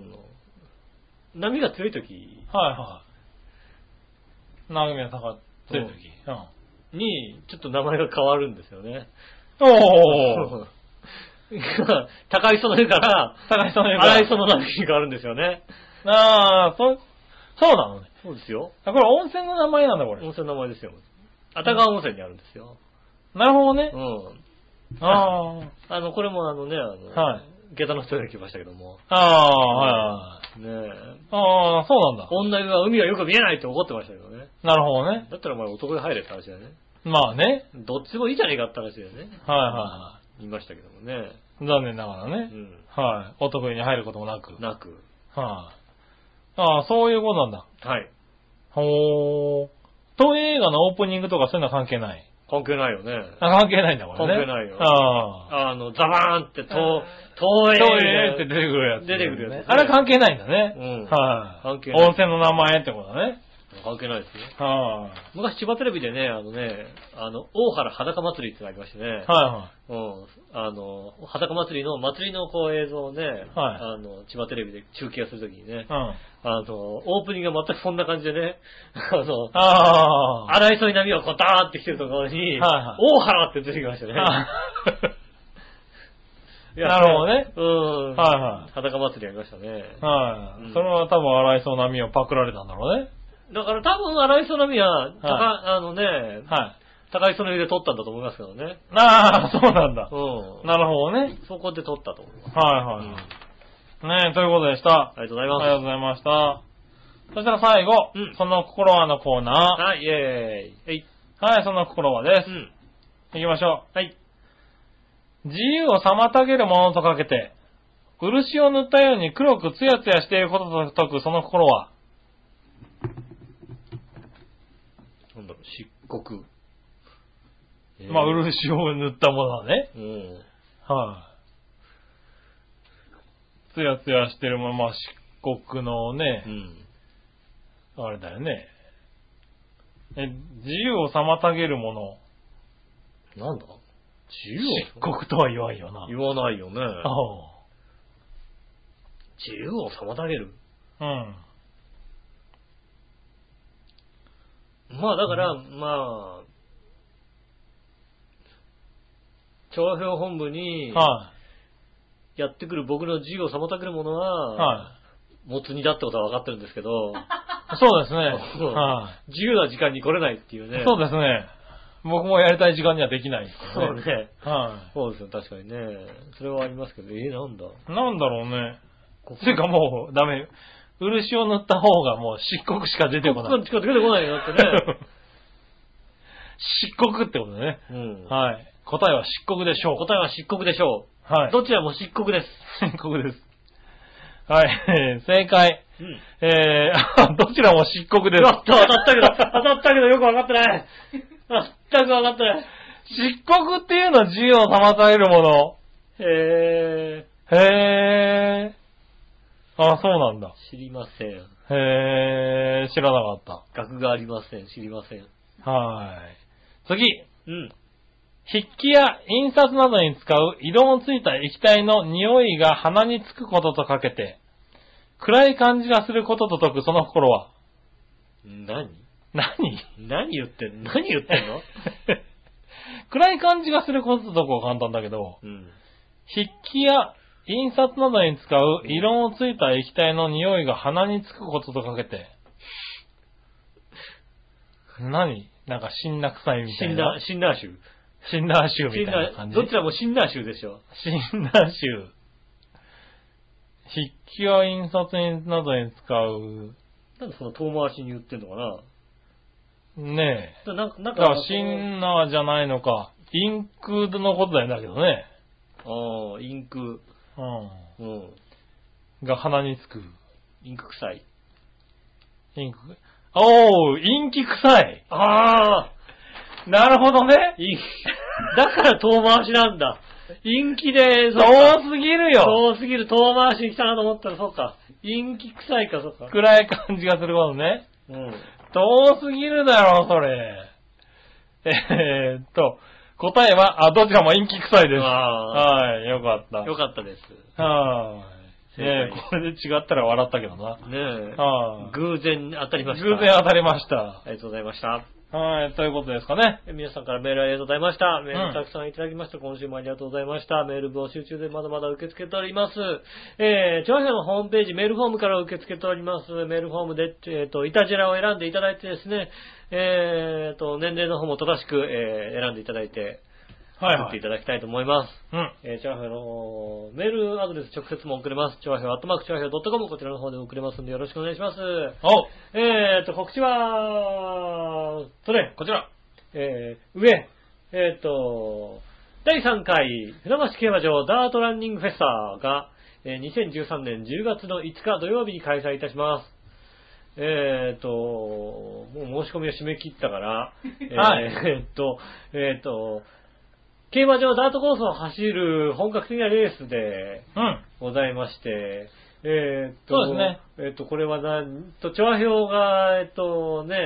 B: 波が強い時
C: はいはい。波が高くてる時。うん。
B: に、ちょっと名前が変わるんですよね。
C: お お。
B: 高磯の湯から、
C: 高磯の湯から
B: 荒磯の波に変わるんですよね。
C: ああ、そう、そうなのね。
B: そうですよ。
C: あ、これ温泉の名前なんだ、これ
B: 温。泉の名前ですよ。熱川温泉にあるんですよ。
C: なるほどね
B: う。ん。
C: あ
B: あの、これもあのね、あの、
C: はい
B: 下駄の人に来ましたけども、
C: あ。ああ、はいはい。
B: ねえ、
C: ああ、そうなんだ。
B: 女湯は海がよく見えないって怒ってましたけどね。
C: なるほどね。
B: だったらお前男で入れって話だよね。
C: まあね。
B: どっちもいいじゃねえかって話だよね。
C: はいは
B: 言いましたけどもね。
C: いはい。残念ながら
B: う
C: ね。
B: ん。
C: はい。お得意に入ることもなく。はい、
B: なく。
C: ああ、そういうことなんだ。
B: はい。
C: ほー。東映映画のオープニングとかそういうのは関係ない。
B: 関係ないよね。
C: あ、関係ないんだ、これ
B: 関係
C: ね。
B: ないよ
C: ああ。
B: あの、ザバーンって、と、
C: 東
B: 東
C: 映
B: 映
C: って出てくるやつ、
B: 出てくるやつ
C: あれ関係ないんだね。
B: うん
C: はい、
B: 関係ない
C: 温泉の名前ってことだね。
B: 関係ないですね。
C: はい、
B: 昔千葉テレビでね、あのね、あの、大原裸祭りってのがありましてね。
C: は
B: うん。あの、裸祭りの、祭りのこう映像をね、あの、千葉テレビで中継するときにね
C: い、はい。うん。
B: あの、オープニングが全くそんな感じでね、 あの、
C: ああ。
B: 荒磯に波がこたーって来てるところに、
C: はいはい
B: 大原って出てきましたね。
C: あ
B: いや
C: なるほどね。
B: うん。
C: はいはい
B: 裸祭りやりましたね。
C: はい、
B: うん
C: それは多分荒磯波をパクられたんだろうね。
B: だから多分荒磯の波は、高、
C: は
B: あのね、
C: はい。
B: 高磯の海で撮ったんだと思いますけどね。
C: ああ、そうなんだ。
B: うん。
C: なるほどね。
B: そこで撮ったと思います。う
C: はい
B: ん
C: は
B: あ
C: い。ねえ、ということでした。
B: りがとうござい
C: ありがとう
B: ま
C: ございました。そしたら最後、
B: うん
C: その心はのコー
B: す。
C: ナ
B: はい、イェーイ。えい。
C: ー。はい、その心はで
B: う
C: す。
B: ん。
C: 行きましょ
B: はい。
C: う。自由を妨げるものとかけて、漆を塗ったように黒くツヤツヤしていることと解くその心は、
B: なんだろう、漆黒。
C: まあ、
B: うる。
C: 漆を塗ったものだね。
B: うん。
C: はい、ツヤツヤしてるもの、まあ、漆黒のね
B: う、ん。
C: あれだよね。え、自由を妨げるもの。
B: なんだ自由
C: 漆黒とは言わんよな。
B: 言わないよね。
C: あ
B: 自由を妨げる。
C: あうん。
B: まあだから、まあ、調表本部に
C: は
B: やってくる僕の自由を妨げるもの
C: い。
B: は、
C: は
B: もつ煮だってことは分かってるんですけど、
C: そうですね。
B: そう
C: は
B: 自由な時間に来れないっていう
C: い
B: ね。
C: そうですね。僕もやりたい時間にはできないです
B: す
C: か
B: そ
C: ら
B: う。 ね。
C: は
B: そうですよ、確かにね。それはありますけど、えー、なんだ
C: い。なんだろうね。てかもう、ダメ。漆を塗った方がもう漆黒しか出てこない。
B: 近づけてこないよ、だってね。
C: 漆黒ってことね。
B: うん。
C: はい。答えは漆黒でしょう。
B: 答えは漆黒でしょう。
C: はい。
B: どちらも漆黒です。
C: 漆黒です。はい。えー正解。
B: うん。
C: えー、 どちらも漆黒です。
B: や った、当たったけど、当たったけどよく分かってない。全く分かってない。
C: 漆黒っていうのは自由を妨げるもの。
B: へ
C: へー。あ、そうなんだ。
B: ー。知りません。
C: へー、知らなかっ
B: 学がありません。知りません。
C: た。はい。次。
B: うん。
C: 筆記や印刷などに使う色のついた液体の匂いが鼻につくこととかけて、暗い感じがすることと解くその心は、
B: 何
C: 何
B: 何言ってんの何言ってんの
C: 暗い感じがすることと解くは簡単だけど、
B: うん。
C: 筆記や印刷などに使う色のついた液体の匂いが鼻につくこととかけて、何なんか辛辣臭いみた
B: シ
C: い
B: ン
C: な
B: ダー、。シンダー臭。
C: 辛辣臭
B: シ
C: み
B: ンダ
C: たいな
B: ー、
C: 感じ。
B: どちらもシンダー臭でしょ。
C: 診断集。筆記や印刷などに使う。
B: なんでその遠回しに言ってんのかな
C: ねえ。
B: だなんか、なん
C: だか、、
B: から
C: 診断じゃないのか。インクのことだよねだけどね。
B: ああ、インク、
C: う
B: うん。
C: ん。が鼻につく。
B: インク臭 い。
C: インク。おー、インキ臭い。
B: ああ
C: なるほどね。
B: イン、だから遠回しなんだ。インキで、そ
C: 多
B: う
C: すぎるよ。
B: 遠すぎる遠回しに来たなと思ったら、そうか。インキ臭いか、そうか。
C: 暗い感じがすることね。
B: うん。
C: 遠すぎるだろ、それ。えーっと、答えは、あ、どちらもインキ臭いです。
B: あ
C: はい、よかった。
B: よかったです。
C: はーい。ね
B: 正
C: え
B: 解
C: これで違ったら笑ったけどな。
B: ねえ。
C: はーい。
B: 偶然当たりました。
C: 偶然当たりました。
B: ありがとうございました。
C: はい、ということですかね。
B: え皆さんからメールありがとうございました。メー
C: うん
B: ルたくさんいただきました。今週もありがとうございました。メール募集中でまだまだ受け付けております。えー、調査のホームページメールフォームから受け付けております。メールフォームで、えっ、と、いたじらを選んでいただいてですね、えー、と、年齢の方も正しく、えー選んでいただいて、
C: はい、
B: 送っ
C: は
B: てい
C: い。
B: ただきたいと思います。
C: うん。
B: えー、チョアヘオのメールアドレス直接も送れます。チョアヘオアットマークチョアヘオ .com こちらの方で送れますんでよろしくお願いします。
C: おう
B: えーと、告知は、それ、
C: こちら。
B: えー、上、えーと、第3回、船橋競馬場ダートランニングフェスタが、えー2013年10月の5日土曜日に開催いたします。えーと、もう申し込みを締め切った から、
C: はい
B: えーと、えーと、競馬場ダートコースを走る本格的なレースで
C: うん。
B: ございまして、えーと、
C: そうですね。
B: えーと、これはなんと、調和表が、えーと、ね、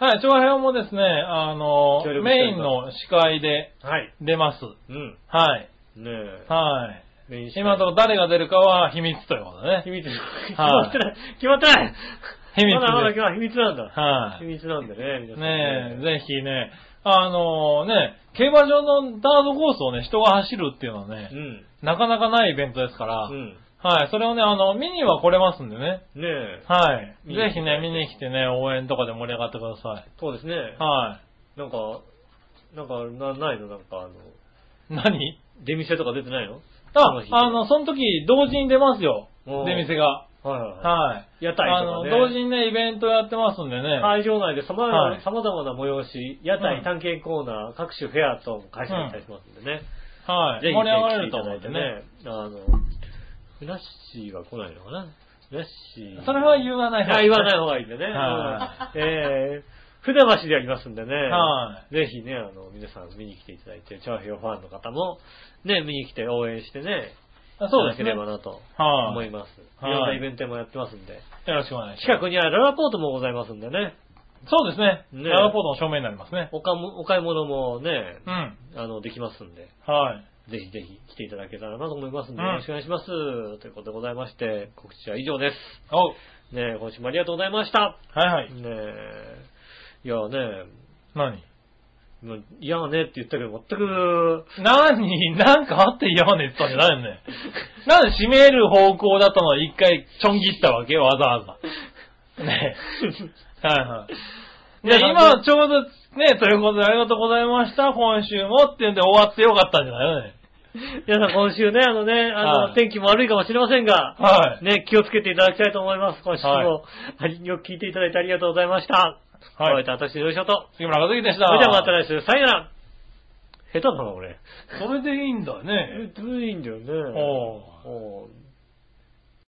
C: はい、長編もですね、あの
B: 協力しております、
C: メインの司会で
B: はい。
C: 出ます。
B: うん。
C: はい。
B: ねえ。
C: はい。
B: 練習
C: 今のところ誰が出るかは秘密ということでね。
B: 秘密。決ま
C: は
B: っ
C: い
B: てない。決まってない。
C: 秘密
B: まだまだ
C: です
B: 今日は秘密なんだ。
C: は
B: 秘密なんでね、皆
C: い。
B: さん
C: ねえ、ぜひね、あのね、競馬場のダートコースをね、人が走るっていうのは
B: う
C: ね、
B: ん。
C: なかなかないイベントですから、
B: うん。
C: はい、それをね、あの、見には来れますんでね。
B: ねえ。
C: はい。
B: 見に来て
C: ぜひね、見に来てね、応援とかで盛り上がってくださ
B: そうですね。
C: い。は
B: なんか、なんか、な、ないのなんか、あの、
C: い。何
B: 出店とか出てないのそ
C: あ、
B: 日
C: あの、その時、同時に出ますよ。
B: おー
C: 出店が。
B: はいはいは。
C: はい
B: 屋
C: い。
B: 台
C: あ
B: と
C: の、
B: かね。
C: 同時にね、イベントやってますんでね。はい。
B: 会場内で様々
C: は
B: ない様々な催し、屋
C: う
B: 台、
C: ん
B: 探検コーナー、各種フェアと開催したりしますんでね。
C: 盛
B: ぜ
C: り
B: ひ
C: 上がれると思う
B: 来
C: ん
B: て
C: で
B: いただい
C: ね。
B: てね。あの、フラッシーは来ないのかなフラッシー。
C: それは言わない。
B: あ言わないい方がいいんでね。
C: は
B: えー、船橋でやりますんでね。
C: は
B: ぜひね、あの、皆さん見に来ていただいて、チャーヒョーファンの方も、ね、見に来て応援してね、
C: そうです
B: いただけ
C: ね。
B: れば
C: は
B: なと思
C: い。
B: い
C: よ
B: ます。
C: はいい
B: ろんなイベントもやってますんで。
C: ろしくお願いしま
B: 近くにはララポートもございますんでね。
C: す。そうですね。
B: ね
C: ララポートの正面になりますね。
B: おかもお買い物もね、
C: うん。
B: あの、できますんで。
C: はい。
B: ぜひぜひ来ていただけたらなと思いますんで、
C: うん
B: よろしくお願いします。ということでございまして、告知は以上です。
C: おう
B: ね今週もありがとうございました。
C: はいは
B: ね
C: い。
B: え、いやね
C: 何
B: もう嫌ねって言ったけど、全く、
C: なに、なんかあって嫌まで言ってたんじゃない よね。なんで閉める方向だったのを一回ちょん切ったわけわざわざ。ねえ。はいはい。で、
B: いや
C: 今ちょうど、ね、ということでありがとうございました、今週もっていうんで終わってよかったんじゃないよね。
B: 皆さん今週ね、あのね、あ
C: は
B: の、
C: い
B: 天気も悪いかもしれませんが、
C: はい。
B: ね、気をつけていただきたいと思います。今週も、
C: は
B: はいよく聞いていただいてありがとうございました。
C: はい
B: お会いいた私、よいしょと。
C: 杉村和樹でした。
B: それではまた来週、さよなら。下手だな、俺。
C: それでいいんだね。
B: ずるいんだよね。
C: おう
B: おう